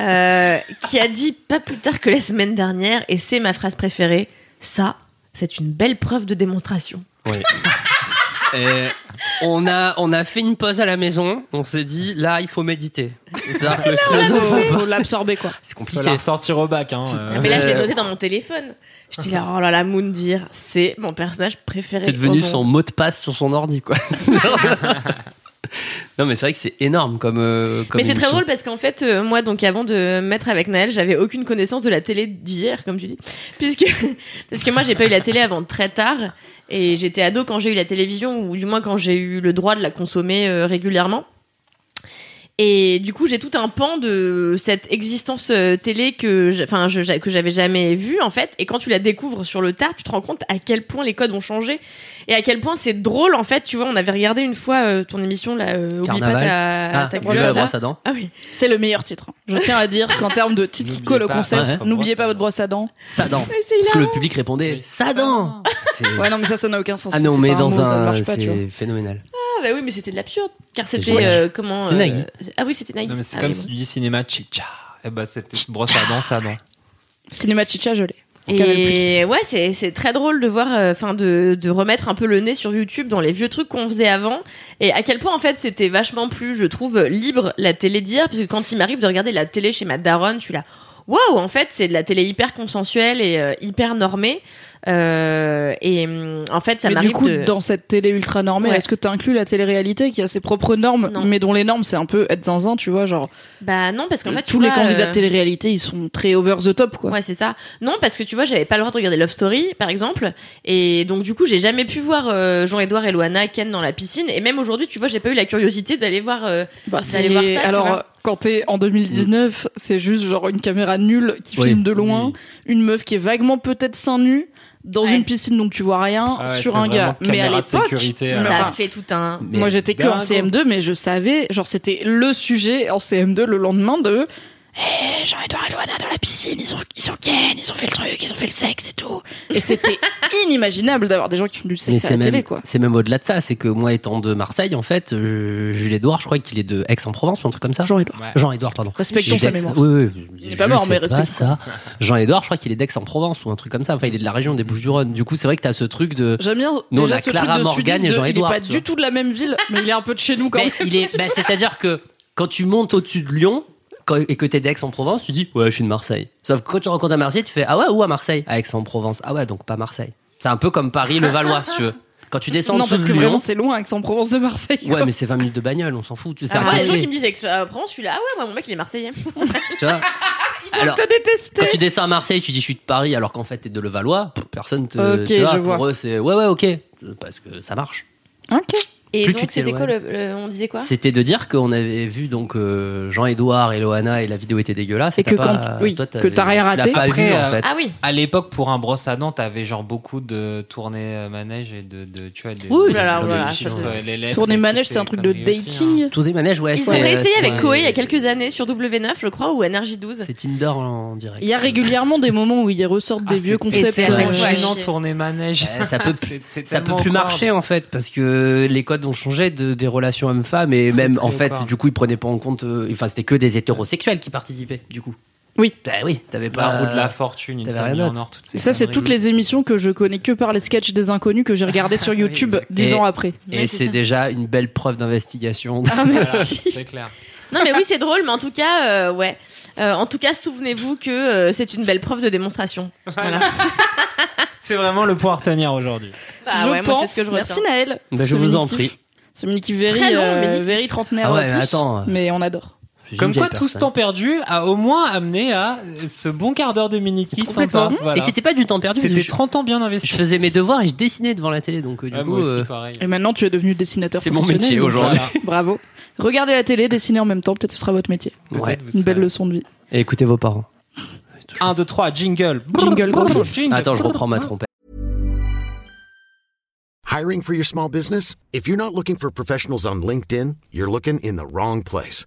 Speaker 4: euh, qui a dit pas plus tard que la semaine dernière, et c'est ma phrase préférée, ça, c'est une belle preuve de démonstration.
Speaker 5: Euh, on a on a fait une pause à la maison. On s'est dit là, il faut méditer. C'est-à-dire
Speaker 1: Ah,
Speaker 5: que le philosophe,
Speaker 1: faut, faut l'absorber quoi.
Speaker 5: c'est
Speaker 3: Faut la
Speaker 5: compliqué.
Speaker 3: ressortir au bac. Hein, euh.
Speaker 4: Ah, mais là, je l'ai
Speaker 5: Euh.
Speaker 4: noté dans mon téléphone. Je dis là, oh là là, Moundir, c'est mon personnage préféré.
Speaker 5: C'est
Speaker 4: au
Speaker 5: devenu
Speaker 4: monde.
Speaker 5: son mot de passe sur son
Speaker 1: *laughs*
Speaker 5: ordi quoi. non mais c'est vrai que c'est énorme comme euh, comme
Speaker 4: Mais c'est très
Speaker 5: émission.
Speaker 4: drôle parce qu'en fait, euh, moi, donc avant de me mettre avec Naël, j'avais aucune connaissance de la télé d'hier, comme tu dis, *laughs* puisque parce que moi, j'ai pas eu la télé avant très tard, et j'étais ado quand j'ai eu la télévision, ou du moins quand j'ai eu le droit de la consommer euh, régulièrement. Et du coup, j'ai tout un pan de cette existence euh, télé que, j'ai- enfin, je- j'a- que j'avais jamais vue en fait. Et quand tu la découvres sur le tard, tu te rends compte à quel point les codes ont changé et à quel point c'est drôle en fait. Tu vois, on avait regardé une fois euh, ton émission là, euh, oublie pas
Speaker 5: Carnaval.
Speaker 4: ta,
Speaker 5: Ah,
Speaker 4: ta
Speaker 5: brosse
Speaker 4: culotte,
Speaker 5: à
Speaker 4: là.
Speaker 5: brosse à dents.
Speaker 4: Ah oui.
Speaker 1: C'est le meilleur titre. hein. Je tiens à dire qu'en termes de titre qui
Speaker 3: N'oubliez
Speaker 1: colle au
Speaker 3: pas
Speaker 1: concept,
Speaker 3: votre
Speaker 1: n'oubliez pas
Speaker 3: brosse à
Speaker 1: votre brosse à dents.
Speaker 5: Ça dent.
Speaker 4: Mais c'est
Speaker 5: Parce que
Speaker 4: hilarant.
Speaker 5: le public répondait
Speaker 3: Oui.
Speaker 5: ça dent. C'est-
Speaker 1: Ouais non mais ça ça n'a aucun sens.
Speaker 5: Ah non,
Speaker 1: C'est
Speaker 5: mais
Speaker 1: pas
Speaker 5: dans
Speaker 1: mot, ça ne
Speaker 5: un,
Speaker 1: marche pas, tu vois.
Speaker 5: c'est phénoménal.
Speaker 4: Ah bah oui, mais c'était de l'absurde. Car
Speaker 5: C'est
Speaker 4: c'était
Speaker 5: Nagui.
Speaker 4: euh, comment
Speaker 5: C'est
Speaker 4: euh,
Speaker 5: Nagui.
Speaker 4: Ah oui, c'était Nagui.
Speaker 3: Non, mais c'est
Speaker 4: Ah
Speaker 3: comme
Speaker 4: oui,
Speaker 3: si du cinéma chicha. Eh ben, c'était brosse à dents, ça, non
Speaker 1: Cinéma Chicha je l'ai.
Speaker 4: bon.
Speaker 1: Canal+.
Speaker 4: Et ouais, c'est c'est très drôle de voir, euh, enfin de, de remettre un peu le nez sur YouTube dans les vieux trucs qu'on faisait avant et à quel point en fait c'était vachement plus, je trouve, libre la télé d'hier parce que quand il m'arrive de regarder la télé chez ma daronne, je suis là, waouh, en fait c'est de la télé hyper consensuelle et euh, hyper normée Euh, et hum, en fait ça
Speaker 1: mais du
Speaker 4: m'arrive
Speaker 1: coup
Speaker 4: de...
Speaker 1: dans cette télé ultra normée,
Speaker 4: Ouais.
Speaker 1: est-ce que t'as inclus la télé-réalité qui a ses propres normes,
Speaker 4: Non.
Speaker 1: mais dont les normes c'est un peu être zinzin, tu vois, genre
Speaker 4: Bah non parce qu'en fait tu
Speaker 1: tous les
Speaker 4: vois,
Speaker 1: candidats
Speaker 4: euh,
Speaker 1: de télé-réalité ils sont très over the top quoi.
Speaker 4: Ouais, c'est ça. Non, parce que tu vois, j'avais pas le droit de regarder Love Story, par exemple. Et donc, du coup, j'ai jamais pu voir euh, Jean-Edouard et Loana Ken dans la piscine. Et même aujourd'hui, tu vois, j'ai pas eu la curiosité d'aller voir. euh,
Speaker 1: Bah,
Speaker 4: Vous allez voir ça, tu
Speaker 1: alors
Speaker 4: vois.
Speaker 1: euh, quand t'es en 2019, c'est juste genre une caméra nulle qui
Speaker 5: Oui.
Speaker 1: filme de loin,
Speaker 3: Oui.
Speaker 1: une meuf qui est vaguement peut-être seins nus dans
Speaker 4: Ouais.
Speaker 1: une piscine donc tu vois rien
Speaker 3: Ah ouais,
Speaker 1: sur
Speaker 3: c'est
Speaker 1: un gars.
Speaker 3: vraiment
Speaker 1: Mais à
Speaker 3: caméra de
Speaker 1: l'époque,
Speaker 3: sécurité,
Speaker 1: mais
Speaker 3: alors.
Speaker 4: ça
Speaker 1: enfin,
Speaker 4: a fait tout un.
Speaker 5: euh, Mais-
Speaker 1: moi j'étais que en
Speaker 3: dingo.
Speaker 1: CM2 mais je savais genre c'était le sujet en CM2 le lendemain de Hé, Jean-Edouard et Loana dans la piscine, ils ont, ils ont ken, ils ont fait le truc, ils ont fait le sexe et tout. Et *laughs* c'était inimaginable d'avoir des gens qui font du
Speaker 5: Mais
Speaker 1: sexe à
Speaker 5: c'est
Speaker 1: la télé,
Speaker 5: même,
Speaker 1: quoi.
Speaker 5: c'est même au-delà de ça. C'est que moi, étant de Marseille, en fait, euh, Jules Édouard, je crois qu'il est de Aix-en-Provence ou un truc comme ça.
Speaker 1: Jean-Edouard.
Speaker 3: Ouais.
Speaker 5: Jean-Édouard, pardon.
Speaker 1: Respectons
Speaker 5: Il est
Speaker 1: sa
Speaker 5: d'Aix-
Speaker 1: mémoire.
Speaker 5: Oui, oui.
Speaker 1: Il n'est pas mort, mais
Speaker 5: respecte.
Speaker 1: respectons.
Speaker 5: ça. Jean-Édouard, je crois qu'il est d'Aix-en-Provence ou un truc comme ça. Enfin, il est de la région des Bouches-du-Rhône. Du coup, c'est vrai que t'as ce truc de.
Speaker 1: J'aime bien
Speaker 5: Nous, on
Speaker 1: déjà
Speaker 5: a
Speaker 1: ce
Speaker 5: Clara
Speaker 1: truc de
Speaker 5: Morgan
Speaker 1: sudiste
Speaker 5: et
Speaker 1: de-
Speaker 5: Jean
Speaker 1: il est
Speaker 5: Édouard,
Speaker 1: pas
Speaker 5: tu
Speaker 1: du
Speaker 5: vois.
Speaker 1: tout de la même ville, mais il est un peu de chez nous quand
Speaker 5: Ben,
Speaker 1: même.
Speaker 5: il est, ben, c'est-à-dire que quand tu montes au-dessus de Lyon quand- et que t'es d'Aix-en-Provence, tu dis ouais, je suis de Marseille. Sauf que quand tu rencontres un Marseillais, tu fais ah ouais, où à Marseille À Aix-en-Provence. Ah ouais, donc pas Marseille. C'est un peu comme Paris, le Valois, si tu veux. Quand tu descends en
Speaker 1: Non,
Speaker 5: dessous
Speaker 1: parce
Speaker 5: de
Speaker 1: que
Speaker 5: Lyon,
Speaker 1: vraiment, c'est loin, Aix-en-Provence de Marseille. quoi.
Speaker 5: ouais, mais c'est 20 minutes de bagnole, on s'en fout. Tu sais, c'est
Speaker 4: Ah,
Speaker 5: à
Speaker 4: ouais, les gens
Speaker 5: côté,
Speaker 4: qui me disent, euh, prends celui-là. Ah ouais, moi, mon mec, il est marseillais.
Speaker 5: tu vois. Alors,
Speaker 1: te détester.
Speaker 5: quand tu descends à Marseille, tu dis je suis de Paris, alors qu'en fait t'es de Levallois. pff, Personne te.
Speaker 1: Ok,
Speaker 5: tu vois,
Speaker 1: je
Speaker 5: pour
Speaker 1: vois.
Speaker 5: eux, c'est ouais, ouais, ok, parce que ça marche.
Speaker 1: Ok.
Speaker 4: Et
Speaker 5: Plus tu
Speaker 4: donc, c'était quoi
Speaker 5: t'éloignes.
Speaker 4: le, le- On disait quoi
Speaker 5: C'était de dire qu'on avait vu donc euh, Jean-Édouard et Loana et la vidéo était dégueulasse.
Speaker 1: Et
Speaker 5: t'as
Speaker 1: que
Speaker 5: pas-
Speaker 1: quand- oui,
Speaker 5: toi, t'as-
Speaker 1: que t'as rien
Speaker 5: tu l'as
Speaker 1: raté.
Speaker 5: pas
Speaker 3: Après,
Speaker 5: vu, en
Speaker 3: euh,
Speaker 5: fait.
Speaker 4: Ah oui.
Speaker 3: À l'époque, pour un brosse à dents, t'avais genre beaucoup de tournées euh, manèges et de, de- tu vois, des,
Speaker 5: Oui,
Speaker 3: des-
Speaker 4: oh là là,
Speaker 3: des
Speaker 4: oh là là,
Speaker 3: chiffres,
Speaker 4: ça,
Speaker 3: euh, les lettres.
Speaker 1: Tourner
Speaker 3: et
Speaker 1: manège,
Speaker 3: toutes
Speaker 1: c'est un
Speaker 3: ces
Speaker 1: tous ces truc de
Speaker 3: conneries aussi, hein.
Speaker 1: dating.
Speaker 5: Tous des manèges, ouais.
Speaker 4: Ils
Speaker 5: c'est- euh,
Speaker 4: ont réessayé
Speaker 5: c'est-
Speaker 4: avec Koei il y a quelques années sur W9, je crois, ou NRJ12.
Speaker 5: C'est Tinder en direct.
Speaker 1: Il y a régulièrement des moments où ils ressortent
Speaker 3: Ah,
Speaker 1: euh, des vieux
Speaker 3: c'était
Speaker 1: concepts.
Speaker 4: c'est à chaque
Speaker 1: euh,
Speaker 4: fois.
Speaker 3: gênant,
Speaker 4: chier.
Speaker 3: tourner manège. Ah,
Speaker 5: Ouais,
Speaker 3: *laughs*
Speaker 5: ça peut plus-
Speaker 3: C'était
Speaker 5: Ça peut
Speaker 3: tellement
Speaker 5: plus
Speaker 3: awkward.
Speaker 5: marcher en fait parce que les codes ont changé de, des relations hommes-femmes et
Speaker 3: Très,
Speaker 5: même
Speaker 3: très
Speaker 5: en fait
Speaker 3: awkward.
Speaker 5: du coup ils prenaient pas en compte euh, enfin c'était que des hétérosexuels qui participaient du coup
Speaker 1: Oui.
Speaker 5: bah oui t'avais pas
Speaker 3: La roue de la fortune, une
Speaker 5: t'avais
Speaker 3: famille
Speaker 5: rien
Speaker 3: en
Speaker 5: d'autre.
Speaker 3: or, toutes ces
Speaker 1: Et ça, c'est
Speaker 3: conneries.
Speaker 1: toutes les émissions que je connais que par les sketchs des inconnus que j'ai regardés
Speaker 4: *laughs*
Speaker 1: sur YouTube
Speaker 3: exact.
Speaker 1: dix
Speaker 5: Et-
Speaker 1: ans après.
Speaker 5: et
Speaker 4: Ouais, c'est
Speaker 5: c'est
Speaker 4: ça.
Speaker 5: déjà une belle preuve d'investigation
Speaker 1: Ah,
Speaker 3: Voilà,
Speaker 1: merci.
Speaker 3: C'est clair.
Speaker 4: Non, mais oui, c'est drôle, mais en tout cas, euh, ouais. Euh, en tout cas, souvenez-vous que euh, c'est une belle preuve de démonstration.
Speaker 3: C'est vraiment le point à retenir aujourd'hui.
Speaker 4: Bah
Speaker 1: je
Speaker 4: ouais, moi,
Speaker 1: pense.
Speaker 4: c'est ce que je
Speaker 1: Merci
Speaker 4: retiens.
Speaker 1: Naël.
Speaker 5: *laughs* Bah,
Speaker 1: Ce
Speaker 5: je vous en
Speaker 1: mini-kiff.
Speaker 5: prie
Speaker 1: Ce mini kiff very,
Speaker 4: Très long,
Speaker 1: euh,
Speaker 4: mini-kiff.
Speaker 1: very trentenaire.
Speaker 5: Ah ouais,
Speaker 1: en
Speaker 5: mais
Speaker 1: plus,
Speaker 5: attends, euh.
Speaker 1: Mais on adore.
Speaker 5: Je suis une
Speaker 3: Comme quoi,
Speaker 5: vieille
Speaker 3: tout ce
Speaker 5: personne.
Speaker 3: temps perdu a au moins amené à ce bon quart d'heure de mini-kiff
Speaker 5: Complètement.
Speaker 3: sympa. Voilà.
Speaker 5: et c'était pas du temps perdu parce que
Speaker 3: C'était
Speaker 5: je-
Speaker 3: 30 ans bien
Speaker 5: je
Speaker 3: investi.
Speaker 5: faisais mes devoirs et je dessinais devant la télé donc euh, du
Speaker 3: Ouais,
Speaker 5: coup
Speaker 3: Ah, moi aussi,
Speaker 5: euh,
Speaker 3: pareil.
Speaker 1: Et maintenant, tu es devenu dessinateur.
Speaker 5: C'est mon
Speaker 1: professionnel,
Speaker 5: métier
Speaker 1: donc,
Speaker 5: aujourd'hui.
Speaker 1: euh, Bravo. Regardez la télé, dessinez en même temps, peut-être ce sera votre métier.
Speaker 5: ouais.
Speaker 3: Peut-être vous
Speaker 1: Une belle
Speaker 3: serez-
Speaker 1: leçon de vie.
Speaker 5: et écoutez vos parents
Speaker 3: 1, 2, 3, jingle.
Speaker 1: Jingle,
Speaker 3: Oh,
Speaker 1: gros kiff.
Speaker 3: Jingle.
Speaker 5: attends je reprends ma trompette
Speaker 6: Hiring for your small business? If you're not looking for professionals on LinkedIn, you're looking in the wrong place.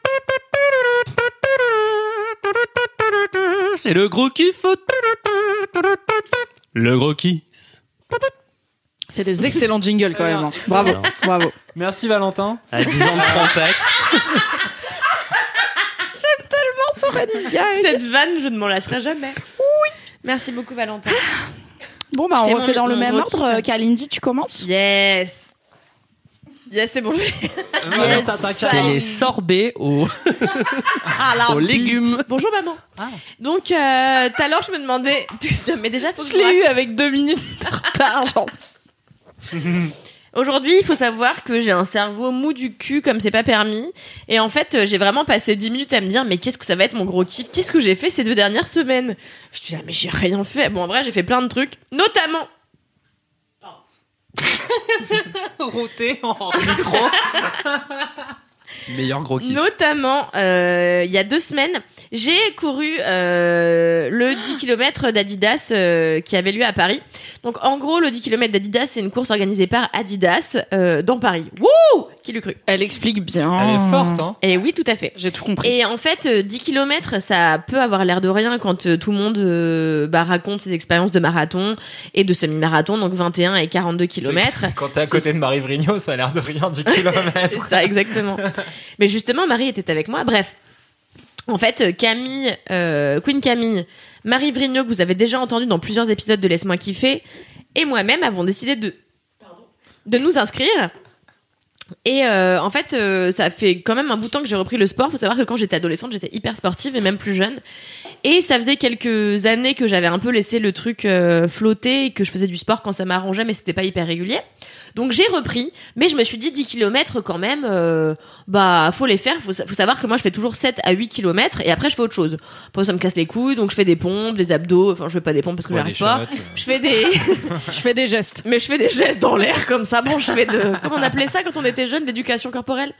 Speaker 5: c'est le gros kiff le gros kiff
Speaker 1: C'est des excellents jingles quand même. hein. Bravo,
Speaker 4: *laughs*
Speaker 1: bravo.
Speaker 3: Merci Valentin.
Speaker 5: à 10 ans de trompette
Speaker 4: Cette vanne, je ne m'en lasserai jamais. Oui. Ah. Merci beaucoup, Valentin.
Speaker 1: Bon, bah,
Speaker 4: Je fais
Speaker 1: on refait
Speaker 4: mon-
Speaker 1: dans le
Speaker 4: mon
Speaker 1: même
Speaker 4: gros
Speaker 1: ordre.
Speaker 4: kiff.
Speaker 1: Euh, Kalindi, tu commences
Speaker 4: Yes. Yes, c'est bon. Ah,
Speaker 3: Euh, Valentin, t'inquiète.
Speaker 5: c'est les sorbets
Speaker 4: *laughs*
Speaker 5: aux, *laughs* aux légumes
Speaker 4: Bonjour, maman. Donc, euh, tout à l'heure, je me demandais. *laughs* Non, mais déjà, faut que
Speaker 1: Je
Speaker 4: je vous
Speaker 1: l'ai eu avec deux minutes de retard, genre.
Speaker 4: Aujourd'hui, il faut savoir que j'ai un cerveau mou du cul comme c'est pas permis. Et en fait, euh, j'ai vraiment passé 10 minutes à me dire, mais qu'est-ce que ça va être mon gros kiff Qu'est-ce que j'ai fait ces deux dernières semaines Je dis, ah, mais j'ai rien fait. Bon, en vrai, j'ai fait plein de trucs, notamment.
Speaker 3: Roté en
Speaker 5: meilleur gros kiff
Speaker 4: Notamment, euh, il y a deux semaines, j'ai couru euh, le 10 km d'Adidas euh, qui avait lieu à Paris. Donc, en gros, le 10 km d'Adidas, c'est une course organisée par Adidas euh, dans Paris. Wouh Qui l'eût cru
Speaker 1: Elle explique bien.
Speaker 3: Elle
Speaker 4: Ah.
Speaker 3: est forte, hein.
Speaker 4: Et oui, tout à fait.
Speaker 1: J'ai tout compris.
Speaker 4: Et en fait, euh, 10 km, ça peut avoir l'air de rien quand euh, tout le monde euh, bah, raconte ses expériences de marathon et de semi-marathon, donc 21 et 42 km.
Speaker 3: Quand t'es à côté de Marie Vrigno, ça a l'air de rien,
Speaker 4: *laughs*
Speaker 3: 10
Speaker 4: C'est
Speaker 3: km.
Speaker 4: ça, exactement. Mais justement, Marie était avec moi. Bref, en fait, euh, Camille, euh, Queen Camille, Marie Vrigno, que vous avez déjà entendu dans plusieurs épisodes de Laisse-moi kiffer, et moi-même avons décidé de, de nous inscrire. Et euh, en fait, euh, ça fait quand même un bout de temps que j'ai repris le sport. Faut savoir que quand j'étais adolescente, j'étais hyper sportive et même plus jeune. Et ça faisait quelques années que j'avais un peu laissé le truc euh, flotter et que je faisais du sport quand ça m'arrangeait, mais c'était pas hyper régulier. Donc j'ai repris, mais je me suis dit 10 km quand même, euh, bah faut les faire, faut, sa- faut savoir que moi je fais toujours 7 à 8 km et après je fais autre chose. Après ça me casse les couilles, donc je fais des pompes, des abdos, enfin je fais pas des pompes parce que
Speaker 3: Ouais, des
Speaker 4: j'arrive pas.
Speaker 3: shots, euh.
Speaker 4: Je fais des
Speaker 1: *laughs* Je fais des gestes.
Speaker 4: mais je fais des gestes dans l'air comme ça. Bon, je fais de comment on appelait ça quand on était jeune, d'éducation corporelle.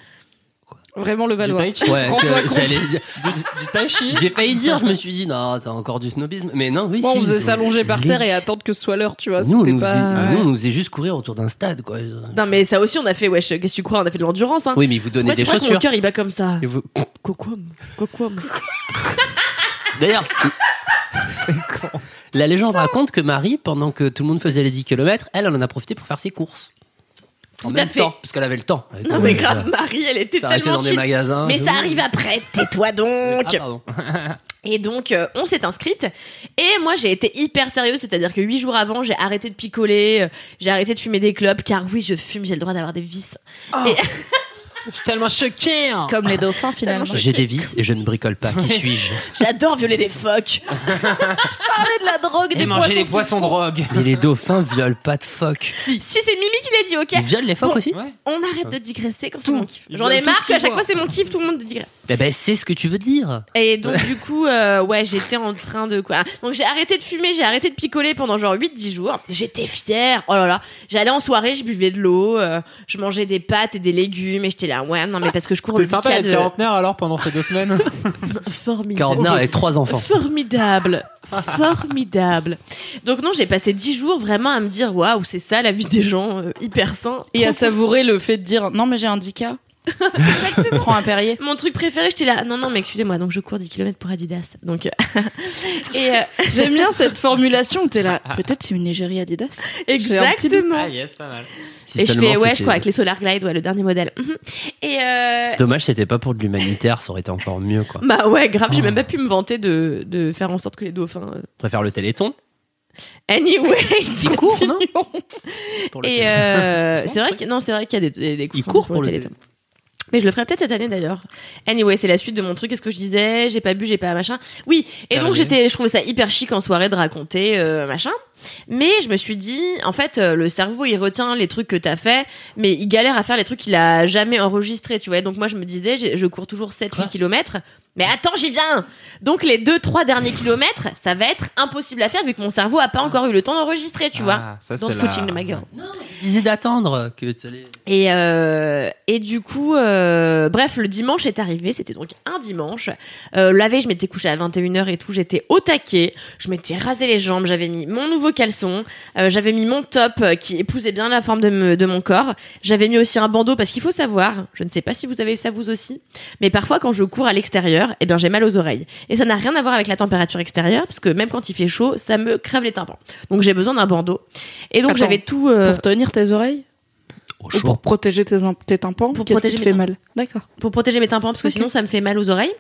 Speaker 1: Vraiment le
Speaker 3: Du
Speaker 1: valois.
Speaker 3: tai chi.
Speaker 5: Ouais,
Speaker 1: Rends-toi
Speaker 5: que
Speaker 1: compte.
Speaker 5: j'allais dire.
Speaker 3: Du, du tai chi.
Speaker 5: J'ai failli dire, je me suis dit, non, c'est encore du snobisme. Mais non, oui.
Speaker 1: Moi,
Speaker 5: si,
Speaker 1: on faisait
Speaker 5: c'est-
Speaker 1: s'allonger par terre et
Speaker 5: Les-
Speaker 1: attendre que ce soit l'heure, tu vois.
Speaker 5: Nous, on
Speaker 1: C'était
Speaker 5: nous,
Speaker 1: pas.
Speaker 5: faisait, nous,
Speaker 1: Ouais.
Speaker 5: on nous faisait juste courir autour d'un stade, quoi.
Speaker 4: Non, mais ça aussi on a fait wesh, qu'est-ce que tu crois, on a fait de l'endurance hein.
Speaker 5: Oui, mais ils vous donnez
Speaker 4: Pourquoi tu
Speaker 5: des
Speaker 4: crois que mon
Speaker 5: chaussures.
Speaker 4: cœur il bat comme ça
Speaker 5: Et vous-
Speaker 4: Coquam, coquam. *laughs*
Speaker 5: D'ailleurs, la légende raconte que Marie, pendant que tout le monde faisait les 10 km, elle, elle en a profité pour faire ses courses. En
Speaker 4: Tout à
Speaker 5: même
Speaker 4: fait.
Speaker 5: temps, parce qu'elle avait le temps. Elle
Speaker 4: Non
Speaker 5: était-
Speaker 4: mais grave Marie, elle était
Speaker 5: S'arrêter
Speaker 4: tellement
Speaker 5: dans des
Speaker 4: chill.
Speaker 5: magasins.
Speaker 4: Mais
Speaker 5: tout.
Speaker 4: ça arrive après, tais-toi donc.
Speaker 5: Ah, pardon.
Speaker 4: Et donc, euh, on s'est inscrite. Et moi, j'ai été hyper sérieuse, c'est-à-dire que huit jours avant, j'ai arrêté de picoler, euh, j'ai arrêté de fumer des clopes, car oui, je fume, j'ai le droit d'avoir des vices.
Speaker 3: Je suis tellement choqué. hein.
Speaker 1: Comme les *laughs* dauphins,
Speaker 4: Ah,
Speaker 1: finalement.
Speaker 5: J'ai des vices et je ne bricole pas. Qui suis-je
Speaker 4: J'adore violer des
Speaker 5: *laughs*
Speaker 4: phoques. Parler de la drogue,
Speaker 3: Et
Speaker 4: des
Speaker 3: manger
Speaker 4: poissons.
Speaker 3: des poissons drogue.
Speaker 5: Mais les dauphins violent pas de phoques.
Speaker 4: Si, c'est Mimi qui l'a dit,
Speaker 5: Ils
Speaker 4: ok
Speaker 5: violent les phoques
Speaker 4: Bon.
Speaker 5: aussi
Speaker 3: Ouais.
Speaker 4: On arrête de digresser quand c'est
Speaker 3: Tout.
Speaker 4: mon kiff.
Speaker 3: Il
Speaker 4: J'en ai
Speaker 3: donne tout ce
Speaker 4: marre
Speaker 3: qu'il
Speaker 4: qu'à chaque
Speaker 3: voit.
Speaker 4: fois, c'est mon kiff, tout le monde digresse.
Speaker 5: Eh ben, c'est ce que tu veux dire.
Speaker 4: Et donc du coup, euh, ouais, j'étais en train de quoi. Donc j'ai arrêté de fumer, j'ai arrêté de picoler pendant genre 8-10 jours. J'étais fière. Oh là là, j'allais en soirée, je buvais de l'eau, euh, je mangeais des pâtes et des légumes et j'étais là ouais, non mais parce que je cours le
Speaker 3: T'es sympa
Speaker 4: week-end.
Speaker 3: d'être quarantenaire alors pendant ces deux
Speaker 4: *laughs*
Speaker 3: semaines
Speaker 4: euh, formidable.
Speaker 5: Quarantenaire avec trois enfants.
Speaker 4: Formidable, formidable. Donc non, j'ai passé 10 jours vraiment à me dire waouh, c'est ça la vie des gens euh, hyper sain.
Speaker 1: Et à savourer le fait de dire non, mais j'ai un
Speaker 4: *laughs*
Speaker 1: dica. Prends un Perrier.
Speaker 4: mon truc préféré, j'étais là. Non non, mais excusez-moi, donc je cours 10 km pour Adidas. Donc euh, *laughs* et euh,
Speaker 1: J'aime bien cette formulation. T'es là.
Speaker 4: Ah.
Speaker 1: Peut-être c'est une égérie Adidas.
Speaker 4: exactement.
Speaker 3: Ah, yes, pas mal.
Speaker 5: Si
Speaker 4: Et je
Speaker 5: seulement
Speaker 4: fais, ouais, je
Speaker 5: c'était- euh,
Speaker 4: crois, avec les Solar Glide, ouais, le dernier modèle. Mhm. Et euh,
Speaker 5: Dommage, c'était pas pour de l'humanitaire, ça aurait été encore mieux, quoi.
Speaker 4: Bah ouais, grave, j'ai
Speaker 5: Oh.
Speaker 4: même pas pu me vanter de, de faire en sorte que les dauphins. euh,
Speaker 5: Je préfère le téléthon.
Speaker 4: Anyway,
Speaker 5: Ils courent, non
Speaker 4: continuons.
Speaker 5: Pour le
Speaker 4: Et
Speaker 5: Téléthon. *laughs*
Speaker 4: euh, c'est vrai qu'il non, c'est vrai qu'il y a des, des, des
Speaker 5: Ils
Speaker 4: courants
Speaker 5: courent pour le
Speaker 4: Téléthon. Mais je le ferai peut-être cette année d'ailleurs. Anyway, c'est la suite de mon truc. Qu'est-ce que je disais J'ai pas bu, j'ai pas machin. Oui, et
Speaker 3: T'as
Speaker 4: donc
Speaker 3: rêvé.
Speaker 4: j'étais, je trouvais ça hyper chic en soirée de raconter euh, machin. Mais je me suis dit, en fait, euh, le cerveau il retient les trucs que t'as fait, mais il galère à faire les trucs qu'il a jamais enregistrés, tu vois. Et Donc moi je me disais, j'ai- je cours toujours 7-8 kilomètres. Mais attends, j'y viens Donc les 2-3 derniers kilomètres, ça va être impossible à faire vu que mon cerveau a pas encore eu le temps d'enregistrer, tu vois.
Speaker 3: Ah, ça,
Speaker 4: Dans
Speaker 3: c'est
Speaker 4: le
Speaker 3: la-
Speaker 4: coaching de ma gueule.
Speaker 5: Je disais d'attendre que t'allais-
Speaker 4: Et, euh, et du coup, euh, bref, le dimanche est arrivé, c'était donc un dimanche. Euh, la veille, je m'étais couchée à 21h et tout, j'étais au taquet, je m'étais rasé les jambes, j'avais mis mon nouveau caleçon, euh, j'avais mis mon top euh, qui épousait bien la forme de, me- de mon corps, j'avais mis aussi un bandeau parce qu'il faut savoir, je ne sais pas si vous avez ça vous aussi, mais parfois quand je cours à l'extérieur, eh bien j'ai mal aux oreilles. Et ça n'a rien à voir avec la température extérieure, parce que même quand il fait chaud, ça me crève les tympans. Donc j'ai besoin d'un bandeau. Et donc
Speaker 1: Attends,
Speaker 4: j'avais tout... euh,
Speaker 1: Pour tenir tes oreilles
Speaker 5: Au
Speaker 1: ou
Speaker 5: chaud.
Speaker 1: pour protéger tes, im- tes tympans
Speaker 4: Pour
Speaker 1: Qu'est-ce qui
Speaker 4: protéger
Speaker 1: te
Speaker 4: mes
Speaker 1: fait
Speaker 4: tympans.
Speaker 1: mal D'accord.
Speaker 4: pour protéger mes tympans parce que
Speaker 1: Ok.
Speaker 4: sinon ça me fait mal aux oreilles.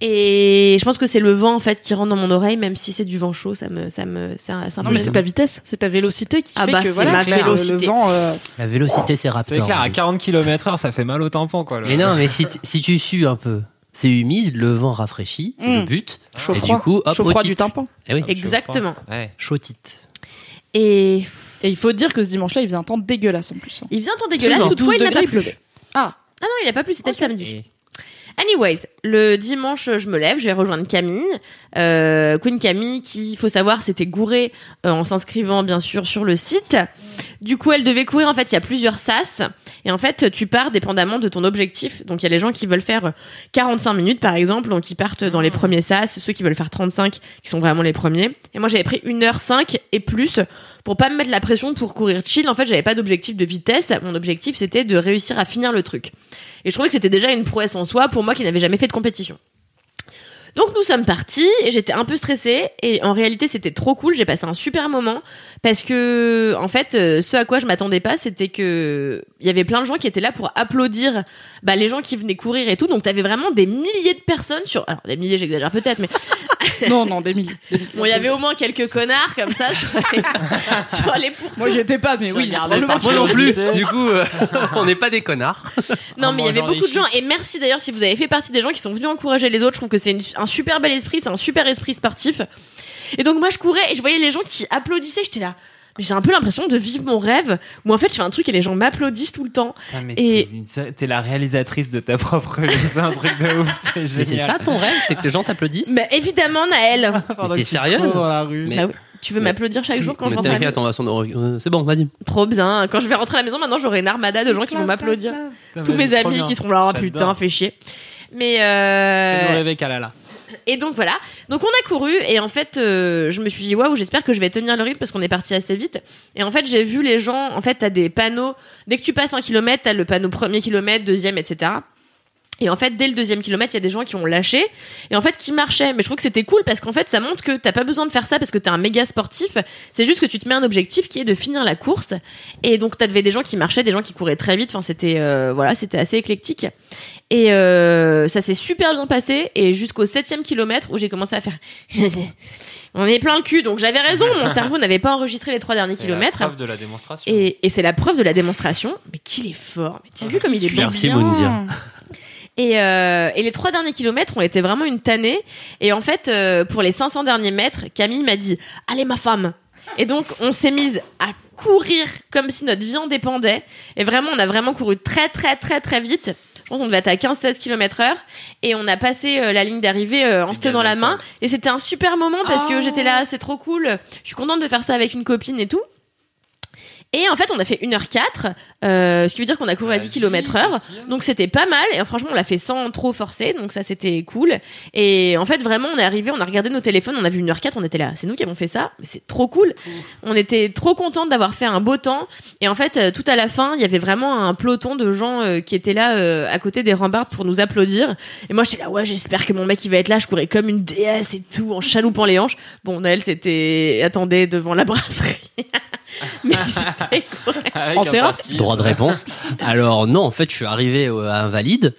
Speaker 4: Et je pense que c'est le vent en fait qui rentre dans mon oreille, même si c'est du vent chaud, ça me, ça me, ça, ça
Speaker 1: Ah Non, mais
Speaker 4: me-
Speaker 1: c'est ta vitesse, c'est ta vélocité qui
Speaker 4: Ah
Speaker 1: fait
Speaker 4: bah,
Speaker 1: que
Speaker 4: c'est
Speaker 1: voilà,
Speaker 4: ma
Speaker 1: le- le
Speaker 4: vélocité.
Speaker 1: vent, euh,
Speaker 5: La vélocité, c'est
Speaker 3: C'est
Speaker 5: raptor.
Speaker 3: clair, à 40 km heure, ça fait mal au tampon, quoi. le-
Speaker 5: Mais non, mais si, tu- si tu sues un peu, c'est humide, le vent rafraîchit, c'est
Speaker 1: Mm.
Speaker 5: le but.
Speaker 1: chaud
Speaker 5: Et
Speaker 1: froid,
Speaker 5: du coup, hop,
Speaker 1: chaud
Speaker 5: au
Speaker 1: froid
Speaker 5: titre.
Speaker 1: du tympan.
Speaker 5: Eh oui,
Speaker 3: Ah, je
Speaker 4: Exactement.
Speaker 3: crois. Ouais.
Speaker 5: chautite.
Speaker 4: Et
Speaker 1: Et il faut dire que ce dimanche-là, il faisait un temps dégueulasse en plus.
Speaker 4: il vient en dégueulasse,
Speaker 1: Toujours.
Speaker 4: toutefois il
Speaker 1: 12
Speaker 4: n'a pas
Speaker 1: degrés,
Speaker 4: plu.
Speaker 1: il pleuvait. Ah.
Speaker 4: Ah non, il n'a pas plu, c'était le samedi.
Speaker 3: Et-
Speaker 4: Anyways, le dimanche, je me lève, je vais rejoindre Camille. Euh, Queen Camille, qui, il faut savoir, s'était gourée euh, en s'inscrivant, bien sûr, sur le site. Du coup, elle devait courir. En fait, il y a plusieurs sas. Et en fait, tu pars dépendamment de ton objectif. Donc, il y a les gens qui veulent faire 45 minutes, par exemple. Donc, ils partent dans les premiers sas. Ceux qui veulent faire 35, qui sont vraiment les premiers. Et moi, j'avais pris 1h05 et plus pour pas me mettre la pression pour courir chill. En fait, j'avais pas d'objectif de vitesse. Mon objectif, c'était de réussir à finir le truc. Et je trouvais que c'était déjà une prouesse en soi pour moi qui n'avais jamais fait de compétition. Donc nous sommes partis et j'étais un peu stressée et en réalité c'était trop cool, j'ai passé un super moment parce que en fait euh, ce à quoi je m'attendais pas c'était que il y avait plein de gens qui étaient là pour applaudir bah, les gens qui venaient courir et tout donc t'avais vraiment des milliers de personnes sur alors des milliers j'exagère peut-être mais
Speaker 1: *laughs* Non, non, des milliers.
Speaker 4: bon il y avait au moins quelques connards comme ça sur les, *laughs* sur les pourtours.
Speaker 1: Moi, j'y étais pas, mais oui. probablement.
Speaker 5: Moi non plus. Du coup, euh, *laughs* on n'est pas des connards.
Speaker 4: Non,
Speaker 3: en
Speaker 4: mais il y avait
Speaker 3: mangeant des
Speaker 4: beaucoup de gens. Et merci d'ailleurs si vous avez fait partie des gens qui sont venus encourager les autres. Je trouve que c'est une- un super bel esprit, c'est un super esprit sportif. Et donc, moi, je courais et je voyais les gens qui applaudissaient. J'étais là. j'ai un peu l'impression de vivre mon rêve où en fait je fais un truc et les gens m'applaudissent tout le temps.
Speaker 3: Putain, mais
Speaker 4: Et-
Speaker 3: t'es- T'es la réalisatrice de ta propre *laughs* vie, c'est un truc de ouf, t'es
Speaker 5: Mais c'est ça
Speaker 3: génial.
Speaker 5: ton rêve, c'est que les gens t'applaudissent
Speaker 4: Bah évidemment
Speaker 3: *laughs*
Speaker 4: Naël,
Speaker 3: Pendant
Speaker 5: Mais t'es
Speaker 3: que tu
Speaker 5: sérieuse
Speaker 3: cours dans la rue.
Speaker 5: Mais-
Speaker 4: Bah oui, tu veux
Speaker 5: Mais-
Speaker 4: m'applaudir chaque
Speaker 5: Si,
Speaker 4: jour quand
Speaker 5: mais
Speaker 4: je rentre à la
Speaker 5: t'inquiète,
Speaker 4: maison.
Speaker 5: on va s'en- euh, C'est bon, vas-y.
Speaker 4: Trop bien. Quand je vais rentrer à la maison maintenant j'aurai une armada de gens qui vont m'applaudir.
Speaker 3: Putain,
Speaker 4: Tous
Speaker 3: mais
Speaker 4: mes
Speaker 3: c'est trop
Speaker 4: amis
Speaker 3: bien.
Speaker 4: qui seront là, oh,
Speaker 3: J'adore.
Speaker 4: putain, fais chier. Mais euh,
Speaker 3: Fais-nous rêver, Kalala.
Speaker 4: Et donc voilà. Donc on a couru et en fait euh, je me suis dit waouh j'espère que je vais tenir le rythme parce qu'on est parti assez vite. Et en fait j'ai vu les gens en fait t'as des panneaux dès que tu passes un kilomètre t'as le panneau premier kilomètre deuxième etc. Et en fait dès le deuxième kilomètre il y a des gens qui ont lâché et en fait qui marchaient. Mais je trouve que c'était cool parce qu'en fait ça montre que t'as pas besoin de faire ça parce que t'es un méga sportif. C'est juste que tu te mets un objectif qui est de finir la course. Et donc t'avais des gens qui marchaient, des gens qui couraient très vite. Enfin c'était euh, voilà c'était assez éclectique. Et euh, ça s'est super bien passé et jusqu'au septième kilomètre où j'ai commencé à faire *laughs* on est plein le cul donc j'avais raison mon cerveau n'avait pas enregistré les trois derniers kilomètres
Speaker 3: de la démonstration.
Speaker 4: et, et c'est la preuve de la démonstration mais qu'il est fort mais tu as vu comme il est bon
Speaker 5: Merci, Mounzia.
Speaker 4: et, euh, et les trois derniers kilomètres ont été vraiment une tannée. Et en fait, euh, pour les 500 derniers mètres, Camille m'a dit « Allez, ma femme !» Et donc, on s'est mise à courir comme si notre vie en dépendait. Et vraiment, on a vraiment couru très, très, très, très vite. Je pense qu'on devait être à 15-16 km heure. Et on a passé euh, la ligne d'arrivée euh, en se tenant la main. Et c'était un super moment parce que
Speaker 2: Oh.
Speaker 4: j'étais là, c'est trop cool. Je suis contente de faire ça avec une copine et tout. Et en fait, on a fait 1h04, euh, ce qui veut dire qu'on a couru à 10 km heure. Donc c'était pas mal et franchement on l'a fait sans trop forcer donc ça c'était cool et en fait vraiment on est arrivé on a regardé nos téléphones on a vu 1h04 on était là c'est nous qui avons fait ça mais c'est trop cool on était trop contente d'avoir fait un beau temps et en fait euh, tout à la fin il y avait vraiment un peloton de gens euh, qui étaient là euh, à côté des rambardes pour nous applaudir et moi j'étais là ouais j'espère que mon mec il va être là je courais comme une déesse et tout en chaloupant les hanches bon Noël c'était attendez devant la *laughs*
Speaker 5: *laughs*
Speaker 4: brasserie mais c'était cool.
Speaker 3: Avec
Speaker 1: En
Speaker 3: un
Speaker 1: théâtre
Speaker 3: pastis.
Speaker 5: Droit de réponse. *laughs* Alors non, en fait, je suis arrivé euh, à Invalide.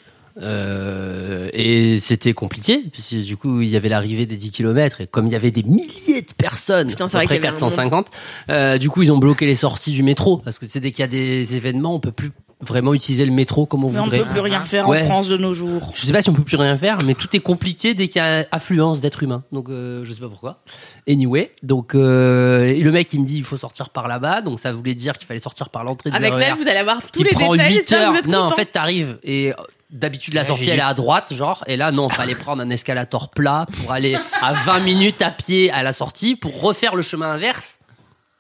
Speaker 5: euh, et c'était compliqué, puisque du coup il y avait l'arrivée des 10 km, et comme il y avait des milliers de personnes,
Speaker 4: Putain, c'est vrai
Speaker 5: après
Speaker 4: qu'il y avait un
Speaker 5: 450, euh, du coup ils ont bloqué les sorties du métro, parce que tu sais, dès qu'il y a des événements, on peut plus vraiment utiliser le métro comme on
Speaker 1: Mais on
Speaker 5: voudrait.
Speaker 1: peut plus rien faire
Speaker 5: Ouais.
Speaker 1: en France de nos jours.
Speaker 5: Je sais pas si on peut plus rien faire, mais tout est compliqué dès qu'il y a affluence d'êtres humains. Donc euh, je sais pas pourquoi. Anyway, donc euh, et le mec il me dit il faut sortir par là-bas, donc ça voulait dire qu'il fallait sortir par l'entrée du
Speaker 4: avec
Speaker 5: RER,
Speaker 4: Noël vous allez avoir tous
Speaker 5: qui
Speaker 4: les
Speaker 5: prend
Speaker 4: détails
Speaker 5: 8
Speaker 4: j'espère que
Speaker 5: heures.
Speaker 4: vous êtes
Speaker 5: non, en
Speaker 4: contents.
Speaker 5: fait t'arrives et euh, d'habitude la
Speaker 3: Ouais,
Speaker 5: sortie
Speaker 3: j'ai
Speaker 5: elle est
Speaker 3: dû-
Speaker 5: à droite, genre, et là non, fallait prendre un escalator plat pour aller à 20 *laughs* minutes à pied à la sortie pour refaire le chemin inverse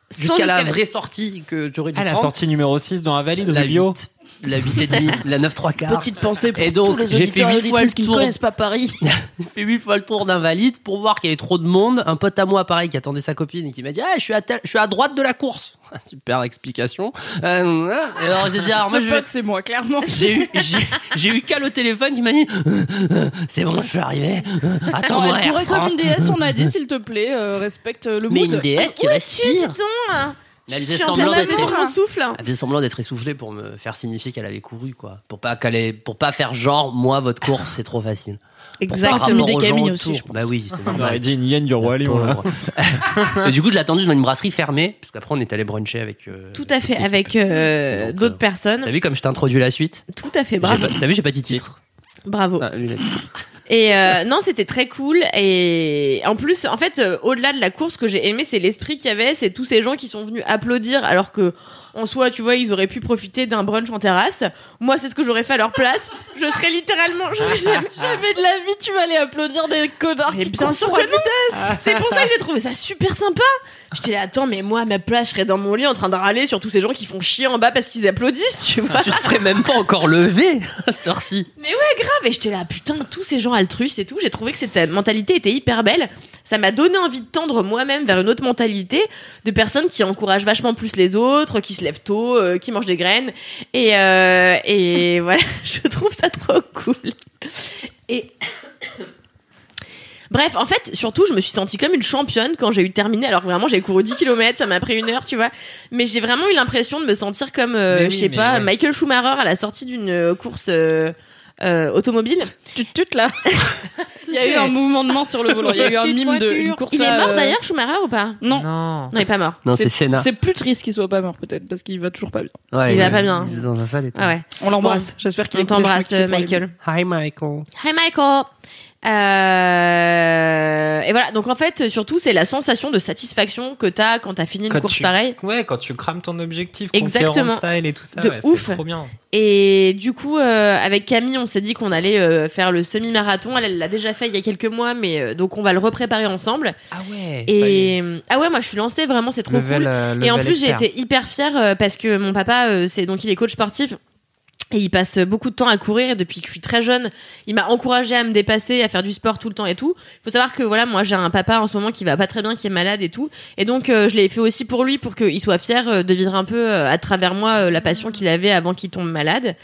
Speaker 4: Sans
Speaker 5: jusqu'à la
Speaker 4: escalade.
Speaker 5: vraie sortie que tu aurais dû
Speaker 3: Ah, la
Speaker 5: prendre.
Speaker 3: sortie numéro 6 dans Invalide,
Speaker 5: la
Speaker 3: au bio.
Speaker 5: 8, la 8 et demi, la 9 3 quarts.
Speaker 1: Petite pensée pour
Speaker 5: Et donc,
Speaker 1: tous les
Speaker 5: j'ai fait
Speaker 1: auditeurs et
Speaker 5: huit fois
Speaker 1: auditrices
Speaker 5: le
Speaker 1: qui ne
Speaker 5: tour.
Speaker 1: connaissent pas Paris.
Speaker 5: fait huit fois le tour d'invalide pour voir qu'il y avait trop de monde. Un pote à moi, pareil, qui attendait sa copine et qui m'a dit ah, je, suis à tel- je suis à droite de la course. *laughs* Super explication. Euh, et alors j'ai dit alors moi
Speaker 1: Ce
Speaker 5: je vais-
Speaker 1: pote, c'est moi, clairement.
Speaker 5: J'ai eu, j'ai- j'ai eu qu'à le téléphone qui m'a dit *laughs* c'est bon je suis arrivé attends moi
Speaker 1: elle pourrait
Speaker 5: Air
Speaker 1: comme
Speaker 5: France.
Speaker 1: une déesse, on a dit, s'il te plaît, euh, respecte le
Speaker 5: mais
Speaker 1: mood.
Speaker 5: une
Speaker 4: Ah,
Speaker 5: déesse qui respire elle
Speaker 4: Je
Speaker 5: faisait
Speaker 4: suis en plein
Speaker 5: semblant d'être
Speaker 4: maison, mon souffle.
Speaker 5: elle faisait semblant d'être essoufflée pour me faire signifier qu'elle avait couru quoi pour pas qu'elle ait- pour pas faire genre moi votre course c'est trop facile
Speaker 1: Exactement.
Speaker 5: Par rapport
Speaker 1: Intimider
Speaker 5: aux gens
Speaker 1: Camille
Speaker 5: autour.
Speaker 1: aussi, je pense.
Speaker 5: bah oui c'est
Speaker 3: On
Speaker 5: normal
Speaker 3: aurait dit une hyène du roi Lion, là.
Speaker 5: Pauvre. *laughs* Et du coup, je l'ai attendu dans une brasserie fermée, parce qu'après, on est allé bruncher avec. euh,
Speaker 4: Tout à fait,
Speaker 5: cette
Speaker 4: avec
Speaker 5: équipe.
Speaker 4: euh,
Speaker 5: Donc,
Speaker 4: d'autres
Speaker 5: euh, T'as
Speaker 4: personnes.
Speaker 5: vu comme je t'introduis la suite
Speaker 4: Tout à fait,
Speaker 5: J'ai pas-
Speaker 4: bravo.
Speaker 5: T'as vu, j'ai pas
Speaker 3: *laughs*
Speaker 5: dit titre.
Speaker 4: bravo.
Speaker 5: Ah, lunettes.
Speaker 4: Et euh, non, c'était très cool. Et en plus, en fait, euh, au-delà de la course, ce que j'ai aimé, c'est l'esprit qu'il y avait, c'est tous ces gens qui sont venus applaudir, alors que en soi, tu vois, ils auraient pu profiter d'un brunch en terrasse. Moi, c'est ce que j'aurais fait à leur place. Je serais littéralement, *laughs* j'aurais jamais, jamais de la vie, tu vas aller applaudir des connards qui bien sûr que non. Ah. C'est pour ça que j'ai trouvé ça super sympa. J'étais là, attends, mais moi, à ma place, je serais dans mon lit en train de râler sur tous ces gens qui font chier en bas parce qu'ils applaudissent, tu vois.
Speaker 5: tu te serais même pas encore levé à cette heure-ci.
Speaker 4: grave et j'étais là putain tous ces gens altruistes et tout j'ai trouvé que cette mentalité était hyper belle ça m'a donné envie de tendre moi-même vers une autre mentalité de personnes qui encouragent vachement plus les autres qui se lèvent tôt euh, qui mangent des graines et euh, et *laughs* voilà je trouve ça trop cool et *coughs* Bref, en fait, surtout, je me suis sentie comme une championne quand j'ai eu terminé. Alors que vraiment, j'ai couru 10 km, ça m'a pris une heure, tu vois. Mais j'ai vraiment eu l'impression de me sentir comme, euh,
Speaker 3: Mais oui,
Speaker 4: je sais
Speaker 3: mais
Speaker 4: pas,
Speaker 3: ouais.
Speaker 4: Michael Schumacher à la sortie d'une euh, course euh, euh, automobile.
Speaker 1: Tu te tutes, là. Il y a eu un mouvement de main sur le volant. Il y a eu un
Speaker 2: Petite
Speaker 1: mime de
Speaker 2: voiture.
Speaker 1: une course
Speaker 4: Il est
Speaker 1: à,
Speaker 4: mort
Speaker 1: euh,
Speaker 4: d'ailleurs, Schumacher ou pas
Speaker 1: Non.
Speaker 4: Non, il est pas mort.
Speaker 5: Non, c'est Senna.
Speaker 1: C'est plus triste qu'il soit pas mort, peut-être, parce qu'il va toujours pas bien.
Speaker 5: Ouais,
Speaker 4: il va pas bien.
Speaker 5: est dans un sale état.
Speaker 4: Ah ouais.
Speaker 1: On l'embrasse. J'espère qu'il
Speaker 4: On
Speaker 1: écoute les
Speaker 4: t'embrasse,
Speaker 1: trucs qui
Speaker 4: euh,
Speaker 1: font les-
Speaker 4: Michael.
Speaker 5: Hi Michael.
Speaker 4: Hi Michael. Euh, et voilà, donc en fait, surtout, c'est la sensation de satisfaction que t'as quand t'as fini une
Speaker 3: Quand
Speaker 4: course
Speaker 3: tu-
Speaker 4: pareille.
Speaker 3: Ouais, quand tu crames ton objectif,
Speaker 4: Exactement.
Speaker 3: Exactement. style et tout ça,
Speaker 4: De
Speaker 3: ouais,
Speaker 4: ouf.
Speaker 3: c'est trop bien.
Speaker 4: Et du coup, euh, avec Camille, on s'est dit qu'on allait euh, faire le semi-marathon. Elle, elle l'a déjà fait il y a quelques mois, mais euh, donc on va le repréparer ensemble.
Speaker 3: Ah ouais.
Speaker 4: Et ah ouais, moi je suis lancée, vraiment, c'est trop cool.
Speaker 3: euh,
Speaker 4: Et en plus, j'ai été hyper fière euh, parce que mon papa, euh, c'est donc il est coach sportif. Et il passe beaucoup de temps à courir et depuis que je suis très jeune, il m'a encouragé à me dépasser, à faire du sport tout le temps et tout. Il faut savoir que voilà, moi j'ai un papa en ce moment qui va pas très bien, qui est malade et tout. Et donc euh, je l'ai fait aussi pour lui, pour qu'il soit fier euh, de vivre un peu euh, à travers moi euh, la passion qu'il avait avant qu'il tombe malade.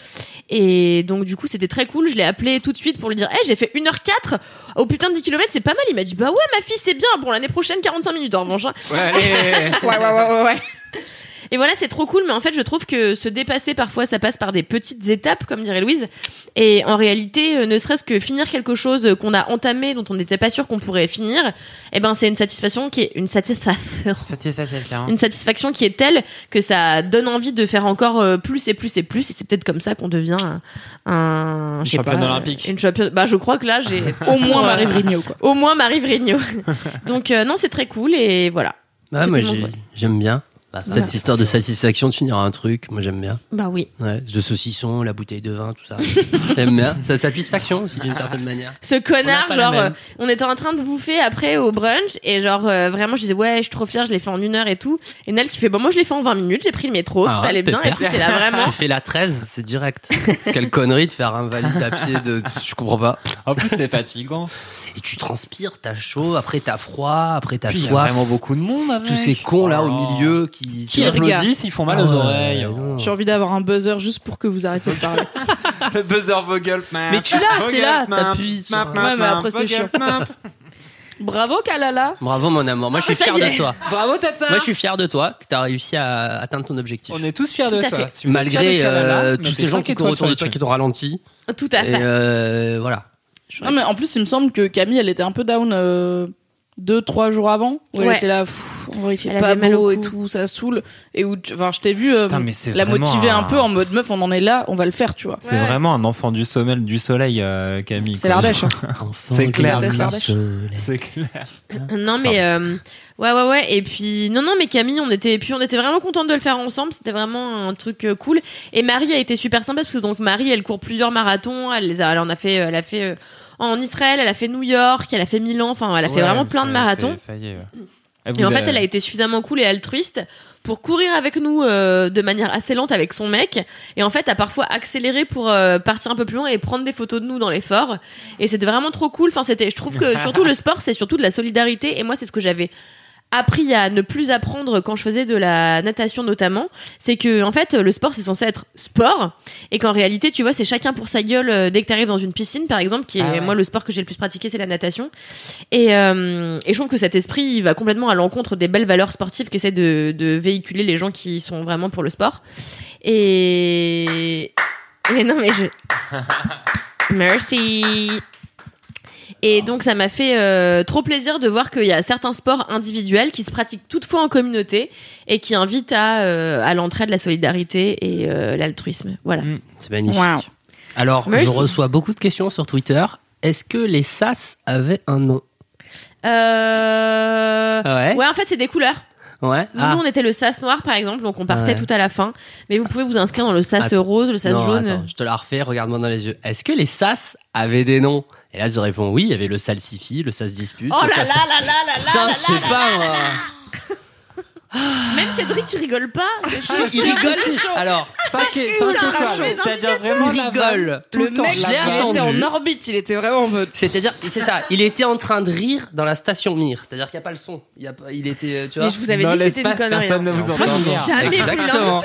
Speaker 4: Et donc du coup c'était très cool, je l'ai appelé tout de suite pour lui dire, hey j'ai fait 1h04 au Oh, putain de 10 km, c'est pas mal. Il m'a dit, bah ouais ma fille c'est bien, bon l'année prochaine 45 minutes en revanche. hein.
Speaker 3: Ouais,
Speaker 4: *laughs*
Speaker 3: allez.
Speaker 4: Ouais, ouais, ouais, ouais, ouais. Et voilà, c'est trop cool, mais en fait, je trouve que se dépasser parfois, ça passe par des petites étapes, comme dirait Louise. Et en réalité, euh, ne serait-ce que finir quelque chose euh, qu'on a entamé, dont on n'était pas sûr qu'on pourrait finir, eh ben, c'est une satisfaction qui est une satisfaction. *laughs* Une satisfaction qui est telle que ça donne envie de faire encore euh, plus et plus et plus. Et c'est peut-être comme ça qu'on devient un, un
Speaker 3: Une
Speaker 4: je sais
Speaker 3: championne
Speaker 4: pas, euh,
Speaker 3: olympique.
Speaker 4: Une championne. Bah, je crois que là, j'ai *laughs* au moins Marie,
Speaker 1: Marie Vrigno, quoi.
Speaker 4: au moins Marie Vrigno. *laughs* Donc, euh, non, c'est très cool et voilà.
Speaker 5: Ah, moi,
Speaker 4: C'était mon
Speaker 5: j'ai-
Speaker 4: vote.
Speaker 5: j'aime bien. Bah,
Speaker 4: voilà.
Speaker 5: Cette histoire de satisfaction de finir un truc, moi j'aime bien.
Speaker 4: Bah oui.
Speaker 5: Ouais, de saucisson, la bouteille de vin,
Speaker 4: *laughs*
Speaker 5: tout ça. j'aime bien. Sa satisfaction aussi d'une certaine manière.
Speaker 4: ce connard,
Speaker 5: pas la
Speaker 4: genre,
Speaker 5: même.
Speaker 4: euh, on était en train de bouffer après au brunch et genre euh, vraiment je disais ouais, je suis trop fière, je l'ai fait en une heure et tout. Et Nel qui fait bon, moi je l'ai fait en 20 minutes, j'ai pris le métro,
Speaker 5: Ah
Speaker 4: tout
Speaker 5: ouais,
Speaker 4: allait bien et tout.
Speaker 5: pépère.
Speaker 4: T'es là
Speaker 5: *laughs* J'ai
Speaker 4: vraiment.
Speaker 5: fait la 13, c'est direct. *laughs* Quelle connerie de faire un valide à pied de. Je comprends pas.
Speaker 3: En plus, c'est fatigant.
Speaker 5: Et tu transpires, t'as chaud, après t'as froid, après t'as
Speaker 3: Puis, Il y a
Speaker 5: soif.
Speaker 3: vraiment beaucoup de monde. hein,
Speaker 5: Tous
Speaker 3: mec.
Speaker 5: ces cons là
Speaker 3: Oh.
Speaker 5: au milieu qui.
Speaker 3: Qui applaudissent, ils font mal aux oreilles.
Speaker 1: J'ai envie d'avoir un buzzer juste pour que vous *laughs* arrêtiez de parler.
Speaker 3: *laughs* Le buzzer Vogel.
Speaker 1: Mais tu l'as, c'est là, t'appuies sur- Ouais, mais après, c'est chiant. Bravo Kalala.
Speaker 5: Bravo mon amour, moi je suis
Speaker 4: Ah, ça
Speaker 5: fier
Speaker 4: y est.
Speaker 5: de toi.
Speaker 3: Bravo, Tata.
Speaker 5: Moi je suis fier de toi que t'as réussi à atteindre ton objectif.
Speaker 3: On est tous fiers de
Speaker 4: Tout à
Speaker 3: toi.
Speaker 4: fait.
Speaker 3: Si vous êtes fiers de
Speaker 5: Malgré
Speaker 3: Kalala,
Speaker 5: euh,
Speaker 3: mettez
Speaker 5: tous ces gens
Speaker 3: cinq
Speaker 5: qui t'ont
Speaker 3: étoiles sur
Speaker 5: autour de toi,
Speaker 3: iTunes.
Speaker 5: qui t'ont ralenti.
Speaker 4: Tout à
Speaker 5: Et
Speaker 4: fait.
Speaker 5: euh, voilà.
Speaker 1: Non mais en plus il me semble que Camille elle était un peu down euh, deux trois jours avant où elle
Speaker 4: Ouais.
Speaker 1: était là pff, en vrai il fait
Speaker 4: Elle
Speaker 1: pas
Speaker 4: avait mal au
Speaker 1: beau et
Speaker 4: cou.
Speaker 1: tout ça saoule et où tu- enfin je t'ai vu euh,
Speaker 3: Putain, mais c'est
Speaker 1: la
Speaker 3: vraiment
Speaker 1: motiver un...
Speaker 3: un-
Speaker 1: peu en mode meuf on en est là on va le faire tu vois
Speaker 3: C'est
Speaker 4: Ouais.
Speaker 3: vraiment un enfant du sommeil, du soleil, euh, Camille.
Speaker 1: c'est
Speaker 3: quoi.
Speaker 1: l'Ardèche hein.
Speaker 5: Enfant
Speaker 3: C'est
Speaker 5: du
Speaker 3: clair.
Speaker 5: soleil.
Speaker 1: Ardèche.
Speaker 3: C'est clair.
Speaker 4: Non mais euh, ouais ouais ouais et puis non non mais Camille on était et puis on était vraiment contente de le faire ensemble c'était vraiment un truc euh, cool et Marie a été super sympa parce que donc Marie elle court plusieurs marathons elle les a elle en a fait euh, elle a fait euh, en Israël elle a fait New York elle a fait Milan enfin elle a fait
Speaker 3: Ouais,
Speaker 4: vraiment plein de
Speaker 3: c'est-
Speaker 4: marathons
Speaker 3: c'est- Ça y est. ouais.
Speaker 4: Et en
Speaker 3: vous
Speaker 4: fait, elle a été suffisamment cool et altruiste pour courir avec nous euh, de manière assez lente avec son mec. Et en fait, a parfois accéléré pour euh, partir un peu plus loin et prendre des photos de nous dans l'effort. Et c'était vraiment trop cool. Enfin, c'était, je
Speaker 3: *laughs*
Speaker 4: trouve que surtout le sport, c'est surtout de la solidarité. Et moi, c'est ce que j'avais appris à ne plus apprendre quand je faisais de la natation notamment, c'est que en fait le sport c'est censé être sport et qu'en réalité tu vois c'est chacun pour sa gueule euh, dès que t'arrives dans une piscine par exemple qui est
Speaker 3: Ah ouais.
Speaker 4: moi le sport que j'ai le plus pratiqué c'est la natation et, euh, et je trouve que cet esprit il va complètement à l'encontre des belles valeurs sportives qu'essaient de, de véhiculer les gens qui sont vraiment pour le sport et mais non mais je Merci. Et donc ça m'a fait euh, trop plaisir de voir qu'il y a certains sports individuels qui se pratiquent toutefois en communauté et qui invitent à, euh, à l'entraide, la solidarité et euh, l'altruisme. Voilà.
Speaker 5: C'est magnifique.
Speaker 1: Wow.
Speaker 5: Alors,
Speaker 4: Merci.
Speaker 5: je reçois beaucoup de questions sur Twitter. Est-ce que les SAS avaient un nom
Speaker 4: Euh...
Speaker 5: Ah Ouais.
Speaker 4: Ouais, en fait c'est des couleurs.
Speaker 5: Ouais.
Speaker 4: Nous,
Speaker 5: Ah.
Speaker 4: nous, on était le sas noir par exemple, donc on partait
Speaker 5: Ouais.
Speaker 4: tout à la fin. Mais vous pouvez vous inscrire dans le sas
Speaker 5: Attends.
Speaker 4: rose, le sas
Speaker 5: non,
Speaker 4: jaune.
Speaker 5: attends, je te la refais, regarde-moi dans les yeux. Est-ce que les SAS avaient des noms Et là, je réponds oui, il y avait le Salsifi, le SAS Dispute.
Speaker 4: Oh
Speaker 5: le
Speaker 4: là là
Speaker 5: SAS-
Speaker 4: là là là là
Speaker 5: Putain,
Speaker 4: là
Speaker 5: je sais pas, moi.
Speaker 4: Même Cédric il rigole
Speaker 5: *laughs*
Speaker 4: pas. c'est
Speaker 3: Ah,
Speaker 4: chaud.
Speaker 5: Il rigole. Alors,
Speaker 3: 5
Speaker 4: ça raconte
Speaker 3: étoiles.
Speaker 4: des
Speaker 3: C'est-à-dire vraiment
Speaker 5: il
Speaker 3: la
Speaker 5: rigole tout le temps.
Speaker 3: mec,
Speaker 5: Je l'ai
Speaker 3: il était
Speaker 5: attendu.
Speaker 1: orbite il était vraiment en mode
Speaker 5: C'est-à-dire, c'est ça, il était en train de rire dans la station Mire. C'est-à-dire qu'il n'y a pas le son. Il, y a pas- il était, euh, tu vois.
Speaker 4: Mais je vous avais
Speaker 3: Dans
Speaker 4: dit que c'était une
Speaker 3: l'espace,
Speaker 4: connerie.
Speaker 3: personne ne
Speaker 4: hein.
Speaker 3: vous
Speaker 4: Moi, j'ai
Speaker 3: entend.
Speaker 4: jamais voulu
Speaker 5: Exactement.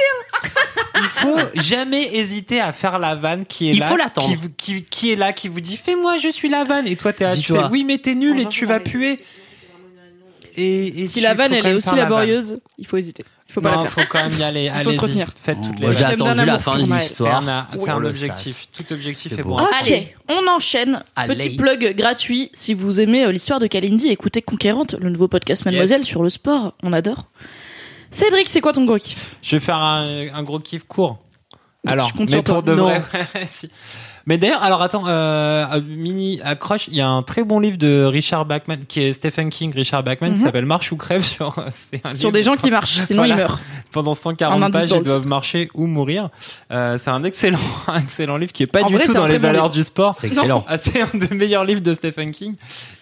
Speaker 3: Il faut jamais hésiter à faire la vanne qui est
Speaker 5: Il
Speaker 3: là.
Speaker 5: faut l'attendre.
Speaker 3: qui, vous- qui, qui est là, qui vous dit fais-moi, je suis la vanne. Et toi, t'es là, tu
Speaker 5: Dis-toi.
Speaker 3: fais oui, mais t'es nul et tu vas puer. Et, et
Speaker 1: si
Speaker 3: tu-
Speaker 1: la
Speaker 3: faut
Speaker 1: vanne
Speaker 3: quand
Speaker 1: elle est
Speaker 3: même
Speaker 1: aussi
Speaker 3: faire la vanne.
Speaker 1: laborieuse il faut hésiter il faut pas
Speaker 3: non,
Speaker 1: la faire
Speaker 3: faut quand même y
Speaker 1: *laughs*
Speaker 3: aller.
Speaker 1: faut se
Speaker 3: Allez-y.
Speaker 1: retenir.
Speaker 3: Faites toutes
Speaker 5: Moi,
Speaker 3: les
Speaker 5: j'ai
Speaker 3: vannes.
Speaker 1: Je t'aime d'un
Speaker 5: attendu la
Speaker 1: amour
Speaker 5: fin
Speaker 1: pour
Speaker 5: de
Speaker 1: Maël.
Speaker 3: C'est
Speaker 5: l'histoire.
Speaker 3: un, c'est
Speaker 5: On
Speaker 3: un
Speaker 5: le
Speaker 3: objectif. Tout objectif
Speaker 5: C'est
Speaker 3: est
Speaker 5: beau.
Speaker 3: bon.
Speaker 5: Ah,
Speaker 4: Allez.
Speaker 1: Ok, on enchaîne.
Speaker 5: Allez.
Speaker 1: Petit plug gratuit. Si vous aimez euh, l'histoire de Kalindi, écoutez Conquérante, le nouveau podcast Mademoiselle
Speaker 3: Yes.
Speaker 1: sur le sport. On adore. Cédric, c'est quoi ton gros kiff
Speaker 3: Je vais faire un, un gros kiff court. Alors,
Speaker 1: je compte
Speaker 3: mais
Speaker 1: sur toi.
Speaker 3: pour de
Speaker 1: Non.
Speaker 3: vrai. *laughs* ouais, si. Mais d'ailleurs, alors attends, euh, un mini accroche, il y a un très bon livre de Richard Bachman, qui est Stephen King, Richard Bachman, qui
Speaker 1: Mhm.
Speaker 3: s'appelle Marche ou crève *laughs* sur, c'est un
Speaker 1: Sur
Speaker 3: livre
Speaker 1: des gens qui
Speaker 3: *laughs*
Speaker 1: marchent, sinon
Speaker 3: Voilà.
Speaker 1: ils meurent.
Speaker 3: pendant
Speaker 1: Un
Speaker 3: 140
Speaker 1: indice
Speaker 3: pages,
Speaker 1: dans
Speaker 3: ils
Speaker 1: le
Speaker 3: doivent marcher ou mourir. Euh, c'est un excellent, *laughs* un excellent livre qui est pas
Speaker 1: En
Speaker 3: du
Speaker 1: vrai,
Speaker 3: tout
Speaker 1: c'est un
Speaker 3: dans
Speaker 1: très
Speaker 3: les
Speaker 1: bon
Speaker 3: valeurs
Speaker 1: livre.
Speaker 3: du sport.
Speaker 5: C'est excellent.
Speaker 3: Ah, c'est un des meilleurs livres de Stephen King.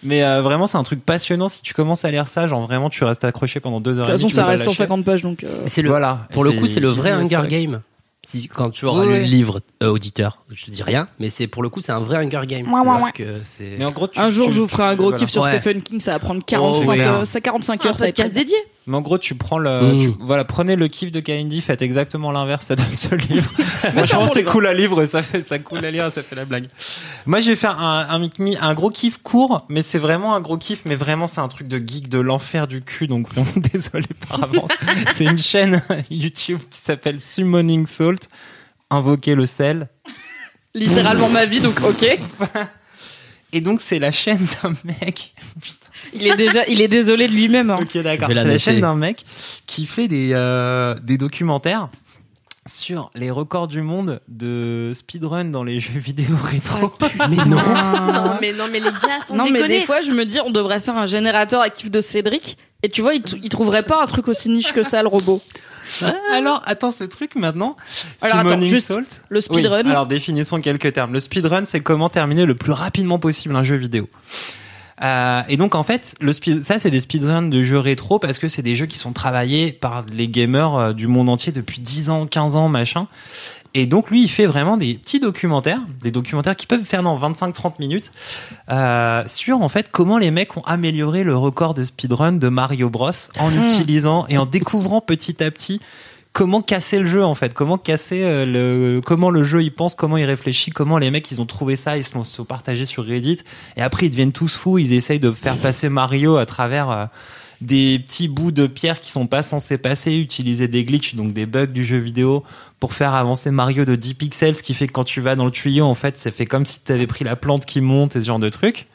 Speaker 3: Mais euh, vraiment, c'est un truc passionnant. Si tu commences à lire ça, genre vraiment, tu restes accroché pendant deux
Speaker 1: De
Speaker 3: heures.
Speaker 1: toute
Speaker 3: et
Speaker 1: façon,
Speaker 3: demie, tu
Speaker 1: ça
Speaker 3: peux pas
Speaker 1: reste
Speaker 3: lâcher.
Speaker 1: 150 pages, donc. euh,
Speaker 5: Et c'est le-
Speaker 3: Voilà.
Speaker 5: Pour le coup, c'est le vrai
Speaker 3: easy as
Speaker 5: Hunger
Speaker 3: fuck.
Speaker 5: Game. Si, quand tu auras
Speaker 3: Oui,
Speaker 5: lu
Speaker 3: oui.
Speaker 5: le livre, euh, auditeur, je te dis rien, mais c'est pour le coup, c'est un vrai Hunger Game.
Speaker 1: Mouah, mouah,
Speaker 5: C'est-à-dire
Speaker 1: mouah.
Speaker 5: que c'est-
Speaker 3: Mais en gros, tu-
Speaker 1: Un jour,
Speaker 3: tu-
Speaker 1: je vous ferai un gros
Speaker 3: voilà.
Speaker 1: kiff sur
Speaker 5: Ouais.
Speaker 1: Stephen King, ça va prendre
Speaker 5: Oh,
Speaker 1: 45,
Speaker 5: ouais.
Speaker 1: euh, ça, 45
Speaker 4: Un
Speaker 1: heures, ça va être
Speaker 4: podcast dédié.
Speaker 3: Mais en gros, tu prends le,
Speaker 5: Mm.
Speaker 3: tu- voilà, prenez le kiff de Candy, faites exactement l'inverse, ça donne ce livre.
Speaker 1: c'est un
Speaker 3: Franchement,
Speaker 1: bon
Speaker 3: c'est
Speaker 1: livre.
Speaker 3: cool à lire, et ça fait, ça cool à lire, et ça fait la blague. Moi, je vais faire un, un mic-mi, un gros kiff court, mais c'est vraiment un gros kiff, mais vraiment, c'est un truc de geek de l'enfer du cul, donc vraiment, *laughs* désolé par avance. c'est une chaîne *laughs* YouTube qui s'appelle Summoning Salt. Invoquer le sel.
Speaker 1: littéralement ma vie, donc ok.
Speaker 3: Et donc, c'est la chaîne d'un mec.
Speaker 1: Il est déjà, il est désolé de lui-même. hein.
Speaker 3: Ok, d'accord.
Speaker 5: Je vais la
Speaker 3: C'est la
Speaker 5: noter.
Speaker 3: chaîne d'un mec qui fait des, euh, des documentaires sur les records du monde de speedrun dans les jeux *laughs* vidéo rétro.
Speaker 5: Mais non
Speaker 4: Non, *laughs* mais non, mais les gars, sans
Speaker 1: Ah. Non, mais
Speaker 4: déconner.
Speaker 1: des fois, je me dis, on devrait faire un générateur à kiff de Cédric. Et tu vois, il, t- il trouverait pas un truc aussi niche que ça, le robot.
Speaker 3: *laughs* Alors, attends, ce truc maintenant.
Speaker 1: Alors, attends,
Speaker 3: Summoning
Speaker 1: juste
Speaker 3: Salt.
Speaker 1: Le
Speaker 3: Oui,
Speaker 1: speedrun.
Speaker 3: alors, définissons quelques termes. Le speedrun, c'est comment terminer le plus rapidement possible un jeu vidéo. Euh, et donc en fait, le speed, ça c'est des speedruns de jeux rétro parce que c'est des jeux qui sont travaillés par les gamers euh, du monde entier depuis 10 ans, 15 ans, machin. Et donc lui, il fait vraiment des petits documentaires, des documentaires qui peuvent faire dans 25-30 minutes euh, sur en fait comment les mecs ont amélioré le record de speedrun de Mario Bros en
Speaker 1: Hmm.
Speaker 3: utilisant et en découvrant petit à petit comment casser le jeu en fait, comment casser euh, le comment le jeu il pense, comment il réfléchit, comment les mecs ils ont trouvé ça, ils se l'ont se l'ont partagé sur Reddit et après ils deviennent tous fous, ils essayent de faire passer Mario à travers euh, des petits bouts de pierre qui sont pas censés passer, utiliser des glitches, donc des bugs du jeu vidéo pour faire avancer Mario de 10 pixels, ce qui fait que quand tu vas dans le tuyau, en fait, ça fait comme si tu avais pris la plante qui monte et ce genre de truc.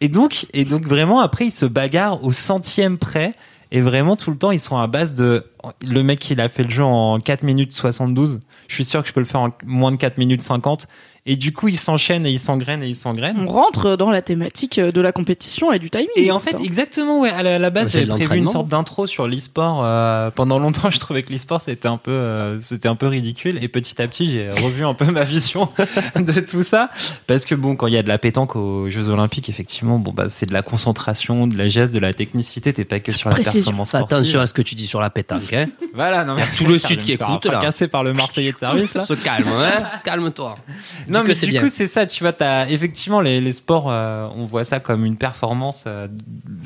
Speaker 3: Et donc, et donc vraiment, après, ils se bagarrent au centième près. Et vraiment, tout le temps, ils sont à base de... Le mec, il a fait le jeu en 4 minutes 72. Je suis sûr que je peux le faire en moins de 4 minutes 50. Et du coup, ils s'enchaînent et ils s'engrainent et ils s'engrainent.
Speaker 1: On rentre dans la thématique de la compétition et du timing.
Speaker 3: Et en fait,
Speaker 1: putain.
Speaker 3: exactement, ouais. À la, à la base,
Speaker 5: C'est
Speaker 3: j'avais
Speaker 5: de
Speaker 3: prévu une
Speaker 5: l'entraînement.
Speaker 3: sorte d'intro sur l'e-sport. euh, pendant longtemps, je trouvais que l'e-sport c'était un peu, euh, c'était un peu ridicule. Et petit à petit, j'ai revu un peu ma vision *laughs* de tout ça, parce que bon, quand il y a de la pétanque aux Jeux Olympiques, effectivement, bon bah c'est de la concentration, de la geste, de la technicité. T'es pas que sur la
Speaker 5: Précision.
Speaker 3: performance
Speaker 5: Fais
Speaker 3: sportive.
Speaker 5: attention à ce que tu dis sur la pétanque. Hein.
Speaker 3: Voilà, non mais
Speaker 5: tout le sud
Speaker 3: *laughs* Je vais
Speaker 5: qui
Speaker 3: me faire
Speaker 5: écoute, là.
Speaker 3: fracasser par le Marseillais de service là.
Speaker 5: Se calme, hein. calme-toi. Dis
Speaker 3: Non,
Speaker 5: que
Speaker 3: mais
Speaker 5: c'est
Speaker 3: du
Speaker 5: bien.
Speaker 3: coup, c'est ça, tu vois, t'as, effectivement, les, les sports, euh, on voit ça comme une performance euh,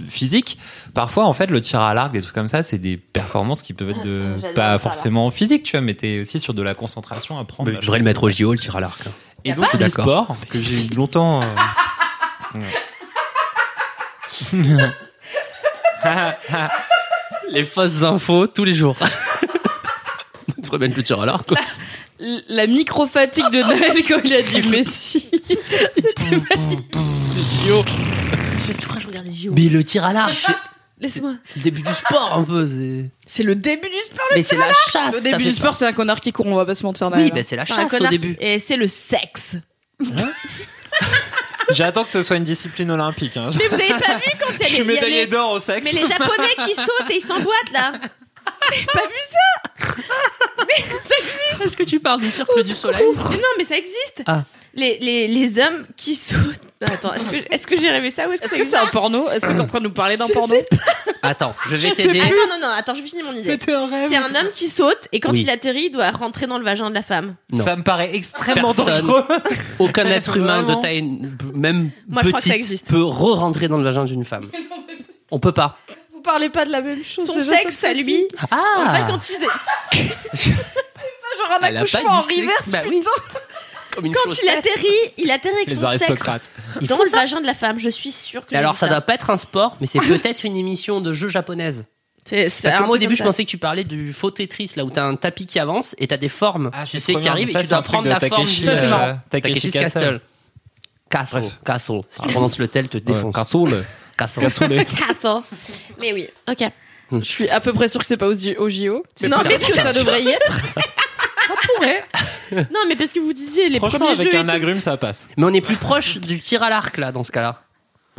Speaker 3: physique. Parfois, en fait, le tir à l'arc, des trucs comme ça, c'est des performances qui peuvent être de,
Speaker 4: J'adore le tir à
Speaker 3: pas
Speaker 4: l'arc.
Speaker 3: forcément physique, tu vois, mais t'es aussi sur de la concentration à prendre.
Speaker 5: Mais tu devrais le mettre au JO, le tir à l'arc. hein.
Speaker 3: Et donc,
Speaker 5: pas
Speaker 3: le
Speaker 5: D'accord.
Speaker 3: sport, que j'ai eu longtemps. euh, *laughs*
Speaker 5: Les fausses infos tous les *laughs* jours. Tu devrais mettre le tir à l'arc.
Speaker 1: L- la micro-fatigue de *laughs* Noël quand il a dit Messi.
Speaker 4: Je vais tout le temps regarder les JO.
Speaker 5: Mais le tir à l'arc, c'est-
Speaker 4: Laisse-moi.
Speaker 5: c'est le début du sport un peu. c'est-
Speaker 4: C'est le début du sport.
Speaker 5: Mais c'est la chasse.
Speaker 1: Au
Speaker 5: ça
Speaker 1: début
Speaker 5: fait
Speaker 1: du sport, c'est un connard qui court, on va pas se mentir.
Speaker 5: pas- Oui,
Speaker 1: Noël. hein.
Speaker 5: bah, c'est la
Speaker 4: C'est un
Speaker 5: chasse au
Speaker 4: connard qui-
Speaker 5: début.
Speaker 4: Et c'est le sexe.
Speaker 3: J'attends que ce soit une discipline olympique. hein.
Speaker 4: Mais vous avez pas vu quand il y a
Speaker 3: Je suis
Speaker 4: les- il y a
Speaker 3: médaillé
Speaker 4: les-
Speaker 3: d'or au sexe.
Speaker 4: Mais les japonais qui sautent et ils s'emboîtent là. Vous avez pas vu ça
Speaker 5: Est-ce que tu parles du cercle du soleil
Speaker 4: Mais Non, mais ça existe.
Speaker 5: Ah.
Speaker 4: Les, les, les hommes qui sautent. Non, attends, est-ce que, est-ce que j'ai rêvé ça ou est-ce que,
Speaker 1: Est-ce que c'est
Speaker 4: ça
Speaker 1: un porno Est-ce que t'es en train de nous parler d'un
Speaker 4: Je
Speaker 1: porno
Speaker 4: sais
Speaker 5: Attends, je vais
Speaker 3: Je sais plus.
Speaker 5: t'aider.
Speaker 4: Attends, non, non, attends, je finis mon idée.
Speaker 3: C'était un rêve.
Speaker 4: C'est un homme qui saute et quand
Speaker 5: Oui.
Speaker 4: il atterrit, il doit rentrer dans le vagin de la femme.
Speaker 5: Non.
Speaker 3: Ça me paraît extrêmement
Speaker 5: Personne. *laughs*
Speaker 3: dangereux.
Speaker 5: Aucun être humain de
Speaker 3: Vraiment.
Speaker 5: taille, même
Speaker 4: Moi, je crois que ça
Speaker 5: petite,
Speaker 4: existe.
Speaker 5: peut re-rentrer dans le vagin d'une femme. On peut pas.
Speaker 1: Vous parlez pas de la même chose.
Speaker 4: Son sexe à lui.
Speaker 5: Ah
Speaker 4: En fait, quand il,
Speaker 1: Genre un
Speaker 5: Elle a pas
Speaker 1: accouchement en
Speaker 5: dit sexe.
Speaker 1: reverse,
Speaker 5: Bah oui.
Speaker 1: putain.
Speaker 5: Comme une
Speaker 4: quand il
Speaker 5: chaussette.
Speaker 4: atterrit, il atterrit avec
Speaker 3: Les
Speaker 4: son sexe
Speaker 3: aristocrates.
Speaker 5: Il
Speaker 4: dans
Speaker 5: faut
Speaker 4: le vagin de la femme. Je suis sûre que.
Speaker 5: Et
Speaker 4: j'ai
Speaker 5: alors,
Speaker 4: vu
Speaker 5: ça doit pas être un sport,
Speaker 1: *laughs*
Speaker 5: mais c'est peut-être une émission de jeu japonaise.
Speaker 4: C'est, c'est
Speaker 5: Parce
Speaker 4: un
Speaker 5: que moi, au
Speaker 4: truc
Speaker 5: début, je
Speaker 4: comme ça.
Speaker 5: pensais que tu parlais du faux Tetris, là où t'as un tapis qui avance et t'as des formes,
Speaker 3: Ah,
Speaker 5: tu
Speaker 3: c'est
Speaker 5: sais,
Speaker 3: trop
Speaker 5: qui
Speaker 3: bien.
Speaker 5: arrivent
Speaker 3: Ça,
Speaker 5: et tu
Speaker 3: c'est un
Speaker 5: dois
Speaker 3: truc
Speaker 5: prendre
Speaker 3: de
Speaker 5: la forme
Speaker 3: Takeshi,
Speaker 5: du-
Speaker 1: Ça, c'est
Speaker 5: euh,
Speaker 3: marrant.
Speaker 5: Takeshi
Speaker 3: Takeshi Castle.
Speaker 5: Castle. Castle.
Speaker 3: Bref.
Speaker 5: Castle. Si tu prononces le tel, te défonce.
Speaker 3: Cassoule.
Speaker 5: Castle.
Speaker 3: Cassoule.
Speaker 4: *laughs* Castle. Mais oui, ok.
Speaker 1: Je suis à peu près sûre que c'est pas au JO. Non,
Speaker 5: Mais c'est
Speaker 1: mais
Speaker 5: un
Speaker 1: est-ce que ça
Speaker 5: castle.
Speaker 1: devrait y être Ça pourrait.
Speaker 4: Non, mais parce que vous disiez les
Speaker 3: Franchement,
Speaker 4: premiers
Speaker 3: avec
Speaker 4: jeux.
Speaker 3: un agrume, ça passe.
Speaker 5: Mais on est plus proche du tir à l'arc là dans ce cas-là.
Speaker 4: et-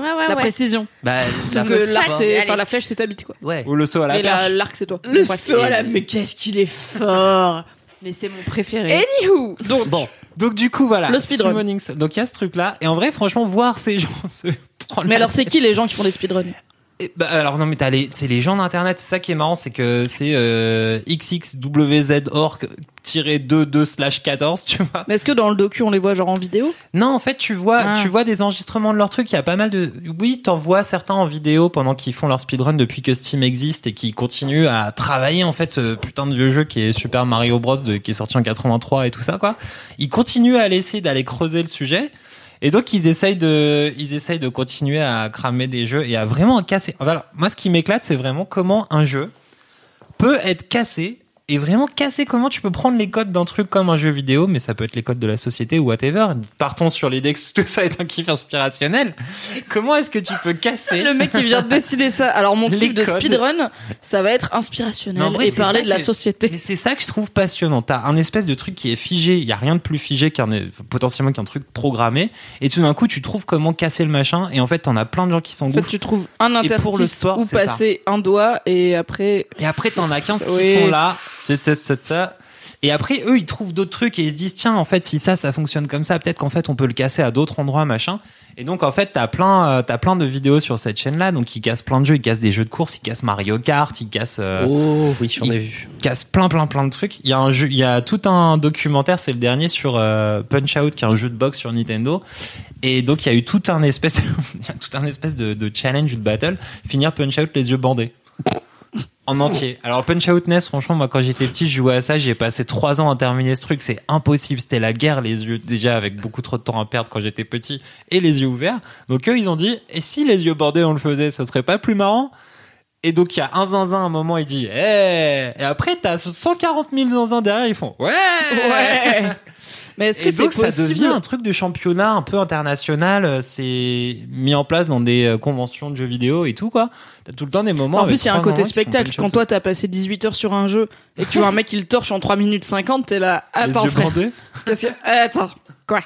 Speaker 4: Ouais, ouais,
Speaker 1: La
Speaker 4: ouais.
Speaker 1: précision.
Speaker 3: *laughs*
Speaker 5: Bah, la
Speaker 1: Sauf que
Speaker 5: perche,
Speaker 1: l'arc,
Speaker 5: quoi.
Speaker 1: c'est.
Speaker 4: Allez.
Speaker 1: Enfin, la flèche, c'est ta bite, quoi.
Speaker 5: Ouais.
Speaker 3: Ou le saut à la
Speaker 1: Et la-
Speaker 3: perche.
Speaker 1: l'arc, c'est toi.
Speaker 4: Le
Speaker 1: Bref.
Speaker 4: sol, ah, mais qu'est-ce qu'il est fort Mais c'est mon préféré.
Speaker 1: Anywho, donc
Speaker 5: Bon,
Speaker 3: Donc du coup, voilà.
Speaker 1: Le speedrun.
Speaker 3: Summoning Soul. Donc il y a ce truc-là. Et en vrai, franchement, voir ces gens *laughs* se prendre
Speaker 1: *laughs* Mais
Speaker 3: la
Speaker 1: alors, c'est qui les gens qui font des speedruns
Speaker 3: Et bah, alors non mais t'as les c'est les gens d'internet c'est ça qui est marrant c'est que c'est euh, xxwzorg-22 slash 14 tu vois
Speaker 1: Mais est-ce que dans le docu, on les voit genre en vidéo
Speaker 3: non en fait tu vois
Speaker 1: Ah.
Speaker 3: tu vois des enregistrements de leurs trucs il y a pas mal de oui t'en vois certains en vidéo pendant qu'ils font leur speedrun depuis que Steam existe et qui continuent à travailler en fait ce putain de vieux jeu qui est Super Mario Bros de, qui est sorti en 83 et tout ça quoi ils continuent à essayer d'aller creuser le sujet et donc ils essayent de, ils essayent de continuer à cramer des jeux et à vraiment casser. Voilà, moi ce qui m'éclate, c'est vraiment comment un jeu peut être cassé et vraiment cassé. Comment tu peux prendre les codes d'un truc comme un jeu vidéo, mais ça peut être les codes de la société ou whatever. Partons sur l'idée que tout ça est un kiff inspirationnel. Comment est-ce que tu peux casser
Speaker 1: Le mec qui vient de décider ça. Alors, mon
Speaker 3: Les
Speaker 1: kiff de
Speaker 3: codes.
Speaker 1: speedrun, ça va être inspirationnel
Speaker 3: Mais en vrai,
Speaker 1: et
Speaker 3: c'est
Speaker 1: parler
Speaker 3: ça
Speaker 1: de la
Speaker 3: que-
Speaker 1: société.
Speaker 3: Mais c'est ça que je trouve passionnant. T'as un espèce de truc qui est figé. Il y a rien de plus figé qu'un potentiellement qu'un truc programmé. Et tout d'un coup, tu trouves comment casser le machin. Et en fait, t'en as plein de gens qui
Speaker 1: En fait,
Speaker 3: s'engouffrent.
Speaker 1: tu trouves un
Speaker 3: Et
Speaker 1: interstice
Speaker 3: pour le sport,
Speaker 1: où
Speaker 3: c'est ça.
Speaker 1: passer un doigt et après.
Speaker 3: Et après, t'en as 15 qui
Speaker 1: Oui.
Speaker 3: sont là. tut, tut, tut, tut. Et après, eux, ils trouvent d'autres trucs et ils se disent, tiens, en fait, si ça, ça fonctionne comme ça, peut-être qu'en fait, on peut le casser à d'autres endroits, machin. Et donc, en fait, t'as plein, euh, t'as plein de vidéos sur cette chaîne-là. Donc, ils cassent plein de jeux. Ils cassent des jeux de course, ils cassent Mario Kart, ils cassent, euh,
Speaker 5: oh oui, j'en ai
Speaker 3: il-
Speaker 5: vu.
Speaker 3: casse plein plein plein de trucs. Il y a un jeu, il y a tout un documentaire, c'est le dernier sur euh, Punch Out, qui est un jeu de boxe sur Nintendo. Et donc il y a eu tout un espèce, *laughs* il y a tout un espèce de, de challenge ou de battle, finir Punch Out les yeux bandés. En entier. Alors Punch Out NES, franchement, moi quand j'étais petit, je jouais à ça, j'ai passé trois ans à terminer ce truc, c'est impossible, c'était la guerre, les yeux déjà avec beaucoup trop de temps à perdre quand j'étais petit et les yeux ouverts. Donc eux, ils ont dit, et si les yeux bandés on le faisait, ce serait pas plus marrant et donc, il y a un zinzin à un moment, il dit, Eh Et après, t'as 140 000 zinzins derrière, ils font, ouais! *laughs*
Speaker 1: Ouais. Mais est-ce que
Speaker 3: Et
Speaker 1: c'est
Speaker 3: donc, ça
Speaker 1: possible
Speaker 3: devient un truc de championnat un peu international, euh, c'est mis en place dans des euh, conventions de jeux vidéo et tout, quoi. T'as tout le temps des moments.
Speaker 1: En
Speaker 3: avec
Speaker 1: plus, il y a
Speaker 3: trois
Speaker 1: un côté
Speaker 3: zinzins qui sont
Speaker 1: spectacle.
Speaker 3: punch
Speaker 1: Quand
Speaker 3: out.
Speaker 1: toi, t'as passé 18 heures sur un jeu et que tu vois un mec qui le torche en 3 minutes 50, t'es là,
Speaker 3: Les
Speaker 1: attends,
Speaker 3: yeux
Speaker 1: frère. *laughs*
Speaker 3: bandés.
Speaker 1: Qu'est-ce que- Attends. Quoi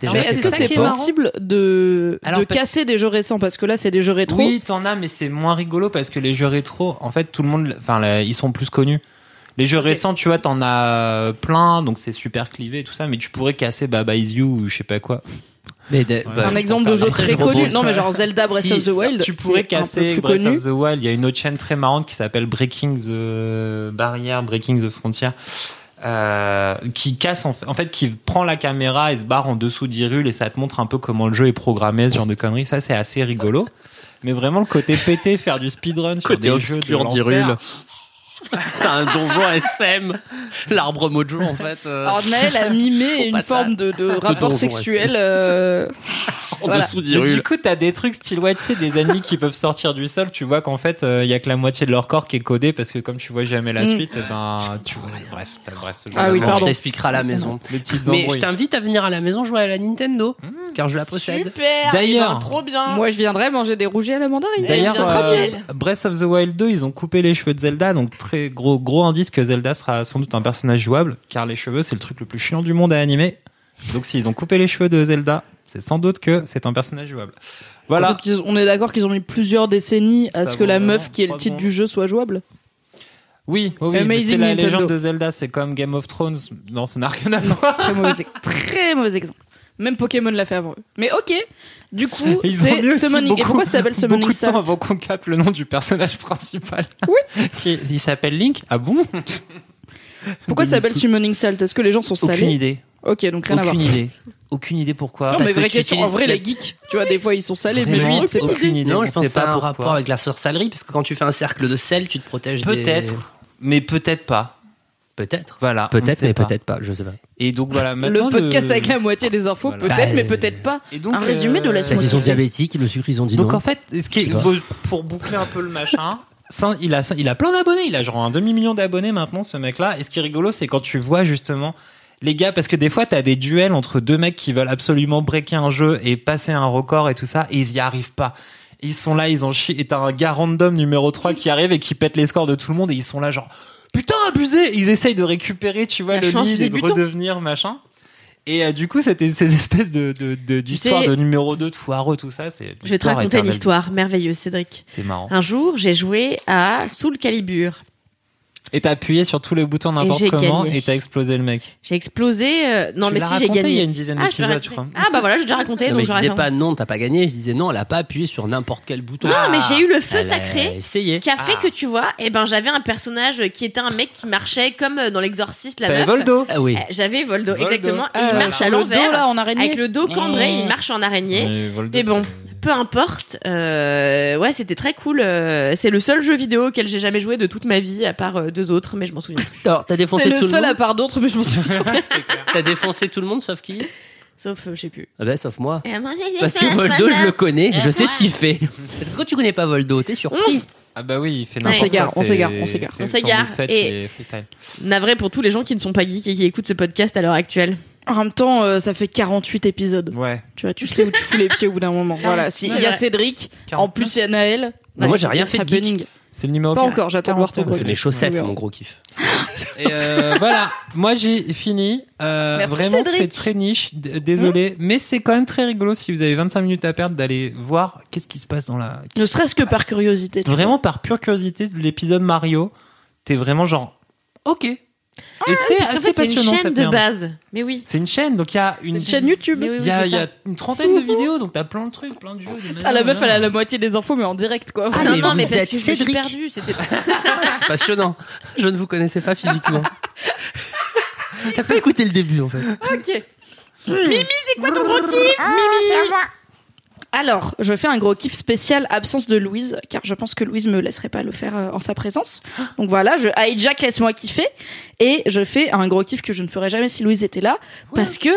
Speaker 5: Déjà,
Speaker 1: Mais est-ce
Speaker 3: c'est
Speaker 1: que
Speaker 3: ça
Speaker 1: c'est
Speaker 3: qui est marrant.
Speaker 1: possible de,
Speaker 3: Alors,
Speaker 1: de
Speaker 3: parce-
Speaker 1: casser des jeux récents Parce que là, c'est des jeux rétro.
Speaker 3: Oui, t'en as, mais c'est moins rigolo parce que les jeux rétro, en fait, tout le monde, enfin, là, ils sont plus connus. Les jeux récents, tu vois, t'en as euh, plein, donc c'est super clivé et tout ça, mais tu pourrais casser Baba Is You ou je sais pas quoi.
Speaker 5: mais de- bah,
Speaker 1: Un
Speaker 3: pour
Speaker 1: exemple
Speaker 3: faire
Speaker 1: de jeu
Speaker 3: la-
Speaker 1: très
Speaker 3: je
Speaker 1: connu.
Speaker 3: rebondis.
Speaker 1: Non, mais genre Zelda Breath
Speaker 3: Si,
Speaker 1: of the Wild.
Speaker 3: Tu pourrais
Speaker 1: qui est un peu
Speaker 3: casser
Speaker 1: plus
Speaker 3: Breath
Speaker 1: connu.
Speaker 3: of the Wild. Il y a une autre chaîne très marrante qui s'appelle Breaking the Barrier, Breaking the Frontier. euh, qui casse en fait, en fait, qui prend la caméra et se barre en dessous d'Irul et ça te montre un peu comment le jeu est programmé, ce genre de conneries. Ça, c'est assez rigolo. Mais vraiment, le côté pété, faire du speedrun sur
Speaker 5: Côté
Speaker 3: des jeux de
Speaker 5: obscur d'Irul.
Speaker 3: l'enfer.
Speaker 5: C'est un donjon SM. L'arbre mojo, en fait. euh,
Speaker 1: Alors, Naël a
Speaker 3: *laughs*
Speaker 1: mimé
Speaker 5: Au
Speaker 1: une
Speaker 5: passage.
Speaker 1: forme de, de rapport
Speaker 5: donjon,
Speaker 1: sexuel. euh,
Speaker 5: en
Speaker 1: voilà.
Speaker 5: dessous
Speaker 3: Mais du
Speaker 5: d'Irul.
Speaker 3: coup, t'as des trucs style, ouais, tu sais, des ennemis qui peuvent sortir du sol. Tu vois qu'en fait, il y a que la moitié de leur corps qui est codé parce que comme tu vois jamais la
Speaker 1: Mm.
Speaker 3: suite, eh ben, tu vois, bref, t'as- bref, ce genre
Speaker 1: Ah
Speaker 3: de
Speaker 1: oui,
Speaker 5: Bon,
Speaker 3: truc.
Speaker 1: pardon.
Speaker 5: Je t'expliquerai à la maison.
Speaker 3: Les petites
Speaker 5: Mais je
Speaker 3: embrouilles.
Speaker 5: t'invite à venir à la maison jouer à la Nintendo,
Speaker 3: Mmh.
Speaker 5: car je la possède.
Speaker 4: Super
Speaker 3: D'ailleurs-
Speaker 4: D'ailleurs, trop bien.
Speaker 1: Moi, je viendrais manger des rougies à la mandarine.
Speaker 3: D'ailleurs,
Speaker 1: Ça sera
Speaker 3: euh,
Speaker 1: bien.
Speaker 3: Breath of the Wild 2, ils ont coupé les cheveux de Zelda, donc très gros gros indice que Zelda sera sans doute un personnage jouable, car les cheveux c'est le truc le plus chiant du monde à animer. Donc s'ils ont coupé les cheveux de Zelda, c'est sans doute que c'est un personnage jouable. Voilà.
Speaker 1: Donc, ils- on est d'accord qu'ils ont mis plusieurs décennies à
Speaker 3: Ça
Speaker 1: ce que la
Speaker 3: vaut
Speaker 1: meuf
Speaker 3: vraiment
Speaker 1: qui est le
Speaker 3: trois
Speaker 1: titre
Speaker 3: secondes.
Speaker 1: du jeu soit jouable.
Speaker 3: Oui, oui, oui, mais
Speaker 1: Amazing
Speaker 3: c'est la
Speaker 1: Nintendo.
Speaker 3: légende de Zelda, c'est comme Game of Thrones. Non, ça n'a rien à voir.
Speaker 1: Très mauvais, ex- *laughs* très mauvais exemple. Même Pokémon l'a fait avant eux. Mais ok, du coup,
Speaker 3: *laughs* Ils ont
Speaker 1: c'est
Speaker 3: mis aussi
Speaker 1: Summoning.
Speaker 3: beaucoup,
Speaker 1: Et pourquoi ça s'appelle Summoning
Speaker 3: *laughs* beaucoup de temps
Speaker 1: Salt
Speaker 3: avant qu'on capte le nom du personnage principal. Oui. *laughs* il s'appelle Link. Ah bon
Speaker 1: Pourquoi ça s'appelle Summoning Salt Est-ce que les gens sont
Speaker 3: Aucune
Speaker 1: salés
Speaker 3: idée.
Speaker 1: Ok, donc rien à voir.
Speaker 3: Aucune idée. Aucune idée
Speaker 1: Non,
Speaker 3: pourquoi.
Speaker 5: Parce
Speaker 1: mais
Speaker 5: que
Speaker 1: vraie
Speaker 5: tu
Speaker 1: question. En
Speaker 5: utilises
Speaker 1: vrai,
Speaker 5: la-
Speaker 1: les geeks, tu vois, des fois ils sont salés, mais
Speaker 3: Vraiment,
Speaker 1: lui, c'est pas
Speaker 3: aucune idée.
Speaker 5: Non,
Speaker 3: on
Speaker 5: je pense que
Speaker 3: sait
Speaker 5: c'est
Speaker 3: pas
Speaker 5: un
Speaker 3: pourquoi.
Speaker 5: rapport avec la sorcellerie, parce que quand tu fais un cercle de sel, tu te protèges des-
Speaker 3: Peut-être, mais peut-être pas.
Speaker 5: Peut-être.
Speaker 3: Voilà. on ne
Speaker 5: Peut-être,
Speaker 3: sait
Speaker 5: mais
Speaker 3: pas.
Speaker 5: peut-être pas, je sais pas.
Speaker 3: Et donc voilà,
Speaker 1: le
Speaker 3: maintenant
Speaker 1: podcast avec la moitié des infos,
Speaker 3: Voilà.
Speaker 1: peut-être,
Speaker 5: Bah,
Speaker 1: mais peut-être pas.
Speaker 3: Et donc, euh,
Speaker 1: Un résumé de la
Speaker 5: Peut-être
Speaker 1: semaine.
Speaker 5: ils sont diabétiques, le sucre, ils ont dit
Speaker 3: Donc
Speaker 5: non.
Speaker 3: en fait, ce qui est-
Speaker 5: Je sais pas.
Speaker 3: pour boucler un peu le machin, *laughs* ça, il a ça- il a plein d'abonnés, il a genre un demi million d'abonnés maintenant ce mec-là. Et ce qui est rigolo, c'est quand tu vois justement les gars, parce que des fois t'as des duels entre deux mecs qui veulent absolument breaker un jeu et passer un record et tout ça, et ils y arrivent pas. Ils sont là, ils en chient, et t'as un gars random numéro 3 qui arrive et qui pète les scores de tout le monde, et ils sont là genre, putain abusé ils essayent de récupérer tu vois
Speaker 4: La
Speaker 3: le
Speaker 4: chance
Speaker 3: lead
Speaker 4: du
Speaker 3: et de
Speaker 4: débutant.
Speaker 3: redevenir machin et euh, du coup c'était ces espèces de de- de- d'histoires de,
Speaker 4: sais-
Speaker 3: numéro 2 de foireux tout ça c'est
Speaker 4: Je vais te
Speaker 3: l'histoire
Speaker 4: raconter une
Speaker 3: éternelle.
Speaker 4: histoire merveilleuse, Cédric.
Speaker 3: c'est marrant
Speaker 4: Un jour, j'ai joué à Soul Calibur.
Speaker 3: et t'as appuyé sur tous les boutons
Speaker 4: j'ai
Speaker 3: n'importe comment
Speaker 4: gagné.
Speaker 3: et t'as explosé le mec
Speaker 4: J'ai explosé. euh, Non,
Speaker 3: Tu
Speaker 4: mais
Speaker 3: l'as
Speaker 4: si j'ai
Speaker 3: raconté
Speaker 4: gagné.
Speaker 3: il y a une dizaine
Speaker 4: ah, je
Speaker 3: d'épisodes
Speaker 4: l'ai
Speaker 3: je
Speaker 4: raconté.
Speaker 3: crois
Speaker 4: Ah, bah voilà, j'ai déjà raconté.
Speaker 5: Non,
Speaker 4: donc
Speaker 5: mais
Speaker 4: je
Speaker 5: je disais
Speaker 4: raconte.
Speaker 5: pas non, t'as pas gagné. Je disais non, elle a pas appuyé sur n'importe quel bouton.
Speaker 4: Non, mais j'ai eu le feu
Speaker 5: Elle a
Speaker 4: sacré
Speaker 5: essayé.
Speaker 4: qui a fait
Speaker 3: Ah.
Speaker 4: que tu vois, eh ben j'avais un personnage qui était un mec qui marchait comme euh, dans l'exorciste la
Speaker 3: t'avais
Speaker 4: meuf.
Speaker 3: Voldo
Speaker 5: Ah oui.
Speaker 4: Euh, J'avais Voldo,
Speaker 3: Voldo.
Speaker 4: exactement. Et
Speaker 1: Ah,
Speaker 4: il marche
Speaker 1: sur
Speaker 4: à
Speaker 1: le dos,
Speaker 4: l'envers,
Speaker 1: là, en araignée.
Speaker 4: avec le dos cambré,
Speaker 5: Mmh.
Speaker 4: il marche en araignée.
Speaker 3: Mais Voldo,
Speaker 4: Ah, Mais bon.
Speaker 3: c'est-
Speaker 4: Peu importe, euh, ouais, c'était très cool. euh, c'est le seul jeu vidéo auquel j'ai jamais joué de toute ma vie, à part euh, deux autres, mais je m'en souviens.
Speaker 3: *laughs*
Speaker 5: Alors, t'as
Speaker 1: C'est
Speaker 5: défoncé
Speaker 1: le
Speaker 5: tout le
Speaker 1: seul à
Speaker 5: monde.
Speaker 1: part d'autres, mais je m'en souviens.
Speaker 5: T'as défoncé tout le monde sauf qui
Speaker 4: Sauf, euh, je sais plus.
Speaker 5: Ah bah, sauf moi.
Speaker 4: Et à mon avis,
Speaker 5: Parce que
Speaker 4: ça,
Speaker 5: Voldo, je
Speaker 4: voilà. Oh,
Speaker 5: le connais, je sais ce qu'il fait. Parce que quand tu connais pas Voldo, t'es surpris.
Speaker 3: ah bah oui il fait
Speaker 4: On
Speaker 3: n'importe
Speaker 4: s'égare,
Speaker 3: quoi
Speaker 1: on
Speaker 3: c'est-
Speaker 1: s'égare, on s'égare.
Speaker 3: c'est
Speaker 4: On
Speaker 3: son
Speaker 4: s'égare.
Speaker 3: moveset,
Speaker 4: Et-
Speaker 3: il est freestyle.
Speaker 4: *laughs* Navré pour tous les gens qui ne sont pas geeks et qui écoutent ce podcast à l'heure actuelle.
Speaker 1: En même temps, euh, ça fait 48 épisodes.
Speaker 3: ouais
Speaker 1: Tu vois, tu sais où tu fous les pieds au bout d'un moment. Voilà, si- il y a
Speaker 4: Ouais.
Speaker 1: Cédric, en plus il y a Naël.
Speaker 5: Mais moi, j'ai rien fait de geek.
Speaker 1: happening.
Speaker 3: c'est le numéro
Speaker 1: Pas
Speaker 3: quatre.
Speaker 1: encore, j'attends de voir ton
Speaker 3: C'est
Speaker 5: bah, C'est mes
Speaker 1: projet.
Speaker 5: chaussettes,
Speaker 1: Ouais.
Speaker 5: mon gros kiff.
Speaker 3: Et
Speaker 4: *laughs*
Speaker 3: euh, voilà, moi j'ai fini. Euh,
Speaker 1: Merci,
Speaker 3: vraiment,
Speaker 1: Cédric.
Speaker 3: c'est très niche, d-
Speaker 4: Hmm.
Speaker 3: désolé, mais c'est quand même très rigolo si vous avez 25 minutes à perdre d'aller voir qu'est-ce qui se passe dans la. qu'est-ce
Speaker 1: Ne
Speaker 3: qui
Speaker 1: serait-ce
Speaker 3: se
Speaker 1: que
Speaker 3: passe.
Speaker 1: par curiosité. tu
Speaker 3: Vraiment par pure curiosité, l'épisode Mario, t'es vraiment genre, ok. Et c'est
Speaker 4: Parce qu'en
Speaker 3: assez
Speaker 4: fait, c'est une
Speaker 3: passionnant
Speaker 4: chaîne
Speaker 3: cette
Speaker 4: de
Speaker 3: merde.
Speaker 4: base. Mais oui.
Speaker 3: C'est une chaîne, donc il y a
Speaker 1: vois.
Speaker 3: une.
Speaker 1: C'est une chaîne YouTube.
Speaker 4: Mais oui,
Speaker 3: Il
Speaker 4: oui,
Speaker 3: y, a,
Speaker 4: c'est
Speaker 3: il y
Speaker 4: ça.
Speaker 3: a une trentaine de vidéos, donc t'as plein de trucs, plein de jeux. de
Speaker 1: Ah, la meuf,
Speaker 3: manières,
Speaker 1: elle a la
Speaker 3: manières.
Speaker 1: moitié des infos, mais en direct, quoi.
Speaker 4: Ah
Speaker 5: Mais
Speaker 4: non, non,
Speaker 5: vous
Speaker 4: mais parce
Speaker 5: êtes
Speaker 4: que je me suis
Speaker 5: Cédric.
Speaker 4: perdue. C'était
Speaker 5: C'est passionnant. Je ne vous connaissais pas physiquement. T'as pas écouté le début en fait.
Speaker 4: ok. Mimi, c'est quoi ton gros kiff
Speaker 1: Alors, je fais un gros kiff spécial absence de Louise, car je pense que Louise me laisserait pas le faire euh, en sa présence. Donc voilà, je hijack, laisse-moi kiffer. Et je fais un gros kiff que je ne ferais jamais si Louise était là, parce que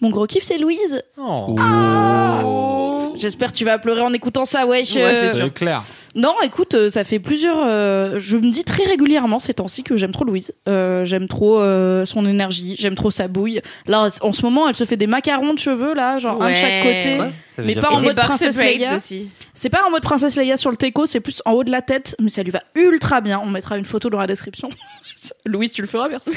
Speaker 1: mon gros kiff, c'est Louise.
Speaker 3: Oh,
Speaker 1: J'espère que tu vas pleurer en écoutant ça, wesh.
Speaker 3: ouais,
Speaker 1: euh.
Speaker 3: c'est sûr. clair.
Speaker 1: Non, écoute, euh, ça fait plusieurs. euh, je me dis très régulièrement ces temps-ci que j'aime trop Louise. Euh, j'aime trop euh, son énergie, j'aime trop sa bouille. Là, en- en ce moment, elle se fait des macarons de cheveux, là, genre un de chaque
Speaker 4: Ouais.
Speaker 1: côté.
Speaker 4: Quoi
Speaker 3: Ça veut
Speaker 1: Mais
Speaker 3: dire
Speaker 1: pas
Speaker 3: quoi
Speaker 1: en mode princesse Leia.
Speaker 4: braids aussi.
Speaker 1: C'est pas en mode princesse Leia sur le teco, c'est plus en haut de la tête, mais ça lui va ultra bien. On mettra une photo dans la description. *laughs* Louise, tu le feras, *laughs* merci.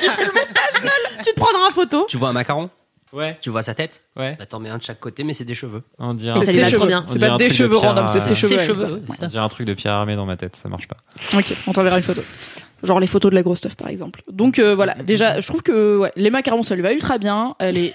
Speaker 4: Tu te prendras en photo.
Speaker 5: Tu vois un macaron
Speaker 3: Ouais,
Speaker 5: Tu vois sa tête
Speaker 3: ouais.
Speaker 5: Bah t'en mets un de chaque côté, mais c'est des cheveux.
Speaker 3: On dirait.
Speaker 1: C'est
Speaker 4: Et ça lui
Speaker 1: ses
Speaker 4: va trop
Speaker 1: cheveux.
Speaker 4: bien.
Speaker 3: On
Speaker 1: C'est
Speaker 3: dirait
Speaker 1: pas
Speaker 3: un
Speaker 1: des
Speaker 3: truc de
Speaker 1: cheveux
Speaker 3: Pierre,
Speaker 1: random, c'est ses
Speaker 3: euh,
Speaker 1: cheveux. elle.
Speaker 3: On dirait un truc de Pierre Hermé dans ma tête, ça marche pas.
Speaker 1: Ok, on t'enverra une photo. Genre les photos de la grosse stuff par exemple. Donc euh, voilà, déjà je trouve que ouais, les macarons ça lui va ultra bien, elle *laughs* est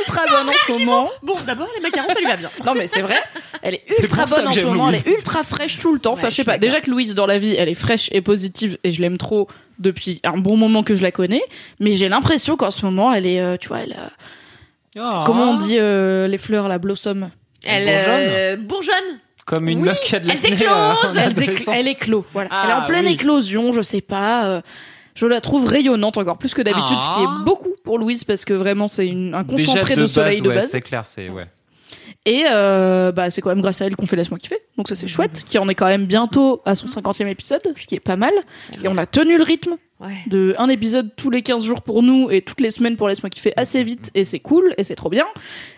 Speaker 1: ultra bonne en ce moment.
Speaker 4: Bon, d'abord, les macarons, ça lui va bien.
Speaker 1: Non mais c'est vrai, elle est
Speaker 3: C'est
Speaker 1: ultra
Speaker 3: pour ça
Speaker 1: bonne
Speaker 3: que
Speaker 1: en ce
Speaker 3: j'aime
Speaker 1: moment,
Speaker 3: Louise.
Speaker 1: elle est ultra fraîche tout le temps. enfin
Speaker 4: Ouais,
Speaker 1: je
Speaker 4: je
Speaker 1: sais
Speaker 4: suis
Speaker 1: pas,
Speaker 4: d'accord.
Speaker 1: déjà que Louise dans la vie elle est fraîche et positive et je l'aime trop depuis un bon moment que je la connais, mais j'ai l'impression qu'en ce moment elle est, euh, tu vois, elle, euh,
Speaker 3: Oh.
Speaker 4: Ah.
Speaker 1: comment on dit euh, les fleurs, la blossom
Speaker 4: Elle euh, bourgeonne.
Speaker 3: Comme une
Speaker 4: Oui,
Speaker 3: meuf qui a de
Speaker 4: elles
Speaker 3: l'acné, euh,
Speaker 4: éclosent,
Speaker 3: en
Speaker 1: elle,
Speaker 3: adolescence.
Speaker 1: elle éclot, voilà.
Speaker 3: Ah,
Speaker 1: elle est en pleine
Speaker 3: oui.
Speaker 1: éclosion, je sais pas. euh, je la trouve rayonnante encore plus que d'habitude, ce qui est
Speaker 3: Ah.
Speaker 1: beaucoup pour Louise parce que vraiment c'est une- un
Speaker 3: Déjà,
Speaker 1: concentré de, soleil de
Speaker 3: ouais,
Speaker 1: base.
Speaker 3: C'est clair, c'est ouais.
Speaker 1: Et euh, bah, c'est quand même grâce à elle qu'on fait Laisse-moi kiffer. Donc ça c'est chouette, qui en est quand même bientôt à son 50e épisode, ce qui est pas mal. Et on a tenu le rythme
Speaker 4: Ouais.
Speaker 1: de un épisode tous les 15 jours pour nous et toutes les semaines pour Laisse-moi kiffer assez vite et c'est cool et c'est trop bien.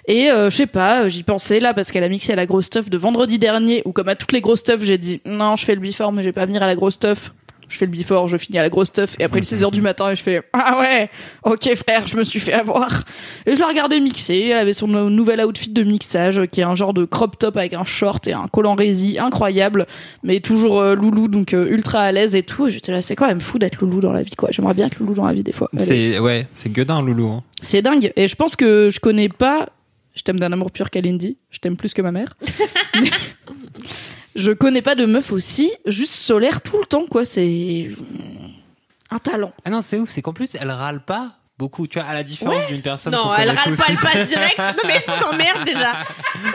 Speaker 1: Et euh, je sais pas, euh, j'y pensais là parce qu'elle a mixé à la grosse stuff de vendredi dernier où comme à toutes les grosses stuff j'ai dit non je fais le before mais je vais pas venir à la grosse stuff. Je fais le before, je finis à la grosse stuff et après il est 6h du matin et je fais ah ouais, ok frère, je me suis fait avoir. Et je la regardais mixer, elle avait son nou- nouvel outfit de mixage euh, qui est un genre de crop top avec un short et un collant rési incroyable mais toujours euh, loulou donc euh, ultra à l'aise et tout. Et J'étais là, c'est quand même fou d'être loulou dans la vie quoi. J'aimerais bien être loulou dans la vie des fois. Elle est-
Speaker 3: C'est ouais, c'est gueudin loulou. hein.
Speaker 1: C'est dingue et je pense que je connais pas. Je t'aime d'un amour pur qu'Alindy. Je t'aime plus que ma mère. Mais je connais pas de meuf aussi juste solaire tout le temps quoi. C'est un talent.
Speaker 3: Ah non, c'est ouf, c'est qu'en plus elle râle pas beaucoup, tu vois, à la différence d'une personne
Speaker 4: Non,
Speaker 3: qu'on
Speaker 4: elle
Speaker 3: connaît
Speaker 4: râle pas, elle
Speaker 3: tous.
Speaker 4: passe direct. Non, mais je vous emmerde déjà.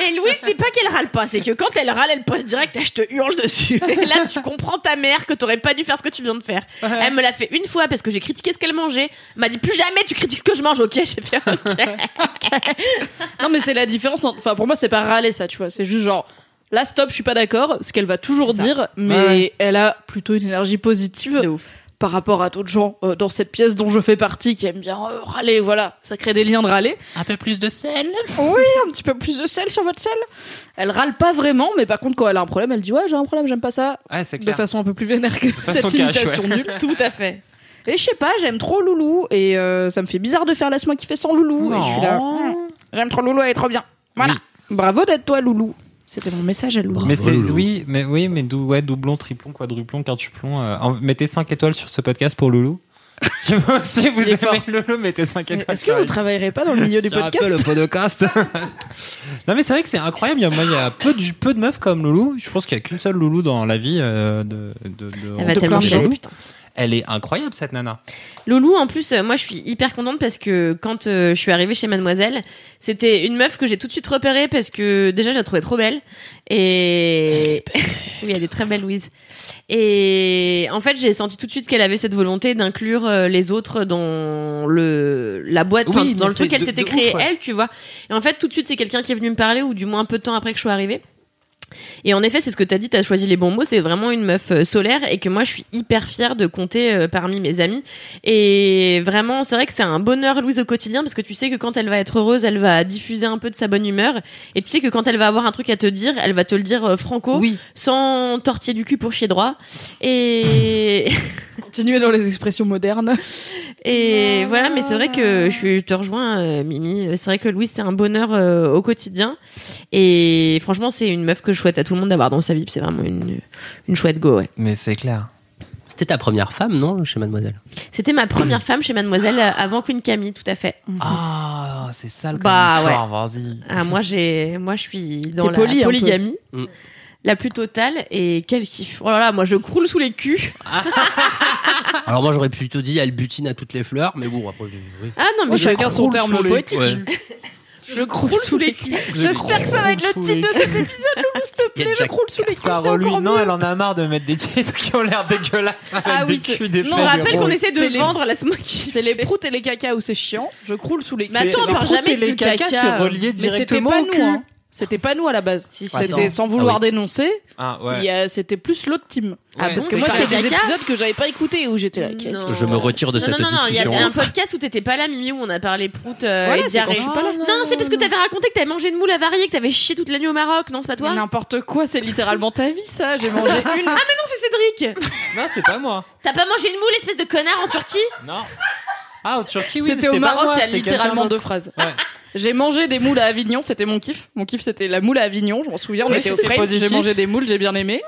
Speaker 4: Et Louis, c'est pas qu'elle râle pas, c'est que quand elle râle, elle passe direct et je te hurle dessus. Et là, tu comprends ta mère que t'aurais pas dû faire ce que tu viens de faire. Elle me l'a fait une fois parce que j'ai critiqué ce qu'elle mangeait. Elle m'a dit plus jamais tu critiques ce que je mange, ok J'ai fait
Speaker 1: Bah,
Speaker 4: ok.
Speaker 1: Non mais c'est la différence. entre- Enfin pour moi c'est pas râler ça tu vois. C'est juste genre là stop je suis pas d'accord. Ce qu'elle va toujours dire mais
Speaker 3: Ouais, ouais.
Speaker 1: elle a plutôt une énergie positive.
Speaker 4: De ouf.
Speaker 1: par rapport à d'autres gens euh, dans cette pièce dont je fais partie qui aiment bien euh, râler, voilà, ça crée des liens de râler.
Speaker 3: Un peu plus de sel.
Speaker 1: Oui, un petit peu plus de sel sur votre sel. Elle râle pas vraiment, mais par contre, quand elle a un problème, elle dit Ouais, j'ai un problème, j'aime pas ça.
Speaker 3: Ouais, c'est
Speaker 1: De
Speaker 3: clair.
Speaker 1: façon un peu plus vénère que
Speaker 3: façon
Speaker 1: cette
Speaker 3: cash,
Speaker 1: imitation
Speaker 3: *laughs*
Speaker 1: nulle.
Speaker 4: Tout à fait.
Speaker 1: Et je sais pas, j'aime trop Loulou, et euh, ça me fait bizarre de faire laisse-moi kiffer sans Loulou. Et je suis là,
Speaker 3: Non.
Speaker 1: Mmh, J'aime trop Loulou, elle est trop bien. Voilà. Bravo d'être toi, Loulou. C'était mon message à Loulou.
Speaker 5: Bravo.
Speaker 3: Mais c'est
Speaker 5: Loulou.
Speaker 3: oui, mais oui, mais dou- ouais, doublon, triplon, quadruplon, quintuplon. euh, en- mettez 5 étoiles sur ce podcast pour Loulou. *laughs* si vous, si vous
Speaker 1: Il est
Speaker 3: aimez
Speaker 1: fort.
Speaker 3: Loulou, mettez 5
Speaker 1: Mais
Speaker 3: étoiles.
Speaker 1: Est-ce que vous travaillerez pas dans le
Speaker 3: *laughs*
Speaker 1: milieu du podcast
Speaker 3: le podcast. non mais c'est vrai que c'est incroyable. Il y a, moi, il y a peu de, peu de meufs comme Loulou. Je pense qu'il y a qu'une seule Loulou dans la vie euh, de, de, de-
Speaker 4: Elle va
Speaker 3: de
Speaker 4: tellement
Speaker 3: Loulou.
Speaker 4: chialer,
Speaker 3: Elle est incroyable cette nana.
Speaker 4: Loulou, en plus, euh, moi, je suis hyper contente parce que quand euh, je suis arrivée chez Mademoiselle, c'était une meuf que j'ai tout de suite repérée parce que déjà, je la trouvais trop belle. Et *laughs* oui, elle est très belle, Louise. Et en fait, j'ai senti tout de suite qu'elle avait cette volonté d'inclure euh, les autres dans le la boîte, enfin,
Speaker 3: Oui,
Speaker 4: dans
Speaker 3: mais
Speaker 4: le truc
Speaker 3: c'est
Speaker 4: qu'elle
Speaker 3: de-
Speaker 4: s'était
Speaker 3: de
Speaker 4: créé
Speaker 3: ouf, ouais.
Speaker 4: elle, tu vois. Et en fait, tout de suite, c'est quelqu'un qui est venu me parler, ou du moins un peu de temps après que je sois arrivée. Et en effet, c'est ce que t'as dit, t'as choisi les bons mots, c'est vraiment une meuf euh, solaire et que moi je suis hyper fière de compter euh, parmi mes amis. Et vraiment, c'est vrai que c'est un bonheur Louise au quotidien parce que tu sais que quand elle va être heureuse, elle va diffuser un peu de sa bonne humeur et tu sais que quand elle va avoir un truc à te dire, elle va te le dire euh, franco,
Speaker 3: Oui.
Speaker 4: sans tortiller du cul pour chier droit. Et
Speaker 1: Continuer dans les expressions modernes.
Speaker 4: et voilà, mais c'est vrai que je, suis- je te rejoins, euh, Mimi. C'est vrai que Louise, c'est un bonheur euh, au quotidien. Et franchement, c'est une meuf que je souhaite à tout le monde d'avoir dans sa vie. puis C'est vraiment une, une chouette go, ouais.
Speaker 3: Mais c'est clair.
Speaker 5: C'était ta première femme, non, chez Mademoiselle
Speaker 4: C'était ma première femme chez Mademoiselle euh, avant Queen Camille, tout à fait.
Speaker 3: Ah, c'est sale comme
Speaker 4: Bah,
Speaker 3: histoire, vas-y.
Speaker 4: Ah, moi, j'ai, moi, je suis dans
Speaker 1: T'es
Speaker 4: la
Speaker 1: polie un peu.
Speaker 4: polygamie.
Speaker 5: Mm.
Speaker 4: La plus totale et quel kiff. Oh là là, moi je croule sous les culs.
Speaker 5: Alors moi j'aurais plutôt dit elle butine à toutes les fleurs, mais bon après oui.
Speaker 4: Ah non, mais je,
Speaker 1: chacun son terme poétique.
Speaker 5: Ouais.
Speaker 4: je croule sous les culs.
Speaker 1: J'espère que ça va être le titre de cet épisode, Loulou, s'il te
Speaker 5: Il y a
Speaker 1: plaît, je
Speaker 5: Jack
Speaker 1: croule sous les cuisses.
Speaker 3: Ça
Speaker 1: c'est
Speaker 3: reluit.
Speaker 1: encore
Speaker 3: Non,
Speaker 1: mieux.
Speaker 3: elle en a marre de mettre des titres qui ont l'air dégueulasses avec
Speaker 1: Ah oui,
Speaker 3: des
Speaker 1: c'est-
Speaker 3: culs des
Speaker 4: Non, on
Speaker 3: faits, des
Speaker 4: rappelle qu'on
Speaker 3: rôles.
Speaker 4: essaie de
Speaker 1: C'est les-
Speaker 4: vendre la semaine qui *laughs*
Speaker 1: C'est les proutes et les cacas où c'est chiant. Je croule sous les
Speaker 4: Mais attends, on
Speaker 3: Les
Speaker 4: parle
Speaker 3: proutes
Speaker 4: jamais
Speaker 3: et les
Speaker 4: du
Speaker 3: cacas,
Speaker 4: caca.
Speaker 3: c'est relié
Speaker 1: Mais c'était
Speaker 3: directement
Speaker 1: pas
Speaker 3: au
Speaker 1: nous,
Speaker 3: cul.
Speaker 1: hein. C'était pas nous à la base.
Speaker 4: Si, si.
Speaker 3: Ouais,
Speaker 1: C'était
Speaker 3: non.
Speaker 1: sans vouloir
Speaker 5: Ah oui.
Speaker 1: dénoncer,
Speaker 3: Ah,
Speaker 1: il y a- c'était plus l'autre team.
Speaker 4: Ah,
Speaker 1: Parce
Speaker 4: bon,
Speaker 1: que
Speaker 4: c'est
Speaker 1: moi,
Speaker 4: pas
Speaker 1: c'est des
Speaker 4: les cacas
Speaker 1: épisodes que j'avais pas écoutés où j'étais là. qu'est-ce
Speaker 4: Non.
Speaker 5: que je me retire de
Speaker 4: non,
Speaker 5: cette
Speaker 4: non, non, Non, il y a
Speaker 5: discussion.
Speaker 4: un podcast où t'étais pas là, Mimi, où on a parlé prout euh,
Speaker 1: Voilà,
Speaker 4: et
Speaker 1: c'est quand
Speaker 4: diarrhée.
Speaker 1: je suis pas là.
Speaker 4: Non, c'est parce que t'avais raconté que t'avais mangé une moule avariée, que t'avais chié toute la nuit au Maroc, non, c'est pas toi
Speaker 1: Mais
Speaker 4: Non,
Speaker 1: N'importe quoi, c'est littéralement ta vie, ça. J'ai mangé une.
Speaker 4: c'est Cédric
Speaker 3: Non, c'est pas moi.
Speaker 4: T'as pas mangé une moule, espèce de connard, en Turquie
Speaker 3: Non. Ah, en Turquie, oui, mais
Speaker 1: c'était au
Speaker 3: pas
Speaker 1: Maroc,
Speaker 3: moi,
Speaker 1: il y a
Speaker 3: c'était quelqu'un
Speaker 1: littéralement
Speaker 3: d'autre.
Speaker 1: deux phrases.
Speaker 3: Ouais.
Speaker 1: *laughs* J'ai mangé des moules à Avignon, c'était mon kiff. Mon kiff, c'était la moule à Avignon, je m'en souviens, on
Speaker 3: Ouais,
Speaker 1: était au
Speaker 3: c'était
Speaker 1: French, j'ai
Speaker 3: positif.
Speaker 1: mangé des moules, j'ai bien aimé.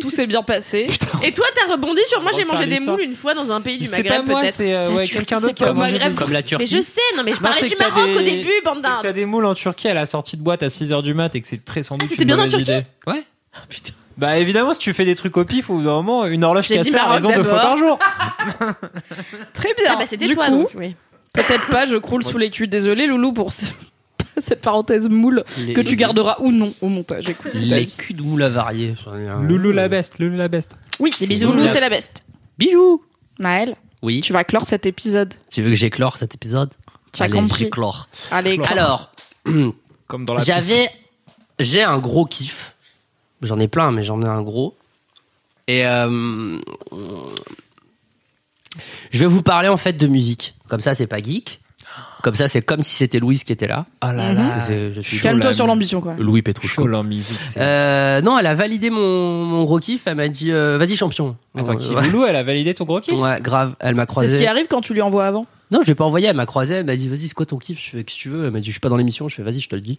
Speaker 1: Tout s'est bien passé.
Speaker 4: Et toi, t'as rebondi sur moi,
Speaker 3: On
Speaker 4: j'ai
Speaker 3: va
Speaker 4: mangé
Speaker 3: faire
Speaker 4: des
Speaker 3: l'histoire.
Speaker 4: moules une fois dans un pays du
Speaker 3: C'est pas
Speaker 4: Maghreb,
Speaker 3: moi,
Speaker 4: peut-être.
Speaker 3: c'est euh, ouais, quelqu'un d'autre qui a
Speaker 1: au
Speaker 3: mangé
Speaker 1: Maghreb,
Speaker 3: des-
Speaker 5: Comme la Turquie.
Speaker 4: Mais je sais, non, mais je
Speaker 3: Non,
Speaker 4: parlais
Speaker 3: c'est
Speaker 4: du
Speaker 3: que t'as
Speaker 4: Maroc au
Speaker 3: des-
Speaker 4: début, bande
Speaker 3: c'est que T'as
Speaker 4: d'Inde.
Speaker 3: des moules en Turquie à la sortie de boîte à 6h du mat et que c'est
Speaker 1: Ah,
Speaker 3: très sans doute
Speaker 4: c'était
Speaker 3: une
Speaker 4: bien en
Speaker 3: mauvaise
Speaker 4: Turquie
Speaker 3: idée.
Speaker 1: *laughs*
Speaker 3: Ouais. Bah évidemment, si tu fais des trucs au pif, au bout d'un moment, une horloge
Speaker 4: J'ai dit
Speaker 3: cassée à
Speaker 4: Maroc
Speaker 3: raison deux fois
Speaker 4: d'abord.
Speaker 3: par jour.
Speaker 1: Très bien.
Speaker 4: Ah bah, c'était
Speaker 1: Du
Speaker 4: toi,
Speaker 1: coup,
Speaker 4: donc, oui.
Speaker 1: Peut-être pas, je croule sous les culs. Désolé, Loulou, pour *laughs* ce- cette parenthèse moule que tu garderas ou non au montage. Écoute, c'est ta
Speaker 5: Les
Speaker 1: vie.
Speaker 5: culs de moule avariés.
Speaker 3: Loulou la beste, Loulou la beste.
Speaker 1: Oui,
Speaker 5: C'est
Speaker 1: bisous,
Speaker 5: Loulou,
Speaker 1: Loulou,
Speaker 5: la-
Speaker 1: c'est la best.
Speaker 5: Bijou.
Speaker 1: Naël,
Speaker 5: Oui.
Speaker 1: tu vas clore cet épisode.
Speaker 5: Tu veux que j'éclore cet épisode
Speaker 1: Tu as
Speaker 5: Allez,
Speaker 1: compris.
Speaker 5: j'éclore.
Speaker 1: Allez, clore.
Speaker 5: Alors,
Speaker 3: Comme dans la piscine.
Speaker 5: j'avais, j'ai un gros kiff. J'en ai plein, mais j'en ai un gros. Et euh, je vais vous parler en fait de musique. Comme ça, c'est pas geek. Comme ça, c'est comme si c'était Louise qui était là.
Speaker 3: Oh
Speaker 1: Mm-hmm.
Speaker 3: là
Speaker 1: Ah.
Speaker 5: Parce que
Speaker 3: là.
Speaker 5: c'est- je suis
Speaker 1: calme-toi sur l'ambition, quoi.
Speaker 5: Louis Petrouchko.
Speaker 3: Chaud en musique. c'est-
Speaker 5: Euh, non, elle a validé mon, mon gros kiff. Elle m'a dit, euh, vas-y champion.
Speaker 3: Attends, qui-
Speaker 5: Euh, *laughs* ouais.
Speaker 3: Loulou, elle a validé ton gros kiff
Speaker 5: Ouais,
Speaker 3: *laughs*
Speaker 5: grave. Elle m'a
Speaker 1: C'est ce qui
Speaker 5: croisé.
Speaker 1: arrive quand tu lui envoies avant.
Speaker 5: Non, je l'ai pas envoyé. Elle m'a croisé. Elle m'a dit, vas-y, c'est quoi ton kiff Je fais, qu'est-ce que tu veux Elle m'a dit, je suis pas dans l'émission. Je fais, vas-y, je te le dis.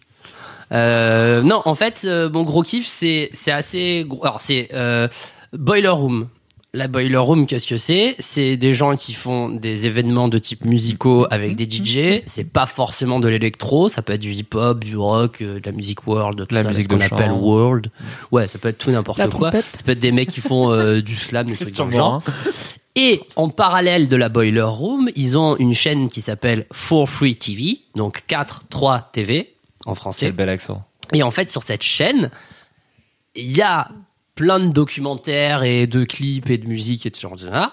Speaker 5: Euh, non, en fait, euh, mon gros kiff, c'est c'est assez. gros. Alors, c'est euh, Boiler Room. La Boiler Room, qu'est-ce que c'est C'est des gens qui font des événements de type musicaux avec
Speaker 3: Mhm.
Speaker 5: des DJ. C'est pas forcément de l'électro. Ça peut être du hip-hop, du rock, euh, de la musique world, tout
Speaker 3: La
Speaker 5: ça,
Speaker 3: musique
Speaker 5: ce qu'on
Speaker 3: de Mhm.
Speaker 5: appelle
Speaker 3: chambre.
Speaker 5: world. Ouais, ça peut être tout n'importe
Speaker 1: La
Speaker 5: quoi.
Speaker 1: trompette.
Speaker 5: Ça peut être des mecs qui font euh, du slam, des trucs dans
Speaker 3: Christian
Speaker 5: le genre.
Speaker 3: Morin.
Speaker 5: Et en parallèle de la Boiler Room, ils ont une chaîne qui s'appelle 4 Free TV, donc 4-3 TV en français.
Speaker 3: Quel bel accent.
Speaker 5: Et en fait, sur cette chaîne, il y a plein de documentaires et de clips et de musique et de ce genre de là.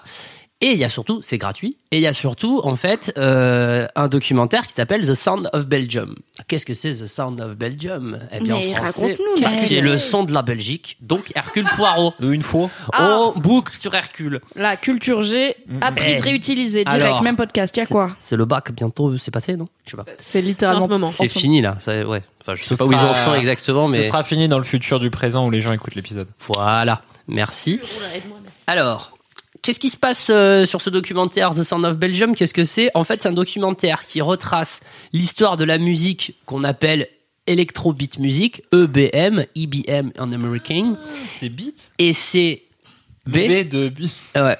Speaker 5: Et il y a surtout, c'est gratuit, et il y a surtout, en fait, euh, un documentaire qui s'appelle The Sound of Belgium. Qu'est-ce que c'est The Sound of Belgium Eh bien,
Speaker 1: Mais
Speaker 5: en français,
Speaker 1: raconte-nous,
Speaker 5: qu'est-ce
Speaker 1: Maëlle.
Speaker 5: que c'est le son de la Belgique, donc Hercule Poirot.
Speaker 3: Une fois.
Speaker 1: Ah.
Speaker 5: On boucle sur Hercule.
Speaker 1: La culture G, apprise,
Speaker 5: Eh.
Speaker 1: réutilisée, direct,
Speaker 5: Alors.
Speaker 1: même podcast. Il y a quoi
Speaker 5: C'est le bac bientôt, c'est passé, non Je sais pas.
Speaker 1: C'est littéralement.
Speaker 4: C'est en ce moment.
Speaker 5: C'est fini là, ça, ouais. Enfin, je
Speaker 3: Ce
Speaker 5: sais pas où ils en
Speaker 3: sera-
Speaker 5: sont exactement, mais
Speaker 3: Ce sera fini dans le futur du présent où les gens écoutent l'épisode.
Speaker 5: voilà. Merci. Alors, qu'est-ce qui se passe euh, sur ce documentaire The Sound of Belgium Qu'est-ce que c'est En fait, c'est un documentaire qui retrace l'histoire de la musique qu'on appelle electro beat music, E EBM, EBM en américain,
Speaker 3: Ah, C'est beat
Speaker 5: et c'est B.
Speaker 3: B de beat.
Speaker 5: Ah ouais,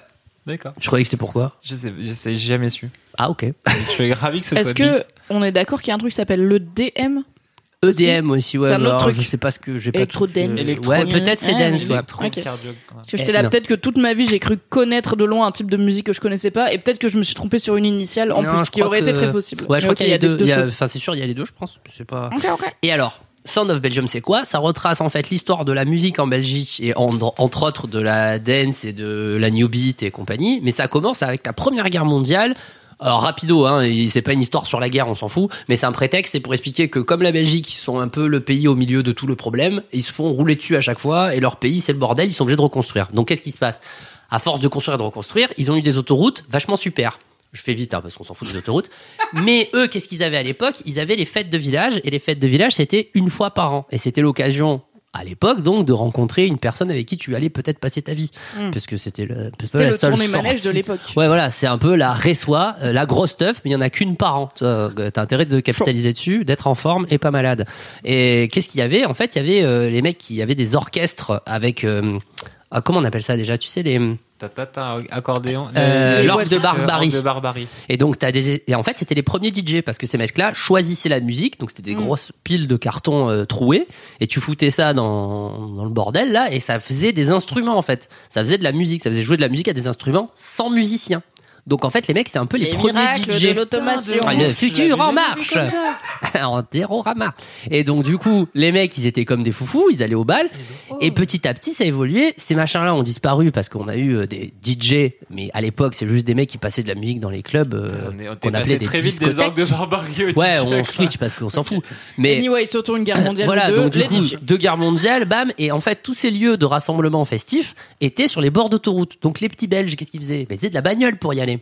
Speaker 3: D'accord.
Speaker 5: je croyais que c'était pourquoi
Speaker 3: Je sais, je sais jamais su.
Speaker 5: Ah ok.
Speaker 3: Je suis ravi que ce
Speaker 1: Est-ce
Speaker 3: soit
Speaker 1: que
Speaker 3: beat.
Speaker 1: on est d'accord qu'il y a un truc qui s'appelle le DM
Speaker 5: EDM E aussi, ouais.
Speaker 1: C'est un autre
Speaker 5: alors,
Speaker 1: truc.
Speaker 5: Je sais pas ce que j'ai pas.
Speaker 1: Electro
Speaker 5: tout-
Speaker 1: dance.
Speaker 5: euh,
Speaker 3: Electro-
Speaker 5: Ouais, peut-être c'est
Speaker 1: Ah,
Speaker 5: dance. Ouais.
Speaker 3: Électrocardiogramme.
Speaker 1: Parce que
Speaker 5: Eh,
Speaker 1: j'étais là,
Speaker 5: non.
Speaker 1: peut-être que toute ma vie j'ai cru connaître de loin un type de musique que je connaissais pas, et peut-être que je me suis trompé sur une initiale en
Speaker 5: Non,
Speaker 1: plus,
Speaker 5: je
Speaker 1: ce qui
Speaker 5: crois
Speaker 1: aurait été
Speaker 5: que-
Speaker 1: très possible.
Speaker 5: Ouais, je
Speaker 1: Mais
Speaker 5: crois
Speaker 1: ok,
Speaker 5: qu'il y a,
Speaker 1: deux,
Speaker 5: deux.
Speaker 1: deux
Speaker 5: il y a-
Speaker 1: choses.
Speaker 5: Enfin, c'est sûr, il y a les deux, je pense. C'est pas.
Speaker 1: Ok, ok.
Speaker 5: Et alors, Sound of Belgium, c'est quoi Ça retrace en fait l'histoire de la musique en Belgique et en- entre autres de la dance et de la new beat et compagnie. Mais ça commence avec la Première Guerre mondiale. Alors rapido, hein, et c'est pas une histoire sur la guerre, on s'en fout, mais c'est un prétexte, c'est pour expliquer que comme la Belgique, ils sont un peu le pays au milieu de tout le problème, ils se font rouler dessus à chaque fois, et leur pays, c'est le bordel, ils sont obligés de reconstruire. Donc qu'est-ce qui se passe À force de construire et de reconstruire, ils ont eu des autoroutes vachement super. Je fais vite, hein, parce qu'on s'en fout
Speaker 1: *laughs*
Speaker 5: des autoroutes. Mais eux, qu'est-ce qu'ils avaient à l'époque Ils avaient les fêtes de village, et les fêtes de village, c'était une fois par an. Et c'était l'occasion, à l'époque, donc, de rencontrer une personne avec qui tu allais peut-être passer ta vie.
Speaker 1: Mm.
Speaker 5: Parce que c'était le,
Speaker 1: C'était le tournée manège de l'époque.
Speaker 5: Ouais, voilà, c'est un peu la réçoit, euh, la grosse teuf, mais il n'y en a qu'une par an. Tu vois, euh, T'as intérêt de capitaliser dessus, d'être en forme et pas malade. Et qu'est-ce qu'il y avait En fait, il y avait euh, les mecs qui avaient des orchestres avec. euh, ah, comment on appelle ça déjà Tu sais, les.
Speaker 3: Ta ta ta accordéon.
Speaker 5: Euh,
Speaker 3: Les-
Speaker 5: l'orgue de
Speaker 3: Euh,
Speaker 5: Barbarie.
Speaker 3: l'orgue de barbarie.
Speaker 5: Et donc, t'as des. Et en fait, c'était les premiers DJ parce que ces mecs-là choisissaient la musique. Donc, c'était des
Speaker 1: Mm.
Speaker 5: grosses piles de cartons euh, troués. Et tu foutais ça dans, dans le bordel, là. Et ça faisait des instruments, en fait. Ça faisait de la musique. Ça faisait jouer de la musique à des instruments sans musiciens. Donc, en fait, les mecs, c'est un peu les, premiers
Speaker 1: miracles
Speaker 5: DJ.
Speaker 1: de l'automation.
Speaker 5: Ah, le futur en marche
Speaker 3: J'avais jamais
Speaker 5: *laughs* En terrorama Et donc du coup, les mecs, ils étaient comme des foufous, ils allaient au bal, et petit à petit, ça évoluait. Ces machins-là ont disparu parce qu'on a eu euh, des DJ, mais à l'époque, c'est juste des mecs qui passaient de la musique dans les clubs euh,
Speaker 3: On est- on est
Speaker 5: qu'on
Speaker 3: passé
Speaker 5: appelait des
Speaker 3: très vite des orgues
Speaker 5: discothèques.
Speaker 3: de barbarie au
Speaker 5: Ouais,
Speaker 3: DJ,
Speaker 5: on
Speaker 3: quoi.
Speaker 5: switch parce qu'on s'en fout. Mais
Speaker 1: Anyway, surtout une guerre mondiale
Speaker 5: voilà,
Speaker 1: de deux,
Speaker 5: donc du
Speaker 1: les
Speaker 5: coup,
Speaker 1: DJ.
Speaker 5: deux guerres mondiales, bam, et en fait, tous ces lieux de rassemblement festif étaient sur les bords d'autoroute. Donc les petits Belges, qu'est-ce qu'ils faisaient ben, Ils faisaient de la bagnole pour y aller.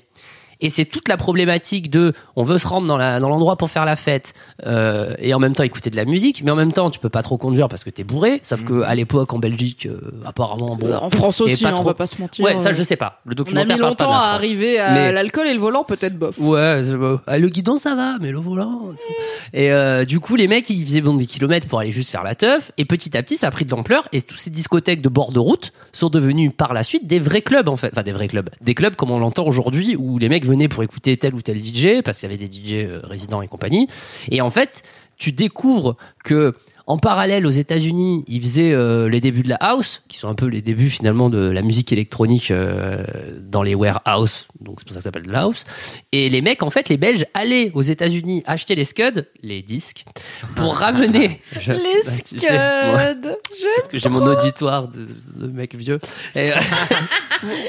Speaker 5: Et c'est toute la problématique de on veut se rendre dans la- dans l'endroit pour faire la fête euh, et en même temps écouter de la musique, mais en même temps tu peux pas trop conduire parce que t'es bourré.
Speaker 1: Mm.
Speaker 5: Sauf que à l'époque en Belgique, euh, apparemment, bon,
Speaker 1: Euh, En France
Speaker 5: et
Speaker 1: aussi,
Speaker 5: pas
Speaker 1: hein, on
Speaker 5: trop.
Speaker 1: va pas se mentir.
Speaker 5: ouais, ça
Speaker 1: euh,
Speaker 5: je sais pas. Le
Speaker 1: On a
Speaker 5: documentaire
Speaker 1: mis
Speaker 5: parle pas de
Speaker 1: longtemps
Speaker 5: la
Speaker 1: à
Speaker 5: France.
Speaker 1: arriver à
Speaker 5: Mais-
Speaker 1: l'alcool et le volant, peut-être bof.
Speaker 5: Ouais, c'est beau. Ah, le guidon ça va, mais le volant. c'est- Et euh, du coup, les mecs, ils faisaient bon des kilomètres pour aller juste faire la teuf. Et petit à petit, ça a pris de l'ampleur. Et toutes ces discothèques de bord de route sont devenues par la suite des vrais clubs, en fait. Enfin, des vrais clubs. Des clubs comme on l'entend aujourd'hui, où les mecs venaient pour écouter tel ou tel DJ, parce qu'il y avait des DJ euh, résidents et compagnie. Et en fait, tu découvres que en parallèle aux États-Unis, ils faisaient euh, les débuts de la house, qui sont un peu les débuts finalement de la musique électronique euh, dans les warehouses, donc c'est pour ça que ça s'appelle de la house. Et les mecs, en fait, les Belges allaient aux États-Unis acheter les scuds, les disques, *laughs* pour ramener Je-
Speaker 1: Les
Speaker 5: bah, tu sais, moi,
Speaker 1: scuds. Je-
Speaker 5: parce que j'ai mon auditoire de, de mecs vieux.
Speaker 3: *laughs*
Speaker 5: Et, euh,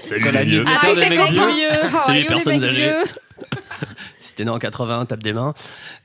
Speaker 3: Sur la newsletter
Speaker 1: Arrêtez
Speaker 3: de
Speaker 1: tes
Speaker 3: Mec Vieux.
Speaker 1: vieux. How
Speaker 5: C'est
Speaker 1: are
Speaker 5: les
Speaker 1: you,
Speaker 5: personnes
Speaker 1: mecs
Speaker 5: âgées.
Speaker 1: vieux
Speaker 5: C'était né en 81, tape des mains.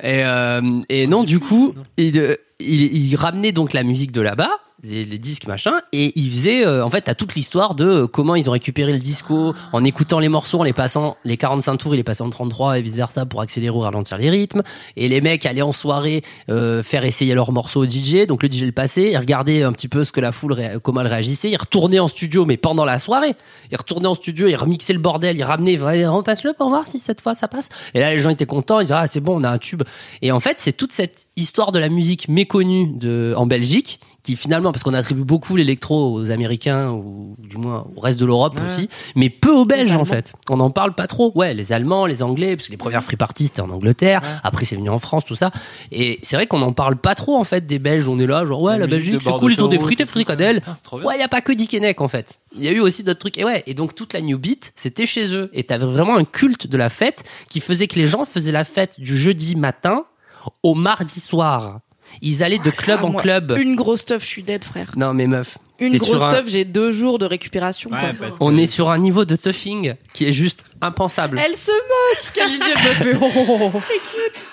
Speaker 5: Et, euh, et non, du coup, il, euh, il, il ramenait donc la musique de là-bas, les, les disques, machin, et il faisait, euh, en fait, t'as toute l'histoire de euh, comment ils ont récupéré le disco en écoutant les morceaux, en les passant, les 45 tours, il les passait en 33 et vice-versa pour accélérer ou ralentir les rythmes. Et les mecs allaient en soirée euh, faire essayer leurs morceaux au DJ, donc le DJ le passait, il regardait un petit peu ce que la foule, ré- comment elle réagissait, il retournait en studio, mais pendant la soirée. Il retournait en studio, il remixait le bordel, il ramenait, on passe le pour voir si cette fois ça passe. Et là, les gens étaient contents, ils disaient, ah, c'est bon, on a un tube. Et en fait, c'est toute cette histoire de la musique méconnue de, en Belgique, qui finalement, parce qu'on attribue beaucoup l'électro aux Américains, ou du moins au reste de l'Europe aussi, mais peu aux Belges, en fait. On n'en parle pas trop. Ouais, les Allemands, les Anglais, parce que les premières free parties, c'était en Angleterre, après c'est venu en France, tout ça. Et c'est vrai qu'on n'en parle pas trop, en fait, des Belges. On est là, genre, ouais, la,
Speaker 3: musique de
Speaker 5: Belgique, c'est
Speaker 3: bord
Speaker 5: cool, ils ont des
Speaker 3: d'autoroute,
Speaker 5: frites et
Speaker 3: tout ça.
Speaker 5: fricadelles.
Speaker 3: Putain, c'est trop bien.
Speaker 5: Ouais, il n'y a pas que Dick et Neck en fait. Il y a eu aussi d'autres trucs. Et ouais, et donc toute la New Beat, c'était chez eux. Et t'avais vraiment un culte de la fête qui faisait que les gens faisaient la fête du jeudi matin au mardi soir. Ils allaient de club
Speaker 1: Ah,
Speaker 5: en
Speaker 1: moi,
Speaker 5: club.
Speaker 1: Une grosse teuf, je suis dead, frère.
Speaker 5: Non, mais meuf,
Speaker 1: une
Speaker 5: T'es
Speaker 1: grosse
Speaker 5: sur un-
Speaker 1: teuf, j'ai deux jours de récupération. quoi.
Speaker 5: On est sur un niveau de toughing qui est juste impensable.
Speaker 1: Elle se moque, Kalindi, *laughs* elle me fait. Oh, oh, oh.
Speaker 4: C'est cute.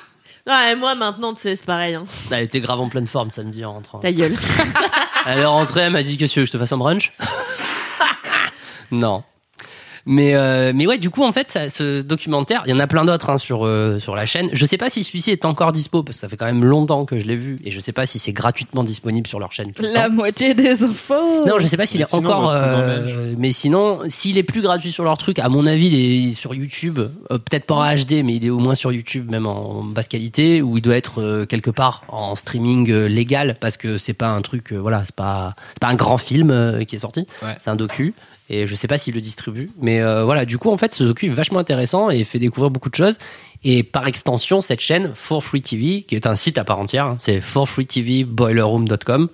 Speaker 4: Non, et moi maintenant, tu sais, c'est pareil. Hein.
Speaker 5: Elle était grave en pleine forme samedi en rentrant.
Speaker 1: Ta gueule.
Speaker 5: *laughs* Elle est rentrée, elle m'a dit Qu'est-ce que tu veux, je te fasse un brunch *laughs* Non. Mais, euh, mais ouais, du coup, en fait, ça- ce documentaire, il y en a plein d'autres hein, sur, euh, sur la chaîne. Je sais pas si celui-ci est encore dispo, parce que ça fait quand même longtemps que je l'ai vu, et je sais pas si c'est gratuitement disponible sur leur chaîne. tout le temps.
Speaker 1: La moitié des infos.
Speaker 5: Non, je sais pas s'il
Speaker 3: Mais
Speaker 5: est
Speaker 3: sinon,
Speaker 5: encore.
Speaker 3: reprise en
Speaker 5: euh, mais sinon, s'il est plus gratuit sur leur truc, à mon avis, il est sur YouTube. Euh, Peut-être pas en HD, mais il est au moins sur YouTube, même en, en basse qualité, où il doit être euh, quelque part en streaming euh, légal, parce que c'est pas un truc. euh, voilà, c'est pas, c'est pas un grand film euh, qui est sorti.
Speaker 3: Ouais.
Speaker 5: C'est un docu. Et je sais pas s'il le distribue. Mais euh, voilà, du coup, en fait, ce docu est vachement intéressant et fait découvrir beaucoup de choses. Et par extension, cette chaîne, For Free TV, qui est un site à part entière, hein, c'est forfreetvboilerroom.com. De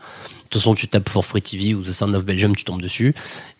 Speaker 5: toute façon, tu tapes For Free TV ou The Sound of Belgium, tu tombes dessus.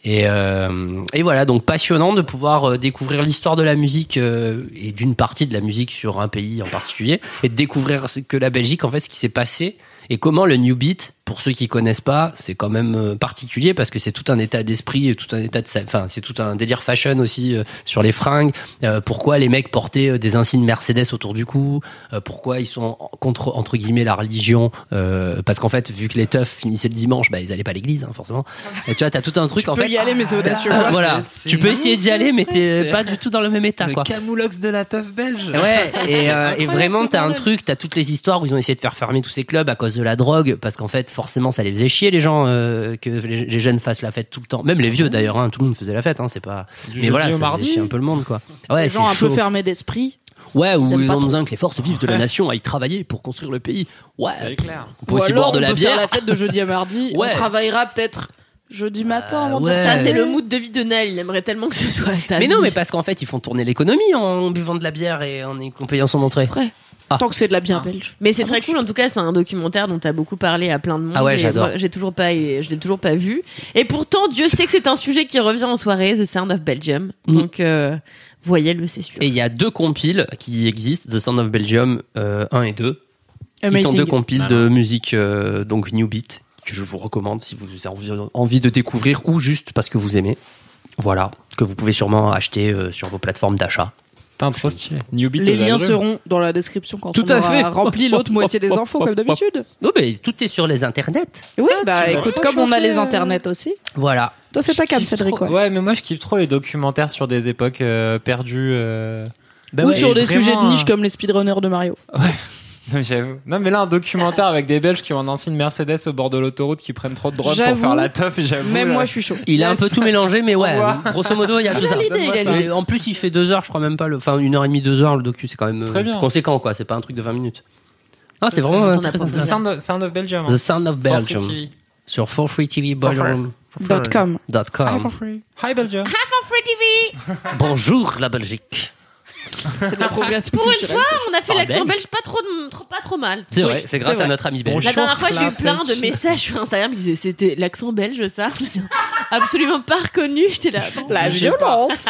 Speaker 5: Et, euh, et voilà, donc passionnant de pouvoir euh, découvrir l'histoire de la musique euh, et d'une partie de la musique sur un pays en particulier et de découvrir ce que la Belgique, en fait, ce qui s'est passé et comment le New Beat, pour ceux qui connaissent pas, c'est quand même euh, particulier parce que c'est tout un état d'esprit et tout un état de, sa- enfin, c'est tout un délire fashion aussi euh, sur les fringues. Euh, pourquoi les mecs portaient euh, des insignes Mercedes autour du cou euh, Pourquoi ils sont en- contre entre guillemets la religion Euh, Parce qu'en fait, vu que les teufs finissaient le dimanche, bah ils allaient pas à l'église, hein, forcément. Et tu vois, t'as tout un truc en
Speaker 1: Je peux
Speaker 5: fait.
Speaker 1: y aller, mais c'est audacieux.
Speaker 5: Euh, voilà,
Speaker 3: Mais c'est
Speaker 5: tu peux essayer d'y aller, mais t'es
Speaker 3: c'est-
Speaker 5: pas du tout dans le même état, quoi.
Speaker 3: camoulox de la teuf belge. *laughs*
Speaker 5: Ouais, et, euh, et
Speaker 3: incroyable,
Speaker 5: vraiment,
Speaker 3: ce
Speaker 5: t'as un
Speaker 3: bordel.
Speaker 5: truc, t'as toutes les histoires où ils ont essayé de faire fermer tous ces clubs à cause de la drogue, parce qu'en fait, forcément, ça les faisait chier, les gens, euh, que les, les jeunes fassent la fête tout le temps. Même les vieux, d'ailleurs, hein, tout le monde faisait la fête, hein, c'est pas.
Speaker 3: Du
Speaker 5: Mais
Speaker 3: jeudi
Speaker 5: voilà,
Speaker 3: au
Speaker 5: ça faisait
Speaker 3: mardi.
Speaker 5: chier un peu le monde, quoi. Ouais,
Speaker 1: Les
Speaker 5: c'est
Speaker 1: gens un peu
Speaker 5: chaud.
Speaker 1: fermés d'esprit.
Speaker 5: Ouais,
Speaker 1: Ils
Speaker 5: où
Speaker 1: aiment
Speaker 5: ils
Speaker 1: pas
Speaker 5: ont
Speaker 1: trop.
Speaker 5: besoin que les forces vives de la nation aillent travailler pour construire le pays. Ouais,
Speaker 3: C'est clair.
Speaker 5: on peut
Speaker 1: Ou
Speaker 5: aussi
Speaker 1: alors,
Speaker 5: boire de
Speaker 1: on
Speaker 5: la
Speaker 1: peut
Speaker 5: bière.
Speaker 1: faire la fête de jeudi à mardi.
Speaker 5: Ouais.
Speaker 1: On travaillera peut-être jeudi matin. vendredi.
Speaker 5: ouais.
Speaker 4: Ça, c'est le mood de vie de Nel. Il aimerait tellement que ce soit ça.
Speaker 5: Mais non, mais parce qu'en fait, ils font tourner l'économie en buvant de la bière et en, en payant son entrée.
Speaker 1: Après,
Speaker 5: Ah.
Speaker 1: tant que c'est de la bière belge.
Speaker 4: Mais c'est très cool, en tout cas, c'est un documentaire dont t'as beaucoup parlé à plein de monde.
Speaker 5: Ah ouais,
Speaker 4: et
Speaker 5: j'adore.
Speaker 4: moi, J'ai toujours pas, je l'ai toujours pas vu. Et pourtant, Dieu sait que c'est un sujet qui revient en soirée, The Sound of Belgium.
Speaker 5: Mm.
Speaker 4: Donc, euh, voyez-le, c'est sûr.
Speaker 5: Et il y a deux compiles qui existent, The Sound of Belgium euh, 1 et 2, qui sont deux compiles
Speaker 3: Bah
Speaker 5: de musique euh, donc new beat que je vous recommande si vous avez envie, envie de découvrir ou juste parce que vous aimez. Voilà, que vous pouvez sûrement acheter euh, sur vos plateformes d'achat.
Speaker 3: Putain, trop stylé. New Beat
Speaker 1: Les
Speaker 3: aux
Speaker 1: liens
Speaker 3: Alrumes.
Speaker 1: seront dans la description quand
Speaker 5: Tout
Speaker 1: on
Speaker 5: à
Speaker 1: aura
Speaker 5: fait.
Speaker 1: rempli l'autre moitié des infos, comme d'habitude.
Speaker 5: Non mais ben, tout est sur les internets.
Speaker 1: Oui, bah
Speaker 3: tu vas
Speaker 1: écoute,
Speaker 3: pas
Speaker 1: comme on a
Speaker 3: changer,
Speaker 1: les
Speaker 3: euh.
Speaker 1: internets aussi.
Speaker 5: Voilà.
Speaker 1: Toi, c'est ta
Speaker 3: Je
Speaker 1: cam,
Speaker 3: kiffe
Speaker 1: Cédric,
Speaker 3: trop-
Speaker 1: quoi.
Speaker 3: Ouais, mais moi je kiffe trop les documentaires sur des époques euh, perdues. euh,
Speaker 5: Ben
Speaker 1: Ou
Speaker 5: ouais.
Speaker 1: sur
Speaker 3: et
Speaker 1: des
Speaker 3: vraiment,
Speaker 1: sujets de niche
Speaker 3: hein.
Speaker 1: comme les speedrunners de Mario.
Speaker 3: Non, J'avoue. Non, mais là, un documentaire avec des Belges qui ont un ancien Mercedes au bord de l'autoroute qui prennent trop de drogue pour
Speaker 1: J'avoue.
Speaker 3: faire la teuf, j'avoue.
Speaker 1: Même
Speaker 3: là.
Speaker 1: moi, je suis chaud.
Speaker 5: Il a un peu tout mélangé, mais ouais,
Speaker 3: Au
Speaker 5: grosso modo, il y a tout ça.
Speaker 3: l'idée, Donne-moi il a ça. l'idée.
Speaker 5: Et En plus, il fait deux heures, je crois même pas, le... enfin une heure et demie, deux heures, le docu, c'est quand même euh,
Speaker 3: Très bien.
Speaker 5: conséquent, quoi. C'est pas un truc de 20 minutes. Ah, c'est vraiment
Speaker 4: bien,
Speaker 5: euh,
Speaker 4: t'en
Speaker 5: très
Speaker 4: apprends
Speaker 3: The
Speaker 4: plus.
Speaker 5: intéressant.
Speaker 3: Sound of, Sound of Belgium. hein.
Speaker 5: The Sound of
Speaker 3: For free
Speaker 5: Belgium
Speaker 3: TV.
Speaker 5: sur for free TV
Speaker 3: For free.
Speaker 5: Ballroom.
Speaker 3: For free.
Speaker 1: Dot com.
Speaker 5: dot com.
Speaker 3: Hi Belgium.
Speaker 1: Ah,
Speaker 5: Bonjour la Belgique.
Speaker 1: C'est de la progression.
Speaker 4: Pour une
Speaker 1: culturelle.
Speaker 4: fois, on a fait
Speaker 5: Par
Speaker 4: l'accent
Speaker 5: belge.
Speaker 4: belge pas trop, de- trop- pas trop mal.
Speaker 5: C'est vrai, c'est grâce
Speaker 1: vrai.
Speaker 5: à notre ami
Speaker 3: Bon,
Speaker 5: belge.
Speaker 4: La dernière
Speaker 3: Bonjour,
Speaker 4: fois, j'ai eu
Speaker 3: la
Speaker 4: plein de
Speaker 3: Belgique.
Speaker 4: messages sur Instagram qui disaient c'était l'accent belge, ça. Absolument pas reconnu. J'étais là.
Speaker 1: La
Speaker 3: Je sais pas.
Speaker 1: violence.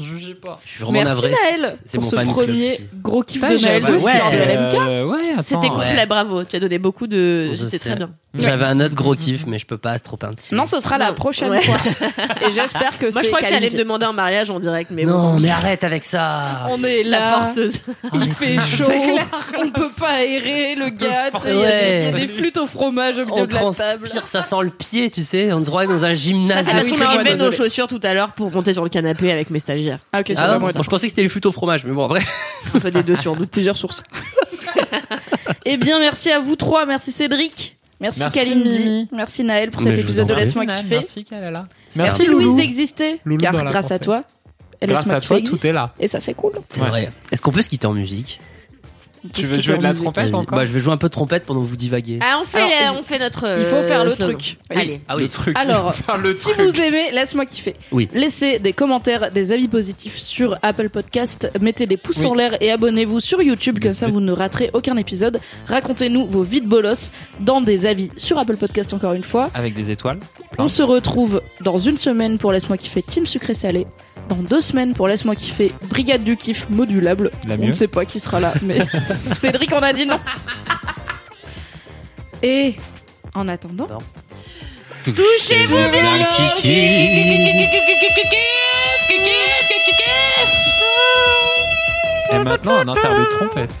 Speaker 3: Jugez pas.
Speaker 5: Je suis vraiment
Speaker 1: Merci
Speaker 5: navré.
Speaker 1: Naël
Speaker 5: c'est
Speaker 1: pour
Speaker 5: mon
Speaker 1: ce
Speaker 5: fan club
Speaker 1: premier
Speaker 5: qui-
Speaker 1: gros kiff
Speaker 3: Putain,
Speaker 1: de Naël
Speaker 3: j'avais-
Speaker 1: de l'histoire de la
Speaker 5: ouais.
Speaker 1: LMK.
Speaker 3: Euh, ouais, attends.
Speaker 4: C'était complet,
Speaker 5: ouais.
Speaker 4: bravo. Tu as donné beaucoup de.
Speaker 5: Je
Speaker 4: C'était
Speaker 5: sais.
Speaker 4: très bien.
Speaker 5: J'avais un autre gros kiff, mais je peux pas, c'est trop intime.
Speaker 1: Non, ce sera la
Speaker 4: Non.
Speaker 1: prochaine
Speaker 4: Ouais.
Speaker 1: fois. Et j'espère que c'est.
Speaker 4: Moi, je crois que t'allais
Speaker 1: Kalindi.
Speaker 4: me demander en mariage en direct, mais
Speaker 5: Non,
Speaker 4: bon.
Speaker 5: mais arrête avec ça.
Speaker 1: On est
Speaker 4: La
Speaker 1: là.
Speaker 4: forceuse.
Speaker 1: Il Ah, fait chaud, on peut pas aérer le gars, tu sais, il y a des- il y, a des flûtes au fromage au milieu
Speaker 5: On
Speaker 1: de la table.
Speaker 5: transpire, ça sent le pied, tu sais. On se croit dans un
Speaker 4: Ça,
Speaker 5: gymnase.
Speaker 4: c'est
Speaker 1: Ah
Speaker 4: parce
Speaker 1: oui,
Speaker 4: qu'on
Speaker 1: c'est
Speaker 4: a
Speaker 1: vrai,
Speaker 4: enlevé nos
Speaker 1: désolé.
Speaker 4: chaussures tout à l'heure pour monter sur le canapé avec mes stagiaires.
Speaker 1: Ah ok, c'est
Speaker 5: Ah,
Speaker 1: pas
Speaker 5: bon,
Speaker 1: moi.
Speaker 5: je pensais que c'était les flûtes au fromage, mais bon, bref.
Speaker 4: On fait des deux sur nous.
Speaker 1: Plusieurs sources. *laughs* eh bien, merci à vous trois, merci Cédric, merci,
Speaker 3: Merci,
Speaker 1: Kalindi,
Speaker 3: Mimi.
Speaker 1: merci Naël pour
Speaker 5: Mais
Speaker 1: cet
Speaker 5: je vous
Speaker 1: épisode de
Speaker 5: en prie.
Speaker 1: Laisse-moi kiffer.
Speaker 3: Merci Kalala.
Speaker 1: Merci Louise d'exister,
Speaker 3: Loulou
Speaker 1: car
Speaker 3: dans la
Speaker 1: grâce à
Speaker 3: pensée.
Speaker 1: toi,
Speaker 3: Grâce
Speaker 1: Laisse-moi
Speaker 3: à
Speaker 1: kiffer
Speaker 3: toi,
Speaker 1: existe.
Speaker 3: tout est là.
Speaker 1: Et ça, c'est cool.
Speaker 5: C'est
Speaker 3: Ouais.
Speaker 5: vrai. Est-ce qu'on peut se quitter en musique
Speaker 3: Tu
Speaker 1: Qu'est-ce
Speaker 3: veux
Speaker 1: que
Speaker 3: jouer de
Speaker 1: en
Speaker 3: la
Speaker 1: musique
Speaker 3: trompette encore
Speaker 5: Bah, je vais jouer un peu de trompette pendant que vous divaguez.
Speaker 4: Ah, on fait,
Speaker 1: Alors,
Speaker 4: euh, on fait notre.
Speaker 1: Il faut
Speaker 4: euh,
Speaker 1: faire le
Speaker 4: slogan.
Speaker 1: truc.
Speaker 4: Allez.
Speaker 5: Ah
Speaker 3: Le
Speaker 5: oui.
Speaker 3: truc.
Speaker 1: Alors,
Speaker 3: Faire le
Speaker 1: Si
Speaker 3: truc.
Speaker 1: vous aimez, laisse-moi kiffer.
Speaker 5: Oui.
Speaker 1: Laissez des commentaires, des avis positifs sur Apple Podcast, mettez des pouces
Speaker 3: Oui.
Speaker 1: en l'air et abonnez-vous sur YouTube, comme ça
Speaker 3: C'est-
Speaker 1: vous ne raterez aucun épisode. Racontez-nous vos vides bolos dans des avis sur Apple Podcast encore une fois.
Speaker 3: Avec des étoiles.
Speaker 1: On se retrouve dans une semaine pour Laisse-moi kiffer Team Sucré Salé, dans deux semaines pour Laisse-moi kiffer Brigade du Kiff Modulable.
Speaker 3: La
Speaker 1: On ne
Speaker 3: mieux.
Speaker 1: sait pas qui sera là,
Speaker 3: *laughs*
Speaker 1: mais *laughs* Cédric on a dit non. Et en attendant...
Speaker 5: Non.
Speaker 4: Touchez-vous bien
Speaker 3: Et maintenant, un interlude trompette.